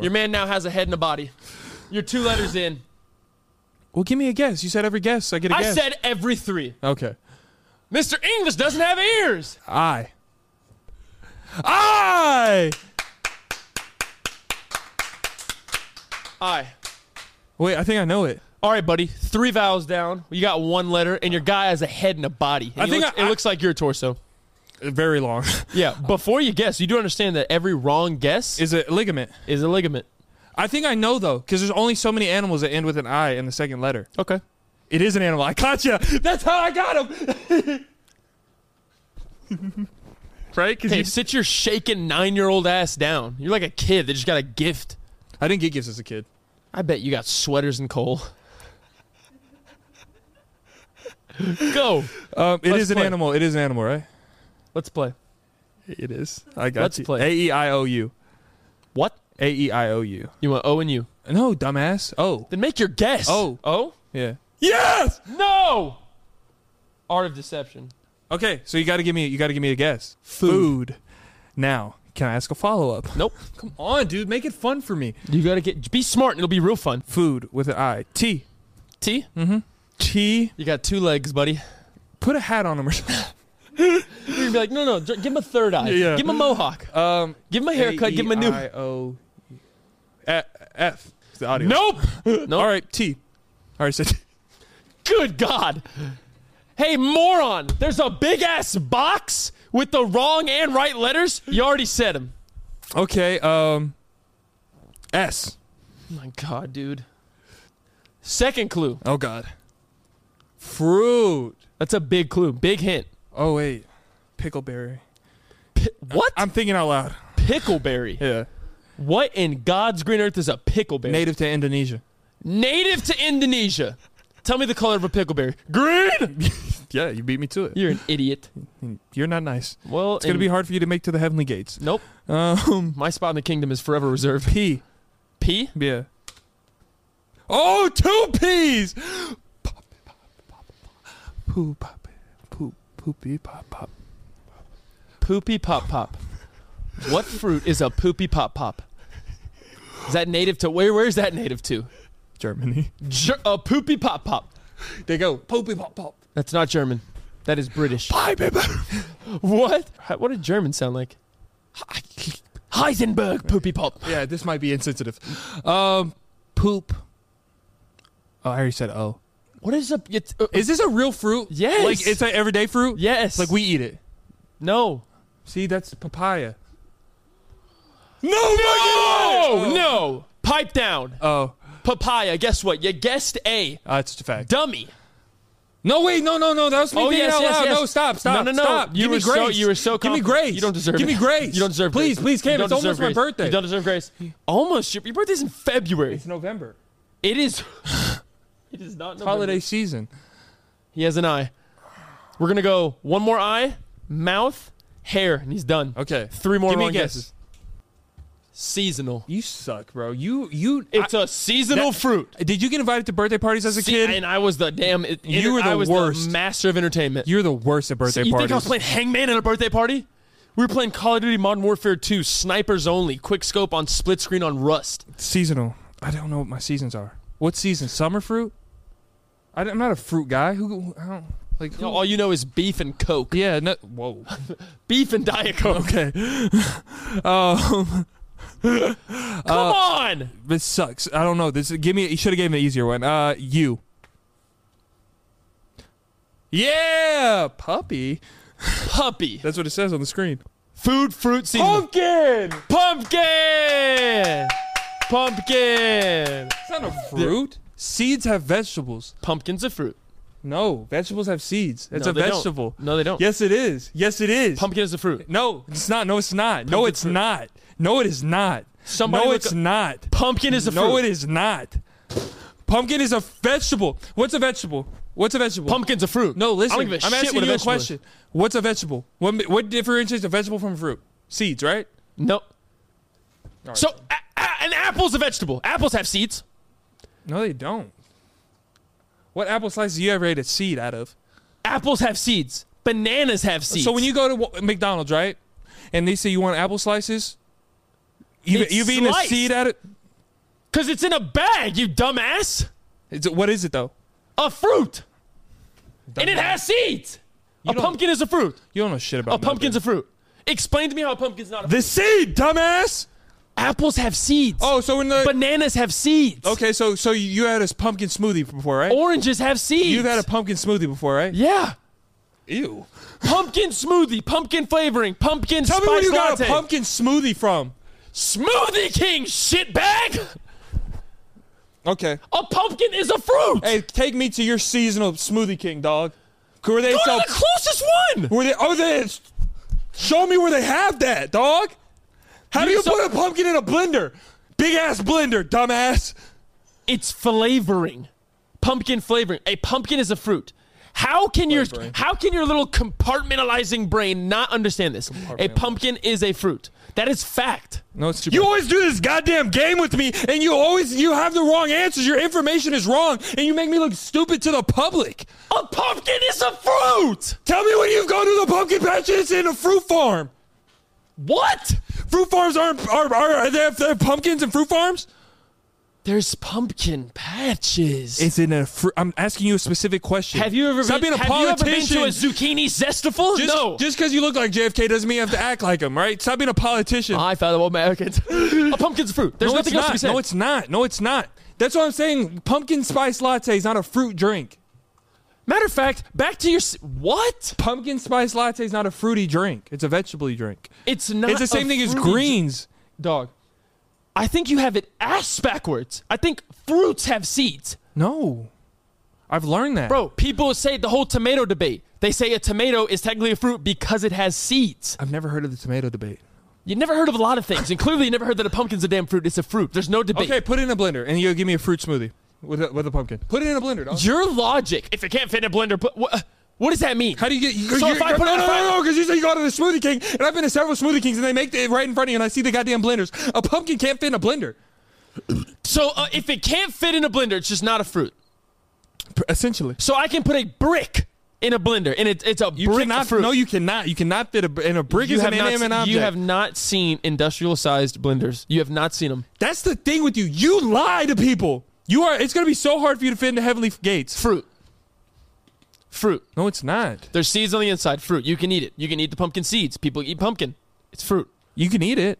[SPEAKER 3] Your man now has a head and a body. You're two letters in.
[SPEAKER 2] Well, give me a guess. You said every guess. I get a
[SPEAKER 3] I
[SPEAKER 2] guess.
[SPEAKER 3] said every three.
[SPEAKER 2] Okay.
[SPEAKER 3] Mr. English doesn't have ears.
[SPEAKER 2] I. I.
[SPEAKER 3] I.
[SPEAKER 2] Wait, I think I know it.
[SPEAKER 3] All right, buddy. Three vowels down. You got one letter, and your guy has a head and a body. And
[SPEAKER 2] I
[SPEAKER 3] he
[SPEAKER 2] think
[SPEAKER 3] looks-
[SPEAKER 2] I-
[SPEAKER 3] it looks like your torso.
[SPEAKER 2] Very long. [LAUGHS]
[SPEAKER 3] Yeah. Before you guess, you do understand that every wrong guess
[SPEAKER 2] Is
[SPEAKER 3] is,
[SPEAKER 2] it ligament?
[SPEAKER 3] is a ligament.
[SPEAKER 2] I think I know though, because there's only so many animals that end with an I in the second letter.
[SPEAKER 3] Okay.
[SPEAKER 2] Oh, It is an animal. I caught you. That's how I got him. right? Because
[SPEAKER 3] Hey, sit your shaking nine-year-old ass down. You're like a kid that just got a gift.
[SPEAKER 2] I didn't get gifts as a kid.
[SPEAKER 3] I bet you got sweaters and coal. Go.
[SPEAKER 2] Um, it
[SPEAKER 3] Let's
[SPEAKER 2] is an
[SPEAKER 3] play.
[SPEAKER 2] animal. It is an animal, right?
[SPEAKER 3] Let's play.
[SPEAKER 2] It is. I got
[SPEAKER 3] Let's
[SPEAKER 2] you.
[SPEAKER 3] play.
[SPEAKER 2] A e i o u.
[SPEAKER 3] What?
[SPEAKER 2] A e i o u.
[SPEAKER 3] You want O and U?
[SPEAKER 2] No, dumbass. Oh.
[SPEAKER 3] Then make your guess.
[SPEAKER 2] Oh.
[SPEAKER 3] O?
[SPEAKER 2] Yeah. Yes.
[SPEAKER 3] No. Art of deception.
[SPEAKER 2] Okay, so you got to give me you got to give me a guess.
[SPEAKER 3] Food.
[SPEAKER 2] Now, can I ask a follow up?
[SPEAKER 3] Nope.
[SPEAKER 2] Come on, dude, make it fun for me.
[SPEAKER 3] You gotta get be smart and it'll be real fun.
[SPEAKER 2] Food with an I. T.
[SPEAKER 3] T.
[SPEAKER 2] T.
[SPEAKER 3] You got two legs, buddy.
[SPEAKER 2] Put a hat on him or something.
[SPEAKER 4] You're gonna be like, no, no, dr- give him a third eye.
[SPEAKER 2] Yeah.
[SPEAKER 4] Give him a mohawk.
[SPEAKER 2] Um,
[SPEAKER 4] Give him a haircut. give him a E new.
[SPEAKER 2] A-E-I-O- A- F. It's the audio.
[SPEAKER 4] Nope.
[SPEAKER 2] All right, T. All right, so
[SPEAKER 4] Good God. Hey, moron. There's a big ass box with the wrong and right letters. You already said them.
[SPEAKER 2] okay. Um, S.
[SPEAKER 4] Oh my God, dude. Second clue.
[SPEAKER 2] Oh God. Fruit.
[SPEAKER 4] That's a big clue. Big hint.
[SPEAKER 2] Oh wait, pickleberry.
[SPEAKER 4] Pi- what?
[SPEAKER 2] I'm thinking out loud.
[SPEAKER 4] pickleberry.
[SPEAKER 2] Yeah.
[SPEAKER 4] What in God's green earth is a pickleberry?
[SPEAKER 2] Native to Indonesia.
[SPEAKER 4] Native to Indonesia. Tell me the color of a pickleberry.
[SPEAKER 2] Green. yeah, you beat me to it.
[SPEAKER 4] You're an idiot.
[SPEAKER 2] You're not nice.
[SPEAKER 4] Well,
[SPEAKER 2] It's gonna be hard for you to make to the heavenly gates.
[SPEAKER 4] Nope.
[SPEAKER 2] Um,
[SPEAKER 4] My spot in the kingdom is forever reserved.
[SPEAKER 2] P.
[SPEAKER 4] P.
[SPEAKER 2] Yeah. Oh, two P's. Poo pop, poo poopy pop pop.
[SPEAKER 4] Poopy pop pop. What fruit is a poopy pop pop? Is that native to where? Where is that native to?
[SPEAKER 2] Germany.
[SPEAKER 4] Ger- a poopy pop pop.
[SPEAKER 2] They go poopy pop pop.
[SPEAKER 4] That's not German. That is British.
[SPEAKER 2] Hi, baby.
[SPEAKER 4] [LAUGHS] What? How- What did German sound like? Heisenberg poopy pop.
[SPEAKER 2] yeah, this might be insensitive. Um, poop. Oh, I already said O.
[SPEAKER 4] What is a? It's, uh,
[SPEAKER 2] Is this a real fruit?
[SPEAKER 4] Yes.
[SPEAKER 2] Like it's an everyday fruit.
[SPEAKER 4] yes.
[SPEAKER 2] Like we eat it.
[SPEAKER 4] No.
[SPEAKER 2] See, that's papaya. No,
[SPEAKER 4] Oh
[SPEAKER 2] no,
[SPEAKER 4] no! Pipe down.
[SPEAKER 2] Oh,
[SPEAKER 4] Papaya. Guess what? You guessed A.
[SPEAKER 2] that's a fact.
[SPEAKER 4] Dummy.
[SPEAKER 2] No, wait, no, no, no. That was me
[SPEAKER 4] Oh,
[SPEAKER 2] thinking
[SPEAKER 4] yes,
[SPEAKER 2] out
[SPEAKER 4] yes,
[SPEAKER 2] loud.
[SPEAKER 4] yes.
[SPEAKER 2] No, stop, stop,
[SPEAKER 4] No, no, no.
[SPEAKER 2] stop.
[SPEAKER 4] You
[SPEAKER 2] Give me
[SPEAKER 4] were so-
[SPEAKER 2] grace.
[SPEAKER 4] you were so
[SPEAKER 2] Give me
[SPEAKER 4] confident.
[SPEAKER 2] grace.
[SPEAKER 4] You don't deserve
[SPEAKER 2] Give
[SPEAKER 4] it.
[SPEAKER 2] me grace.
[SPEAKER 4] You don't deserve
[SPEAKER 2] please,
[SPEAKER 4] it.
[SPEAKER 2] Please,
[SPEAKER 4] You
[SPEAKER 2] Cam,
[SPEAKER 4] don't
[SPEAKER 2] it's almost
[SPEAKER 4] deserve
[SPEAKER 2] my
[SPEAKER 4] grace.
[SPEAKER 2] birthday.
[SPEAKER 4] You don't deserve grace. Almost. Oh, Your, your birthday's in February.
[SPEAKER 2] it's November.
[SPEAKER 4] It [LAUGHS] is. it is not November.
[SPEAKER 2] Holiday season.
[SPEAKER 4] He has an eye. We're gonna go one more eye, mouth, hair, and he's done.
[SPEAKER 2] Okay.
[SPEAKER 4] Three more
[SPEAKER 2] Give me
[SPEAKER 4] wrong
[SPEAKER 2] guesses.
[SPEAKER 4] guesses. Seasonal.
[SPEAKER 2] You suck, bro. You you.
[SPEAKER 4] It's
[SPEAKER 2] I-
[SPEAKER 4] a seasonal
[SPEAKER 2] that-
[SPEAKER 4] fruit.
[SPEAKER 2] did you get invited to birthday parties as a
[SPEAKER 4] See,
[SPEAKER 2] kid?
[SPEAKER 4] and I was the damn. It,
[SPEAKER 2] You
[SPEAKER 4] it-
[SPEAKER 2] were the
[SPEAKER 4] I was
[SPEAKER 2] worst.
[SPEAKER 4] The master of entertainment.
[SPEAKER 2] You're the worst at birthday
[SPEAKER 4] you
[SPEAKER 2] parties.
[SPEAKER 4] think I was playing Hangman at a birthday party? We were playing Call of Duty Modern Warfare 2, snipers only, quick scope on split screen on Rust.
[SPEAKER 2] Seasonal. I don't know what my seasons are. What season? Summer fruit? I, am not a fruit guy. Who? I don't like.
[SPEAKER 4] You know,
[SPEAKER 2] who-
[SPEAKER 4] all you know is beef and Coke.
[SPEAKER 2] yeah. No, whoa. [LAUGHS]
[SPEAKER 4] Beef and Diet Coke. [LAUGHS]
[SPEAKER 2] okay. um,
[SPEAKER 4] Come on!
[SPEAKER 2] this sucks. I don't know. This give me. You should have gave me an easier one. Uh, you. Yeah, puppy.
[SPEAKER 4] Puppy.
[SPEAKER 2] That's what it says on the screen.
[SPEAKER 4] Food, fruit, season.
[SPEAKER 2] Pumpkin.
[SPEAKER 4] Pumpkin! Pumpkin!
[SPEAKER 2] It's not a fruit. Seeds have vegetables.
[SPEAKER 4] Pumpkin's a fruit.
[SPEAKER 2] No, vegetables have seeds. It's
[SPEAKER 4] No,
[SPEAKER 2] a
[SPEAKER 4] they don't.
[SPEAKER 2] vegetable.
[SPEAKER 4] No, they don't.
[SPEAKER 2] Yes, it is. Yes, it is.
[SPEAKER 4] Pumpkin is a fruit.
[SPEAKER 2] No, it's not. No, it's not. No,
[SPEAKER 4] Pumpkin
[SPEAKER 2] it's
[SPEAKER 4] fruit.
[SPEAKER 2] not. No, it is not.
[SPEAKER 4] Somebody
[SPEAKER 2] no,
[SPEAKER 4] look
[SPEAKER 2] it's
[SPEAKER 4] up-
[SPEAKER 2] not.
[SPEAKER 4] Pumpkin is a fruit.
[SPEAKER 2] No, it is not. Pumpkin is a vegetable. What's a vegetable? What's a vegetable?
[SPEAKER 4] Pumpkin's a fruit.
[SPEAKER 2] No, listen.
[SPEAKER 4] I don't give a
[SPEAKER 2] am
[SPEAKER 4] shit
[SPEAKER 2] asking
[SPEAKER 4] what
[SPEAKER 2] you a
[SPEAKER 4] vegetable is.
[SPEAKER 2] question. What's a vegetable? What, what differentiates a vegetable from a fruit? Seeds, right?
[SPEAKER 4] No. So, a- a- an apple's a vegetable. Apples have seeds.
[SPEAKER 2] No, they don't. What apple slice do you ever ate a seed out of?
[SPEAKER 4] Apples have seeds. Bananas have seeds.
[SPEAKER 2] So when you go to Wa- McDonald's, right, and they say you want apple slices, you've,
[SPEAKER 4] It's
[SPEAKER 2] you've eaten a
[SPEAKER 4] sliced.
[SPEAKER 2] seed out of.
[SPEAKER 4] Because it's in a bag, you dumbass.
[SPEAKER 2] It's, what is it though?
[SPEAKER 4] A fruit. And it has seeds. a
[SPEAKER 2] don't-
[SPEAKER 4] pumpkin is a fruit.
[SPEAKER 2] You don't know shit about
[SPEAKER 4] A pumpkin's a fruit. Explain to me how a pumpkin's not a fruit.
[SPEAKER 2] The seed, dumbass.
[SPEAKER 4] Apples have seeds.
[SPEAKER 2] Oh, so in the
[SPEAKER 4] Bananas have seeds.
[SPEAKER 2] okay, so so you had a pumpkin smoothie before, right?
[SPEAKER 4] Oranges have seeds.
[SPEAKER 2] You've had a pumpkin smoothie before, right?
[SPEAKER 4] Yeah.
[SPEAKER 2] Ew.
[SPEAKER 4] Pumpkin smoothie, pumpkin flavoring, pumpkin
[SPEAKER 2] Tell
[SPEAKER 4] spice
[SPEAKER 2] me where you got
[SPEAKER 4] latte.
[SPEAKER 2] a pumpkin smoothie from.
[SPEAKER 4] Smoothie King shitbag.
[SPEAKER 2] Okay.
[SPEAKER 4] A pumpkin is a fruit.
[SPEAKER 2] Hey, take me to your seasonal smoothie king, dog. Where they
[SPEAKER 4] Go
[SPEAKER 2] sell?
[SPEAKER 4] to the closest one.
[SPEAKER 2] Where they? Oh, they. Show me where they have that, dog. How do
[SPEAKER 4] You
[SPEAKER 2] you
[SPEAKER 4] saw-
[SPEAKER 2] put a pumpkin in a blender? Big ass blender, dumbass.
[SPEAKER 4] It's flavoring. Pumpkin flavoring. A pumpkin is a fruit. How can your
[SPEAKER 2] Flavoring.
[SPEAKER 4] how can your little compartmentalizing brain not understand this? A pumpkin is a fruit. That is fact.
[SPEAKER 2] No, it's too.
[SPEAKER 4] You
[SPEAKER 2] You always do this goddamn game with me, and you always you have the wrong answers. Your information is wrong, and you make me look stupid to the public.
[SPEAKER 4] A pumpkin is a fruit.
[SPEAKER 2] Tell me when you've gone to the pumpkin patch and it's in a fruit farm.
[SPEAKER 4] What?
[SPEAKER 2] Fruit farms aren't are are, are they, have, they have pumpkins and fruit farms?
[SPEAKER 4] There's pumpkin patches.
[SPEAKER 2] It's in a. Fr- I'm asking you a specific question.
[SPEAKER 4] have you ever
[SPEAKER 2] Stop
[SPEAKER 4] been,
[SPEAKER 2] being a
[SPEAKER 4] have you ever been
[SPEAKER 2] politician?
[SPEAKER 4] to a zucchini zestiful?
[SPEAKER 2] just,
[SPEAKER 4] no.
[SPEAKER 2] Just because you look like JFK doesn't mean you have to act like him, right? Stop being a politician.
[SPEAKER 4] Uh, I fellow Americans. a pumpkin's a fruit. There's
[SPEAKER 2] no,
[SPEAKER 4] nothing
[SPEAKER 2] it's
[SPEAKER 4] else to
[SPEAKER 2] not.
[SPEAKER 4] be said.
[SPEAKER 2] No, it's not. No, it's not. That's what I'm saying. Pumpkin spice latte is not a fruit drink.
[SPEAKER 4] Matter of fact, back to your s- what?
[SPEAKER 2] Pumpkin spice latte is not a fruity drink. It's a vegetable drink.
[SPEAKER 4] It's not.
[SPEAKER 2] it's the same
[SPEAKER 4] a
[SPEAKER 2] thing as
[SPEAKER 4] fruity ju-
[SPEAKER 2] greens, dog.
[SPEAKER 4] I think you have it ass backwards. I think fruits have seeds.
[SPEAKER 2] No, I've learned that,
[SPEAKER 4] Bro, people say the whole tomato debate. They say a tomato is technically a fruit because it has seeds.
[SPEAKER 2] I've never heard of the tomato debate.
[SPEAKER 4] You never heard of a lot of things, and clearly you never heard that a pumpkin's a damn fruit. It's a fruit. There's no debate.
[SPEAKER 2] Okay, put it in a blender and you'll give me a fruit smoothie with a, with a pumpkin. Put it in a blender. Dog.
[SPEAKER 4] Your logic, if it can't fit in a blender, put, what, what does that mean?
[SPEAKER 2] How do you get? You,
[SPEAKER 4] So
[SPEAKER 2] you,
[SPEAKER 4] if I put
[SPEAKER 2] no,
[SPEAKER 4] it-
[SPEAKER 2] no,
[SPEAKER 4] if I-
[SPEAKER 2] no, no, because you said you go to the Smoothie King, and I've been to several Smoothie Kings, and they make it right in front of you, and I see the goddamn blenders. A pumpkin can't fit in a blender.
[SPEAKER 4] so uh, if it can't fit in a blender, it's just not a fruit.
[SPEAKER 2] Essentially,
[SPEAKER 4] So I can put a brick in a blender, and it, it's a
[SPEAKER 2] you
[SPEAKER 4] brick
[SPEAKER 2] cannot.
[SPEAKER 4] fruit.
[SPEAKER 2] No, you cannot. You cannot fit a, in a brick
[SPEAKER 4] You
[SPEAKER 2] is
[SPEAKER 4] have
[SPEAKER 2] an
[SPEAKER 4] not,
[SPEAKER 2] inanimate
[SPEAKER 4] se-
[SPEAKER 2] object.
[SPEAKER 4] you have not seen industrial-sized blenders. You have not seen them.
[SPEAKER 2] That's the thing with you. You lie to people. You are. It's gonna be so hard for you to fit into heavenly gates.
[SPEAKER 4] Fruit. Fruit.
[SPEAKER 2] No, it's not.
[SPEAKER 4] There's seeds on the inside. Fruit. You can eat it. You can eat the pumpkin seeds. People eat pumpkin. It's fruit.
[SPEAKER 2] You can eat it.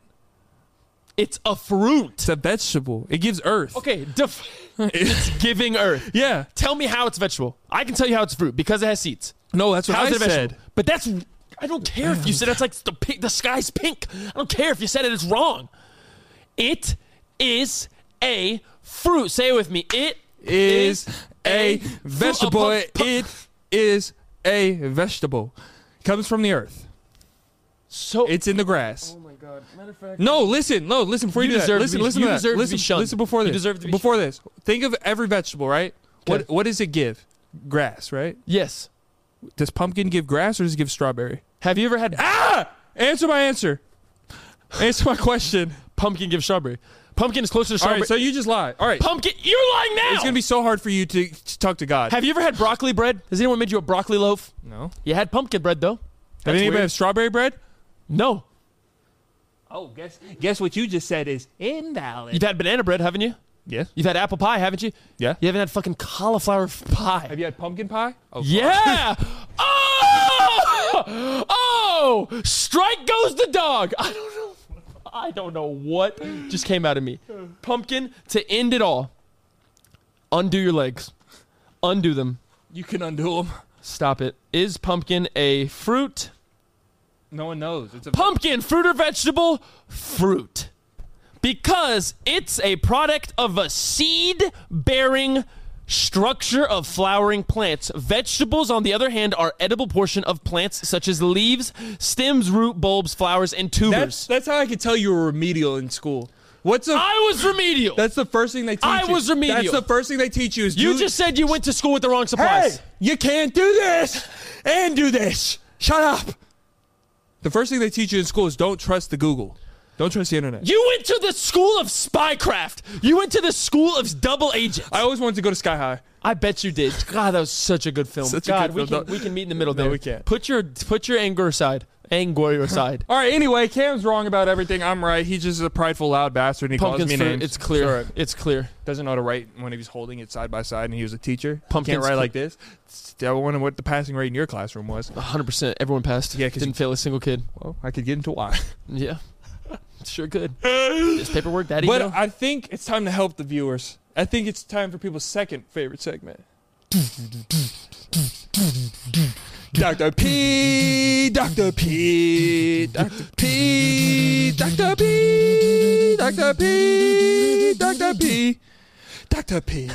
[SPEAKER 4] It's a fruit.
[SPEAKER 2] It's a vegetable. It gives earth.
[SPEAKER 4] Okay, def- [LAUGHS] it's
[SPEAKER 2] [LAUGHS]
[SPEAKER 4] giving earth.
[SPEAKER 2] Yeah.
[SPEAKER 4] Tell me how it's vegetable. I can tell you how it's fruit because it has seeds.
[SPEAKER 2] No, that's what
[SPEAKER 4] How's
[SPEAKER 2] I
[SPEAKER 4] it a
[SPEAKER 2] said.
[SPEAKER 4] vegetable? But that's I don't care if you said it's like the pink, the sky's pink. I don't care if you said it is wrong. It is a fruit. Say it with me. It
[SPEAKER 2] is
[SPEAKER 4] a
[SPEAKER 2] a
[SPEAKER 4] fu- a
[SPEAKER 2] vegetable.
[SPEAKER 4] pu- pu-
[SPEAKER 2] It is a vegetable. Comes from the earth.
[SPEAKER 4] so
[SPEAKER 2] It's in the grass. Oh my god! Matter of fact, no. Listen, no. Listen before you,
[SPEAKER 4] You
[SPEAKER 2] do
[SPEAKER 4] deserve
[SPEAKER 2] that.
[SPEAKER 4] to
[SPEAKER 2] Listen,
[SPEAKER 4] be-
[SPEAKER 2] listen
[SPEAKER 4] you
[SPEAKER 2] to that.
[SPEAKER 4] deserve to be
[SPEAKER 2] listen,
[SPEAKER 4] shunned.
[SPEAKER 2] listen before
[SPEAKER 4] You
[SPEAKER 2] this.
[SPEAKER 4] deserve to be
[SPEAKER 2] before this, think of every vegetable, right? What
[SPEAKER 4] Okay.
[SPEAKER 2] What does it give? Grass, right?
[SPEAKER 4] yes.
[SPEAKER 2] Does pumpkin give grass or does it give strawberry?
[SPEAKER 4] Have you ever had
[SPEAKER 2] Ah! Answer my answer. Answer my question.
[SPEAKER 4] pumpkin give strawberry? Pumpkin is closer to
[SPEAKER 2] All
[SPEAKER 4] [LAUGHS] strawberry.
[SPEAKER 2] right, so you just lie. All right,
[SPEAKER 4] pumpkin, you're lying now.
[SPEAKER 2] it's gonna be so hard for you to, to talk to God.
[SPEAKER 4] Have you ever had broccoli bread? Has anyone made you a broccoli loaf?
[SPEAKER 2] no.
[SPEAKER 4] You had pumpkin bread though.
[SPEAKER 2] Have anybody
[SPEAKER 4] weird.
[SPEAKER 2] have strawberry bread?
[SPEAKER 4] No,
[SPEAKER 5] Oh, guess guess what you just said is invalid.
[SPEAKER 4] you've had banana bread, haven't you?
[SPEAKER 2] Yes.
[SPEAKER 4] You've had apple pie, haven't you?
[SPEAKER 2] Yeah.
[SPEAKER 4] You haven't had fucking cauliflower f- pie.
[SPEAKER 2] Have you had pumpkin pie? Oh,
[SPEAKER 4] Yeah. oh! Oh! Strike goes the dog. I don't know. I don't know what just came out of me. Pumpkin to end it all. Undo your legs. Undo them.
[SPEAKER 2] you can undo them.
[SPEAKER 4] Stop it. Is pumpkin a fruit?
[SPEAKER 2] No one knows. It's a
[SPEAKER 4] Pumpkin, fruit or vegetable? Fruit. Because it's a product of a seed bearing structure of flowering plants. Vegetables, on the other hand, are edible portion of plants such as leaves, stems, root, bulbs, flowers, and
[SPEAKER 2] That's
[SPEAKER 4] tubers.
[SPEAKER 2] that's how I could tell you were remedial in school. What's a
[SPEAKER 4] I was remedial.
[SPEAKER 2] That's the first thing they teach
[SPEAKER 4] I
[SPEAKER 2] you.
[SPEAKER 4] was remedial.
[SPEAKER 2] That's the first thing they teach you is
[SPEAKER 4] you
[SPEAKER 2] do-
[SPEAKER 4] just said you went to school with the wrong
[SPEAKER 2] Hey,
[SPEAKER 4] supplies.
[SPEAKER 2] you can't do this and do this. Shut up. The first thing they teach you in school is don't trust the Google. Don't trust the internet.
[SPEAKER 4] You went to the school of spycraft. You went to the school of double agents.
[SPEAKER 2] I always wanted to go to Sky High.
[SPEAKER 4] I bet you did. God, that was such a good film.
[SPEAKER 2] Such a
[SPEAKER 4] God,
[SPEAKER 2] good
[SPEAKER 4] we
[SPEAKER 2] film.
[SPEAKER 4] can we can meet in the middle
[SPEAKER 2] No,
[SPEAKER 4] there.
[SPEAKER 2] we can't.
[SPEAKER 4] Put your put your anger aside.
[SPEAKER 2] [LAUGHS]
[SPEAKER 4] Anger aside.
[SPEAKER 2] All right, anyway, Cam's wrong about everything. I'm right. He's just a prideful, loud bastard and he calls
[SPEAKER 4] Pumpkin
[SPEAKER 2] me
[SPEAKER 4] fruit.
[SPEAKER 2] names.
[SPEAKER 4] It's clear.
[SPEAKER 2] Sure.
[SPEAKER 4] It's clear.
[SPEAKER 2] Doesn't know to write when he was holding it side by side and he was a teacher.
[SPEAKER 4] Pumpkin's
[SPEAKER 2] Can't write
[SPEAKER 4] fruit.
[SPEAKER 2] like this. I wonder what the passing rate in your classroom was.
[SPEAKER 4] 100%. Everyone passed.
[SPEAKER 2] Yeah, 'cause
[SPEAKER 4] didn't fail a single kid.
[SPEAKER 2] Well, I could get into why.
[SPEAKER 4] Yeah. [LAUGHS] Sure good. This paperwork that email.
[SPEAKER 2] But I think it's time to help the viewers. I think it's time for people's second favorite segment. Dr. P, Dr. P, Dr. P, Dr. P, Dr. P, Dr. P, Dr. P.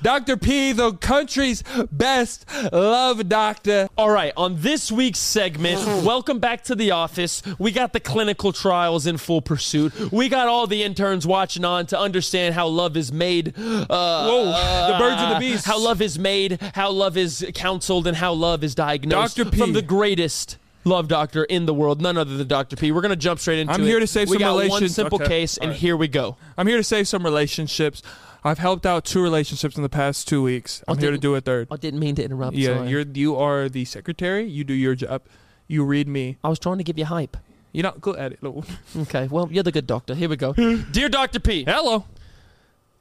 [SPEAKER 2] Dr. P, the country's best love doctor.
[SPEAKER 4] All right, on this week's segment,
[SPEAKER 2] [LAUGHS]
[SPEAKER 4] welcome back to the office. We got the clinical trials in full pursuit. We got all the interns watching on to understand how love is made. Uh,
[SPEAKER 2] Whoa, the birds and the beasts.
[SPEAKER 4] How love is made, how love is counseled, and how love is diagnosed.
[SPEAKER 2] Dr. P.
[SPEAKER 4] From the greatest love doctor in the world, none other than Dr. P. We're going to jump straight into
[SPEAKER 2] I'm
[SPEAKER 4] it.
[SPEAKER 2] here to save
[SPEAKER 4] we
[SPEAKER 2] some
[SPEAKER 4] got one
[SPEAKER 2] relations-
[SPEAKER 4] simple
[SPEAKER 2] okay,
[SPEAKER 4] case, and
[SPEAKER 2] all right.
[SPEAKER 4] here we go.
[SPEAKER 2] I'm here to save some relationships. I've helped out two relationships in the past two weeks. I'm here to
[SPEAKER 3] didn't-
[SPEAKER 2] do a third.
[SPEAKER 3] I didn't mean to interrupt.
[SPEAKER 2] Yeah,
[SPEAKER 3] sorry.
[SPEAKER 2] you're you are the secretary. You do your job. You read me.
[SPEAKER 3] I was trying to give you hype.
[SPEAKER 2] [LAUGHS] You're not good at it. Lord.
[SPEAKER 4] [GASPS]
[SPEAKER 3] Okay, well, you're the good doctor. Here we go.
[SPEAKER 4] Dear Dr. P.
[SPEAKER 2] Hello.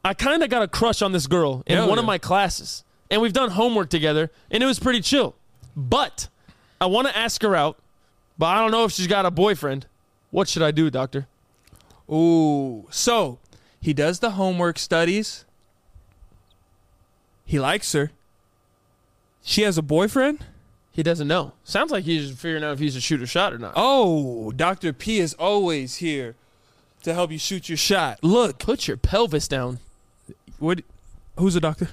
[SPEAKER 3] I kind of got a crush on this girl in
[SPEAKER 2] Hell
[SPEAKER 3] one of
[SPEAKER 2] yeah.
[SPEAKER 3] my classes, and we've done homework together, and it was pretty chill. But I want to ask her out, but I don't know if she's got a boyfriend. What should I do, doctor?
[SPEAKER 2] Ooh. So he does the homework studies. He likes her. She has a boyfriend?
[SPEAKER 3] He doesn't know. Sounds like he's just figuring out if he's a shoot or shot or not.
[SPEAKER 2] Oh, Dr. P is always here to help you shoot your shot. Look,
[SPEAKER 4] Put your pelvis down.
[SPEAKER 2] what who's a doctor?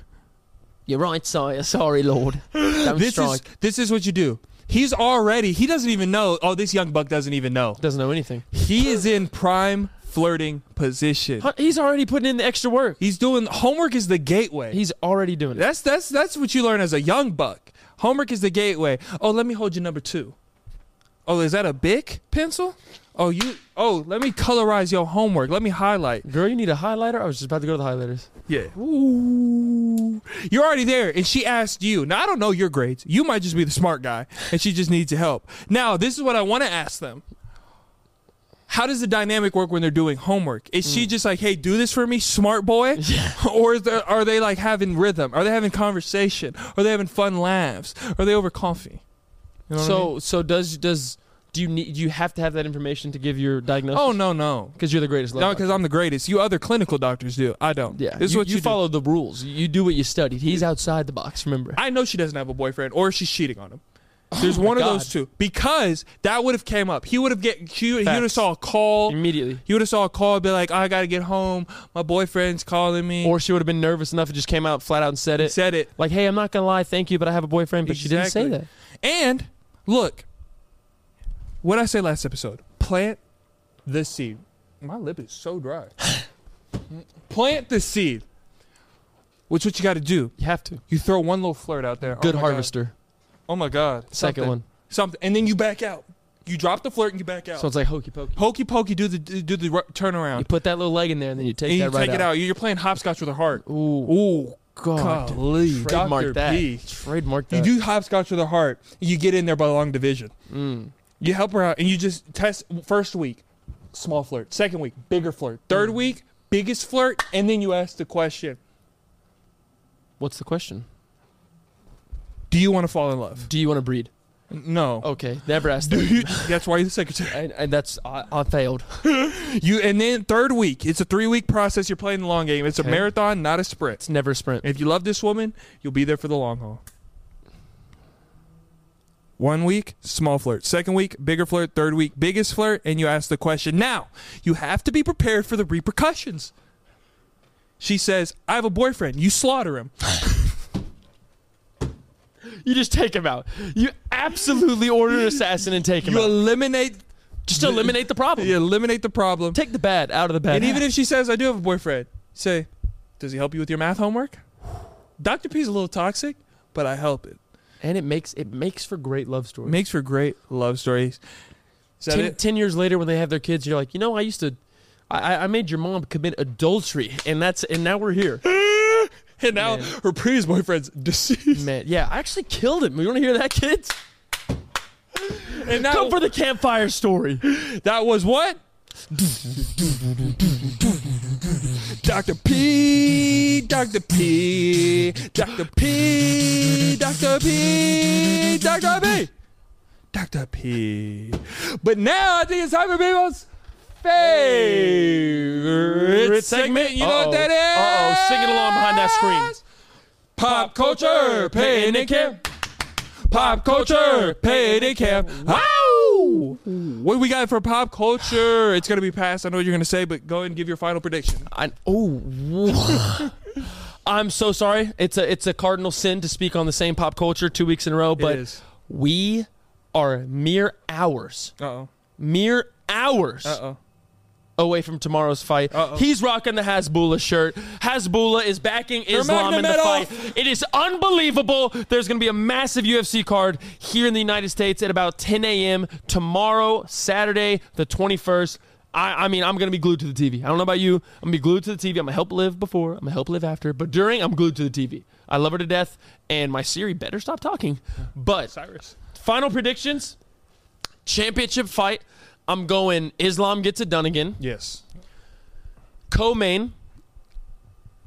[SPEAKER 4] You're right, sire. Sorry, [GASPS] Lord. Don't
[SPEAKER 2] This
[SPEAKER 4] strike.
[SPEAKER 2] is this is what you do. He's already he doesn't even know. Oh, this young buck doesn't even know.
[SPEAKER 3] Doesn't know anything.
[SPEAKER 2] He is in prime flirting position.
[SPEAKER 3] Huh, He's already putting in the extra work.
[SPEAKER 2] He's doing homework is the gateway.
[SPEAKER 3] He's already doing it.
[SPEAKER 2] That's that's that's what you learn as a young buck. Homework is the gateway. Oh, let me hold your number two. Oh, is that a big pencil? Oh, you. Oh, let me colorize your homework. Let me highlight.
[SPEAKER 3] Girl, you need a highlighter? I was just about to go to the highlighters.
[SPEAKER 2] Yeah. Ooh. You're already there, and she asked you. Now I don't know your grades. You might just be the smart guy, and she just needs your help. Now this is what I want to ask them. How does the dynamic work when they're doing homework? Is she
[SPEAKER 3] Mm.
[SPEAKER 2] just like, "Hey, do this for me, smart
[SPEAKER 3] [LAUGHS]
[SPEAKER 2] boy," [LAUGHS] or is there, are they like having rhythm? Are they having conversation? Are they having fun laughs? Are they over coffee? You know what I
[SPEAKER 3] so
[SPEAKER 2] mean?
[SPEAKER 3] so does does do you need do you have to have that information to give your diagnosis?
[SPEAKER 2] oh no,
[SPEAKER 3] [LAUGHS]
[SPEAKER 2] no,
[SPEAKER 3] because you're the greatest.
[SPEAKER 2] no,
[SPEAKER 3] love
[SPEAKER 2] because I'm the greatest. You other clinical doctors do. I don't.
[SPEAKER 3] doctor. yeah,
[SPEAKER 2] this is
[SPEAKER 3] you,
[SPEAKER 2] what
[SPEAKER 3] you,
[SPEAKER 2] you, do.
[SPEAKER 3] follow the rules. You do what you studied. He's outside the box. Remember,
[SPEAKER 2] I know she doesn't have a boyfriend or she's cheating on him. There's one of
[SPEAKER 3] Oh God.
[SPEAKER 2] those two because that would have came up. He would have get he, would have
[SPEAKER 3] Facts.
[SPEAKER 2] saw a call.
[SPEAKER 3] Immediately.
[SPEAKER 2] He would have saw a call. Be like, I gotta get home. My boyfriend's calling me.
[SPEAKER 3] or she would have been nervous enough and just came out flat out and said it.
[SPEAKER 2] said it.
[SPEAKER 3] like, hey, I'm not gonna lie, thank you, but I have a boyfriend. But she didn't say that.
[SPEAKER 2] Exactly. And look, what I say last episode. Plant the seed. My lip is so
[SPEAKER 3] [SIGHS]
[SPEAKER 2] dry. Plant the seed. Which what you got to do?
[SPEAKER 3] You have to.
[SPEAKER 2] You throw one little flirt out there. Oh
[SPEAKER 3] Good
[SPEAKER 2] my God.
[SPEAKER 3] harvester.
[SPEAKER 2] Oh my god.
[SPEAKER 3] Second
[SPEAKER 2] Something.
[SPEAKER 3] one.
[SPEAKER 2] Something. And then you back out. You drop the flirt and you back out.
[SPEAKER 3] So it's like hokey pokey.
[SPEAKER 2] Hokey pokey, do the do the ru- turnaround.
[SPEAKER 3] You put that little leg in there and then you take
[SPEAKER 2] and you
[SPEAKER 3] that right
[SPEAKER 2] take it out. You're playing hopscotch with a heart.
[SPEAKER 3] Ooh,
[SPEAKER 2] Ooh,
[SPEAKER 3] God.
[SPEAKER 2] golly,
[SPEAKER 3] Trademark
[SPEAKER 2] Dr.
[SPEAKER 3] that.
[SPEAKER 2] P.
[SPEAKER 3] Trademark that.
[SPEAKER 2] You do hopscotch with a heart. You get in there by long division.
[SPEAKER 3] Mm.
[SPEAKER 2] You help her out, and you just test first week, small flirt. Second week, bigger flirt.
[SPEAKER 3] Mm.
[SPEAKER 2] Third week, biggest flirt, and then you ask the question:
[SPEAKER 3] What's the question?
[SPEAKER 2] Do you want to fall in love?
[SPEAKER 3] Do you want to breed?
[SPEAKER 2] No.
[SPEAKER 3] Okay, never asked
[SPEAKER 2] Do
[SPEAKER 3] that.
[SPEAKER 2] you, [LAUGHS] that's why you're the secretary.
[SPEAKER 3] and, and that's I, I failed. [LAUGHS]
[SPEAKER 2] You and then third week, it's a three week process. You're playing the long game. It's a
[SPEAKER 3] Okay.
[SPEAKER 2] marathon, not a sprint.
[SPEAKER 3] It's never a sprint.
[SPEAKER 2] If you love this woman, you'll be there for the long haul. One week, small flirt. Second week, bigger flirt. Third week, biggest flirt. And you ask the question. Now, you have to be prepared for the repercussions. She says, I have a boyfriend. You slaughter him.
[SPEAKER 3] You just take him out. You absolutely order an assassin and take him
[SPEAKER 2] You
[SPEAKER 3] out.
[SPEAKER 2] eliminate
[SPEAKER 3] Just eliminate the problem.
[SPEAKER 2] you eliminate the problem.
[SPEAKER 3] Take the bad out of the bad.
[SPEAKER 2] And even if she says, I do have a boyfriend, say, Does he help you with your math homework? Dr. P's a little toxic, but I help it.
[SPEAKER 3] and it makes it makes for great love stories.
[SPEAKER 2] Makes for great love stories. Is that
[SPEAKER 3] Ten,
[SPEAKER 2] it?
[SPEAKER 3] ten years later, when they have their kids, you're like, you know, I used to, I, I- I made your mom commit adultery, and that's and now
[SPEAKER 2] [LAUGHS]
[SPEAKER 3] we're here.
[SPEAKER 2] And now
[SPEAKER 3] Man.
[SPEAKER 2] her previous boyfriend's deceased.
[SPEAKER 3] Man, yeah, I actually killed him. You want to hear that, kids?
[SPEAKER 2] And
[SPEAKER 3] Come
[SPEAKER 2] that,
[SPEAKER 3] for the campfire story.
[SPEAKER 2] [LAUGHS] that was what? Dr. P, Dr. P, Dr. P, Dr. P, Dr. P, Dr. P. But now I think it's time for people's favorite segment.
[SPEAKER 3] Favorite segment?
[SPEAKER 2] You know
[SPEAKER 3] Uh-oh.
[SPEAKER 2] what that is?
[SPEAKER 3] Uh-oh. Sing it along behind that screen.
[SPEAKER 2] Pop culture, paying in camp. Pop culture, paying in camp. Ow! What we got for pop culture? It's gonna be passed. I know what you're gonna say, but go ahead and give your final prediction.
[SPEAKER 3] I, oh, [LAUGHS] I'm so sorry. It's a it's a cardinal sin to speak on the same pop culture two weeks in a row,
[SPEAKER 2] is.
[SPEAKER 3] but we are mere hours,
[SPEAKER 2] Uh oh.
[SPEAKER 3] mere hours
[SPEAKER 2] oh.
[SPEAKER 3] away from tomorrow's fight.
[SPEAKER 2] Uh-oh.
[SPEAKER 3] He's rocking the Hasbullah shirt. Hasbullah is backing Islam in the
[SPEAKER 2] Nurmagomedov.
[SPEAKER 3] fight. It is unbelievable. There's going to be a massive UFC card here in the United States at about 10 a.m. tomorrow, Saturday, the 21st. I, I mean, I'm going to be glued to the TV. I don't know about you. I'm going to be glued to the TV. I'm going to help live before. I'm going to help live after. But during, I'm glued to the TV. I love her to death, and my Siri better stop talking. But
[SPEAKER 2] Cyrus.
[SPEAKER 3] final predictions championship fight. I'm going Islam gets it done again
[SPEAKER 2] Yes.
[SPEAKER 3] co-main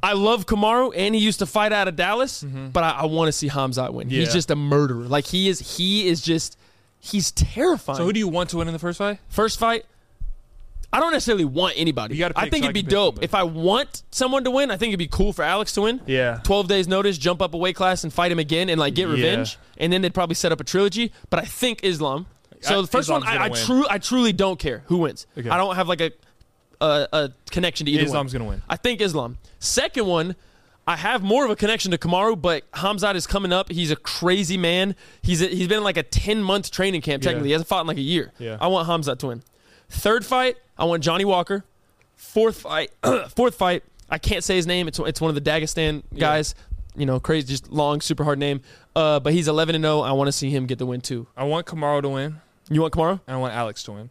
[SPEAKER 4] I love Kamaru, and he used to fight out of Dallas, but I, I want to see Hamzat win.
[SPEAKER 2] Yeah.
[SPEAKER 4] He's just a murderer. Like he is. He is just. He's terrifying.
[SPEAKER 2] So who do you want to win in the first fight?
[SPEAKER 4] First fight, I don't necessarily want anybody.
[SPEAKER 2] You gotta
[SPEAKER 4] I
[SPEAKER 2] pick,
[SPEAKER 4] think
[SPEAKER 2] so I
[SPEAKER 4] it'd be
[SPEAKER 2] can pick
[SPEAKER 4] dope.
[SPEAKER 2] somebody.
[SPEAKER 4] If I want someone to win, I think it'd be cool for Alex to win.
[SPEAKER 2] Yeah.
[SPEAKER 4] 12 days notice, jump up a weight class and fight him again and like get
[SPEAKER 2] Yeah.
[SPEAKER 4] revenge. And then they'd probably set up a trilogy. But I think Islam. So
[SPEAKER 2] I-
[SPEAKER 4] the first
[SPEAKER 2] Islam's
[SPEAKER 4] one, I, I,
[SPEAKER 2] gonna win.
[SPEAKER 4] tru- I truly don't care who wins.
[SPEAKER 2] Okay.
[SPEAKER 4] I don't have like a, a, a connection to either one.
[SPEAKER 2] Islam's gonna win.
[SPEAKER 4] I think Islam. Second one, I have more of a connection to Kamaru, but Hamzat is coming up. He's a crazy man. He's a, he's been in like a ten month training camp. Technically, he hasn't fought in like a year.
[SPEAKER 2] Yeah.
[SPEAKER 4] I want Hamzat to win. Third fight, I want Johnny Walker. Fourth fight, [CLEARS THROAT] fourth fight, I can't say his name. It's it's one of the Dagestan guys. You know, crazy, just long, super hard name. Uh, but he's eleven and zero. I want to see him get the win too.
[SPEAKER 2] I want Kamaru to win,
[SPEAKER 4] You want Kamaru?
[SPEAKER 2] and I want Alex to win.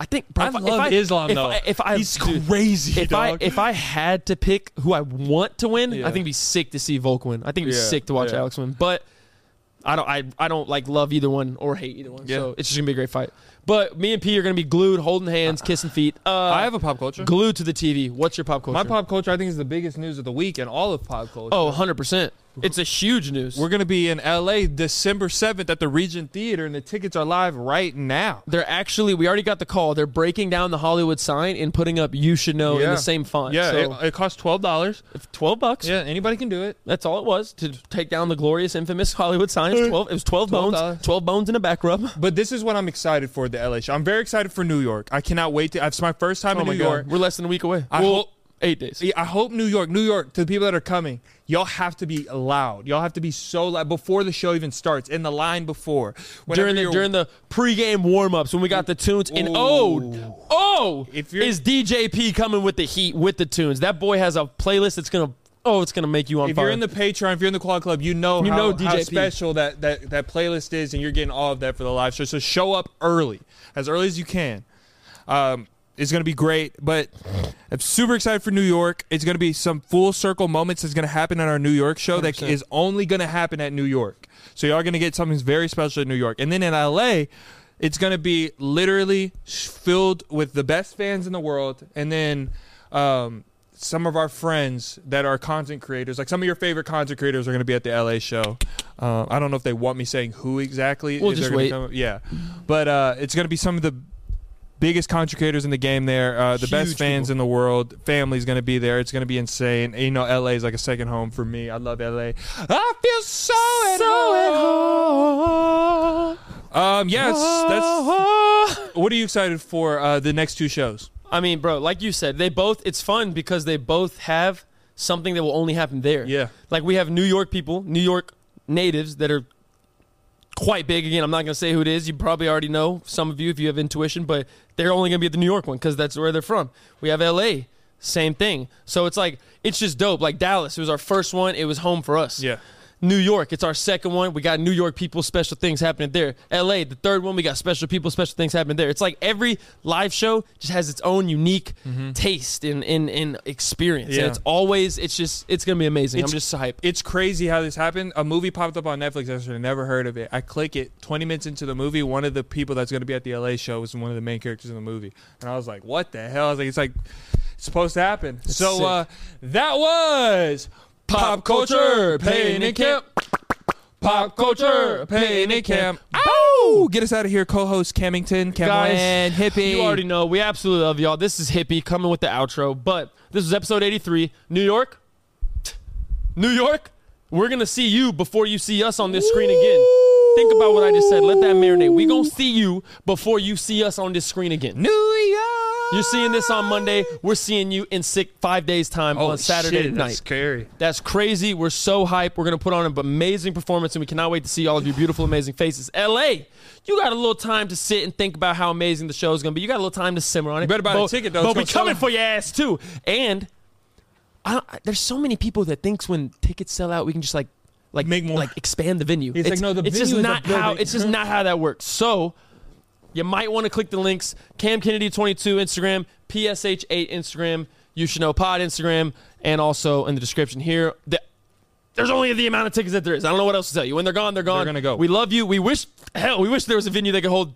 [SPEAKER 4] I think. Bro,
[SPEAKER 2] I
[SPEAKER 4] if
[SPEAKER 2] love
[SPEAKER 4] if
[SPEAKER 2] Islam,
[SPEAKER 4] if
[SPEAKER 2] though.
[SPEAKER 4] I, if I
[SPEAKER 2] He's
[SPEAKER 4] dude,
[SPEAKER 2] crazy,
[SPEAKER 4] If
[SPEAKER 2] dog.
[SPEAKER 4] I if I had to pick who I want to win,
[SPEAKER 2] Yeah.
[SPEAKER 4] I think it'd be sick to see Volk win. I think it'd be
[SPEAKER 2] Yeah,
[SPEAKER 4] sick to watch
[SPEAKER 2] yeah.
[SPEAKER 4] Alex win. But I don't I, I don't like love either one or hate either one. So it's just gonna be a great fight. But me and P are gonna be glued, holding hands, kissing feet. Uh,
[SPEAKER 2] I have a pop culture.
[SPEAKER 4] glued to the TV. What's your pop culture?
[SPEAKER 2] My pop culture, I think, is the biggest news of the week and all of pop culture.
[SPEAKER 4] Oh, 100 percent. It's a huge news.
[SPEAKER 2] We're going to be in LA December 7th at the Regent Theater, and the tickets are live right now.
[SPEAKER 4] they're actually we already got the call. They're breaking down the Hollywood sign and putting up "You Should Know" in
[SPEAKER 2] Yeah.
[SPEAKER 4] the same font.
[SPEAKER 2] Yeah,
[SPEAKER 4] so
[SPEAKER 2] it, it costs $12.
[SPEAKER 4] if twelve bucks.
[SPEAKER 2] Yeah, anybody can do it.
[SPEAKER 4] That's all it was to take down the glorious, infamous Hollywood sign.
[SPEAKER 2] [LAUGHS]
[SPEAKER 4] It was Twelve. It was
[SPEAKER 2] $12.
[SPEAKER 4] twelve bones. Twelve bones in a back rub.
[SPEAKER 2] But this is what I'm excited for the LA show. I'm very excited for New York. I cannot wait to. It's my first time
[SPEAKER 4] Oh
[SPEAKER 2] in
[SPEAKER 4] my
[SPEAKER 2] New York.
[SPEAKER 4] god, we're less than a week away.
[SPEAKER 2] I
[SPEAKER 4] well,
[SPEAKER 2] hope-
[SPEAKER 4] eight days.
[SPEAKER 2] Yeah, I hope New York, New York, to the people that are coming, y'all have to be loud. Y'all have to be so loud before the show even starts, in the line before. Whenever
[SPEAKER 4] During the
[SPEAKER 2] you're-
[SPEAKER 4] during the pregame warm ups when we got the tunes and
[SPEAKER 2] Ooh.
[SPEAKER 4] oh oh
[SPEAKER 2] If you're-
[SPEAKER 4] is DJP coming with the heat with the tunes? That boy has a playlist that's gonna oh it's gonna make you on
[SPEAKER 2] if
[SPEAKER 4] fire.
[SPEAKER 2] you're in the Patreon, if you're in the Quad Club, you know
[SPEAKER 4] You
[SPEAKER 2] how,
[SPEAKER 4] know
[SPEAKER 2] how
[SPEAKER 4] DJP.
[SPEAKER 2] special that, that that playlist is, and you're getting all of that for the live show. So show up early, as early as you can. Um, it's gonna be great, but I'm super excited for New York. It's gonna be some full circle moments that's gonna happen at our New York show that is only gonna happen at New York. So y'all gonna get something very special at New York, and then in LA. It's gonna be literally filled with the best fans in the world, and then um, some of our friends that are content creators, like some of your favorite content creators, are going to be at the LA show. Um, I don't know if they want me saying who exactly.
[SPEAKER 4] We'll
[SPEAKER 2] is
[SPEAKER 4] just
[SPEAKER 2] they're gonna
[SPEAKER 4] wait.
[SPEAKER 2] come- yeah, but uh, it's going to be some of the biggest content creators in the game. There, uh, the best
[SPEAKER 4] Huge
[SPEAKER 2] fans in the world. Family's going to be there. It's going to be insane. And, you know, LA is like a second home for me. I love LA. I feel so at home. Oh. Um, yes, that's. What are you excited for uh, the next two shows?
[SPEAKER 4] I mean, bro, like you said, they both it's fun because they both have something that will only happen there.
[SPEAKER 2] Yeah.
[SPEAKER 4] Like we have New York people, New York natives that are quite big. Again, I'm not gonna say who it is. You probably already know some of you if you have intuition, but they're only gonna be at the New York one because that's where they're from. We have LA, same thing. So it's like it's just dope. Like Dallas, it was our first one, it was home for us.
[SPEAKER 2] Yeah.
[SPEAKER 4] New York, it's our second one. We got New York people, special things happening there. LA, the third one, we got special people, special things happening there. It's like every live show just has its own unique taste and, and, and experience.
[SPEAKER 2] Mm-hmm. Yeah.
[SPEAKER 4] And it's always, it's just, it's going to be amazing. I'm just hyped.
[SPEAKER 2] It's crazy how this happened. A movie popped up on Netflix yesterday. Never heard of it. I click it. Twenty minutes into the movie, one of the people that's going to be at the LA show was one of the main characters in the movie, and I was like, "What the hell?" I was like, "It's like it's supposed to happen." so
[SPEAKER 4] sick.
[SPEAKER 2] uh, that was pop culture, pain and camp. Pop culture, pain and camp. Ow! Get us out of here, co-host Camington, Cam Wan,
[SPEAKER 4] Guys,
[SPEAKER 2] hippie.
[SPEAKER 4] you already know. We absolutely love y'all. This is Hippie coming with the outro. But this is episode 83. New York, New York, we're going to see you before you see us on this screen again. Think about what I just said. Let that marinate. we going to see you before you see us on this screen again.
[SPEAKER 2] New York.
[SPEAKER 4] You're seeing this on Monday. We're seeing you in six, five days' time
[SPEAKER 2] Oh,
[SPEAKER 4] on Saturday
[SPEAKER 2] shit,
[SPEAKER 4] night.
[SPEAKER 2] That's scary.
[SPEAKER 4] That's crazy. We're so hyped. We're going to put on an amazing performance, and we cannot wait to see all of your beautiful, amazing faces. LA, you got a little time to sit and think about how amazing the show is going to be. You got a little time to simmer on it. You
[SPEAKER 2] better buy the ticket, though. It's
[SPEAKER 4] But we
[SPEAKER 2] gonna sell
[SPEAKER 4] coming
[SPEAKER 2] out.
[SPEAKER 4] for your ass, too. And I don't, I- there's so many people that thinks when tickets sell out, we can just like, like,
[SPEAKER 2] Make more.
[SPEAKER 4] like expand the venue.
[SPEAKER 2] It's like, no, the
[SPEAKER 4] it's just
[SPEAKER 2] venue is a
[SPEAKER 4] not how
[SPEAKER 2] building.
[SPEAKER 4] it's just not how that works. So you might want to click the links. Cam Kennedy 22 Instagram, PSH8 Instagram, You Should Know Pod Instagram, and also in the description here. The, there's only the amount of tickets that there is. I don't know what else to tell you. When they're gone, they're gone.
[SPEAKER 2] gonna go.
[SPEAKER 4] We love you. We wish hell. We wish there was a venue that could hold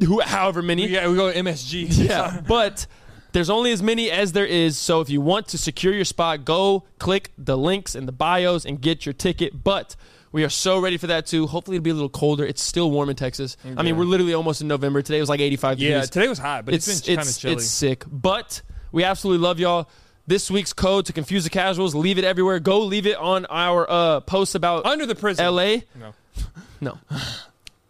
[SPEAKER 4] who, however many.
[SPEAKER 2] Yeah, we go MSG.
[SPEAKER 4] Yeah, [LAUGHS] but There's only as many as there is, so if you want to secure your spot, go click the links in the bios and get your ticket. But we are so ready for that too. Hopefully it'll be a little colder. It's still warm in Texas. I mean, we're literally almost in November. Today was like 85
[SPEAKER 2] Yeah,
[SPEAKER 4] degrees.
[SPEAKER 2] today was hot, but it's, been kind of
[SPEAKER 4] it's,
[SPEAKER 2] chilly.
[SPEAKER 4] it's sick. But we absolutely love y'all. This week's code to confuse the casuals. Leave it everywhere. Go leave it on our uh, post about
[SPEAKER 2] Under the prison.
[SPEAKER 4] LA.
[SPEAKER 2] No.
[SPEAKER 4] [LAUGHS] No.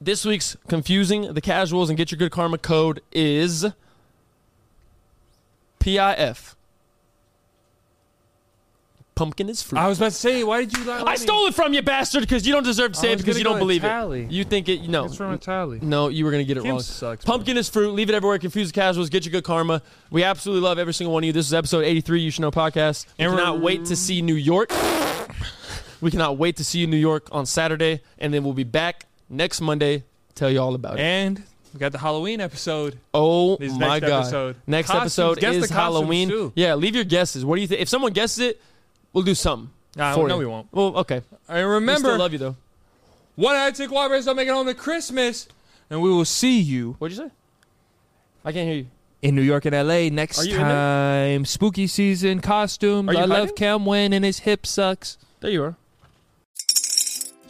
[SPEAKER 4] This week's confusing the casuals and get your good karma code is PIF. Pumpkin is fruit.
[SPEAKER 2] I
[SPEAKER 4] I,
[SPEAKER 2] was about to say, why did you lie? to me?
[SPEAKER 4] stole it from you, bastard, because you don't deserve to say it
[SPEAKER 2] was
[SPEAKER 4] because you
[SPEAKER 2] gonna
[SPEAKER 4] don't
[SPEAKER 2] go
[SPEAKER 4] believe
[SPEAKER 2] Itali.
[SPEAKER 4] it. You think it? No.
[SPEAKER 2] It's from Italy.
[SPEAKER 4] No, you were gonna get it
[SPEAKER 2] Kim
[SPEAKER 4] wrong.
[SPEAKER 2] sucks, bro.
[SPEAKER 4] Pumpkin is fruit. Leave it everywhere. Confuse the casuals. Get your good karma. We absolutely love every single one of you. This is episode 83. You should know podcast. We
[SPEAKER 2] And we're-
[SPEAKER 4] cannot wait to see New York. we cannot wait to see you in New York on Saturday, and then we'll be back next Monday. Tell you all about it.
[SPEAKER 2] And we got the Halloween episode.
[SPEAKER 4] Oh
[SPEAKER 2] This
[SPEAKER 4] my
[SPEAKER 2] next
[SPEAKER 4] god!
[SPEAKER 2] episode.
[SPEAKER 4] Next
[SPEAKER 2] Costumes.
[SPEAKER 4] episode
[SPEAKER 2] Guess the
[SPEAKER 4] is
[SPEAKER 2] costumes,
[SPEAKER 4] Halloween.
[SPEAKER 2] too.
[SPEAKER 4] Yeah, leave your guesses. What do you think? If someone guesses it, we'll do something.
[SPEAKER 2] Nah,
[SPEAKER 4] for
[SPEAKER 2] no,
[SPEAKER 4] you.
[SPEAKER 2] we won't.
[SPEAKER 4] Well, okay.
[SPEAKER 2] And
[SPEAKER 4] we
[SPEAKER 2] remember,
[SPEAKER 4] still love you though.
[SPEAKER 2] one Atlantic Wallbreakers don't make it home to Christmas, and we will see you
[SPEAKER 4] What'd you say? I can't hear you.
[SPEAKER 2] in New York and LA next
[SPEAKER 4] Are you in there?
[SPEAKER 2] time. Spooky season costumes.
[SPEAKER 4] Are you
[SPEAKER 2] I
[SPEAKER 4] hiding?
[SPEAKER 2] love Cam Wynn and his hip sucks.
[SPEAKER 4] There you are.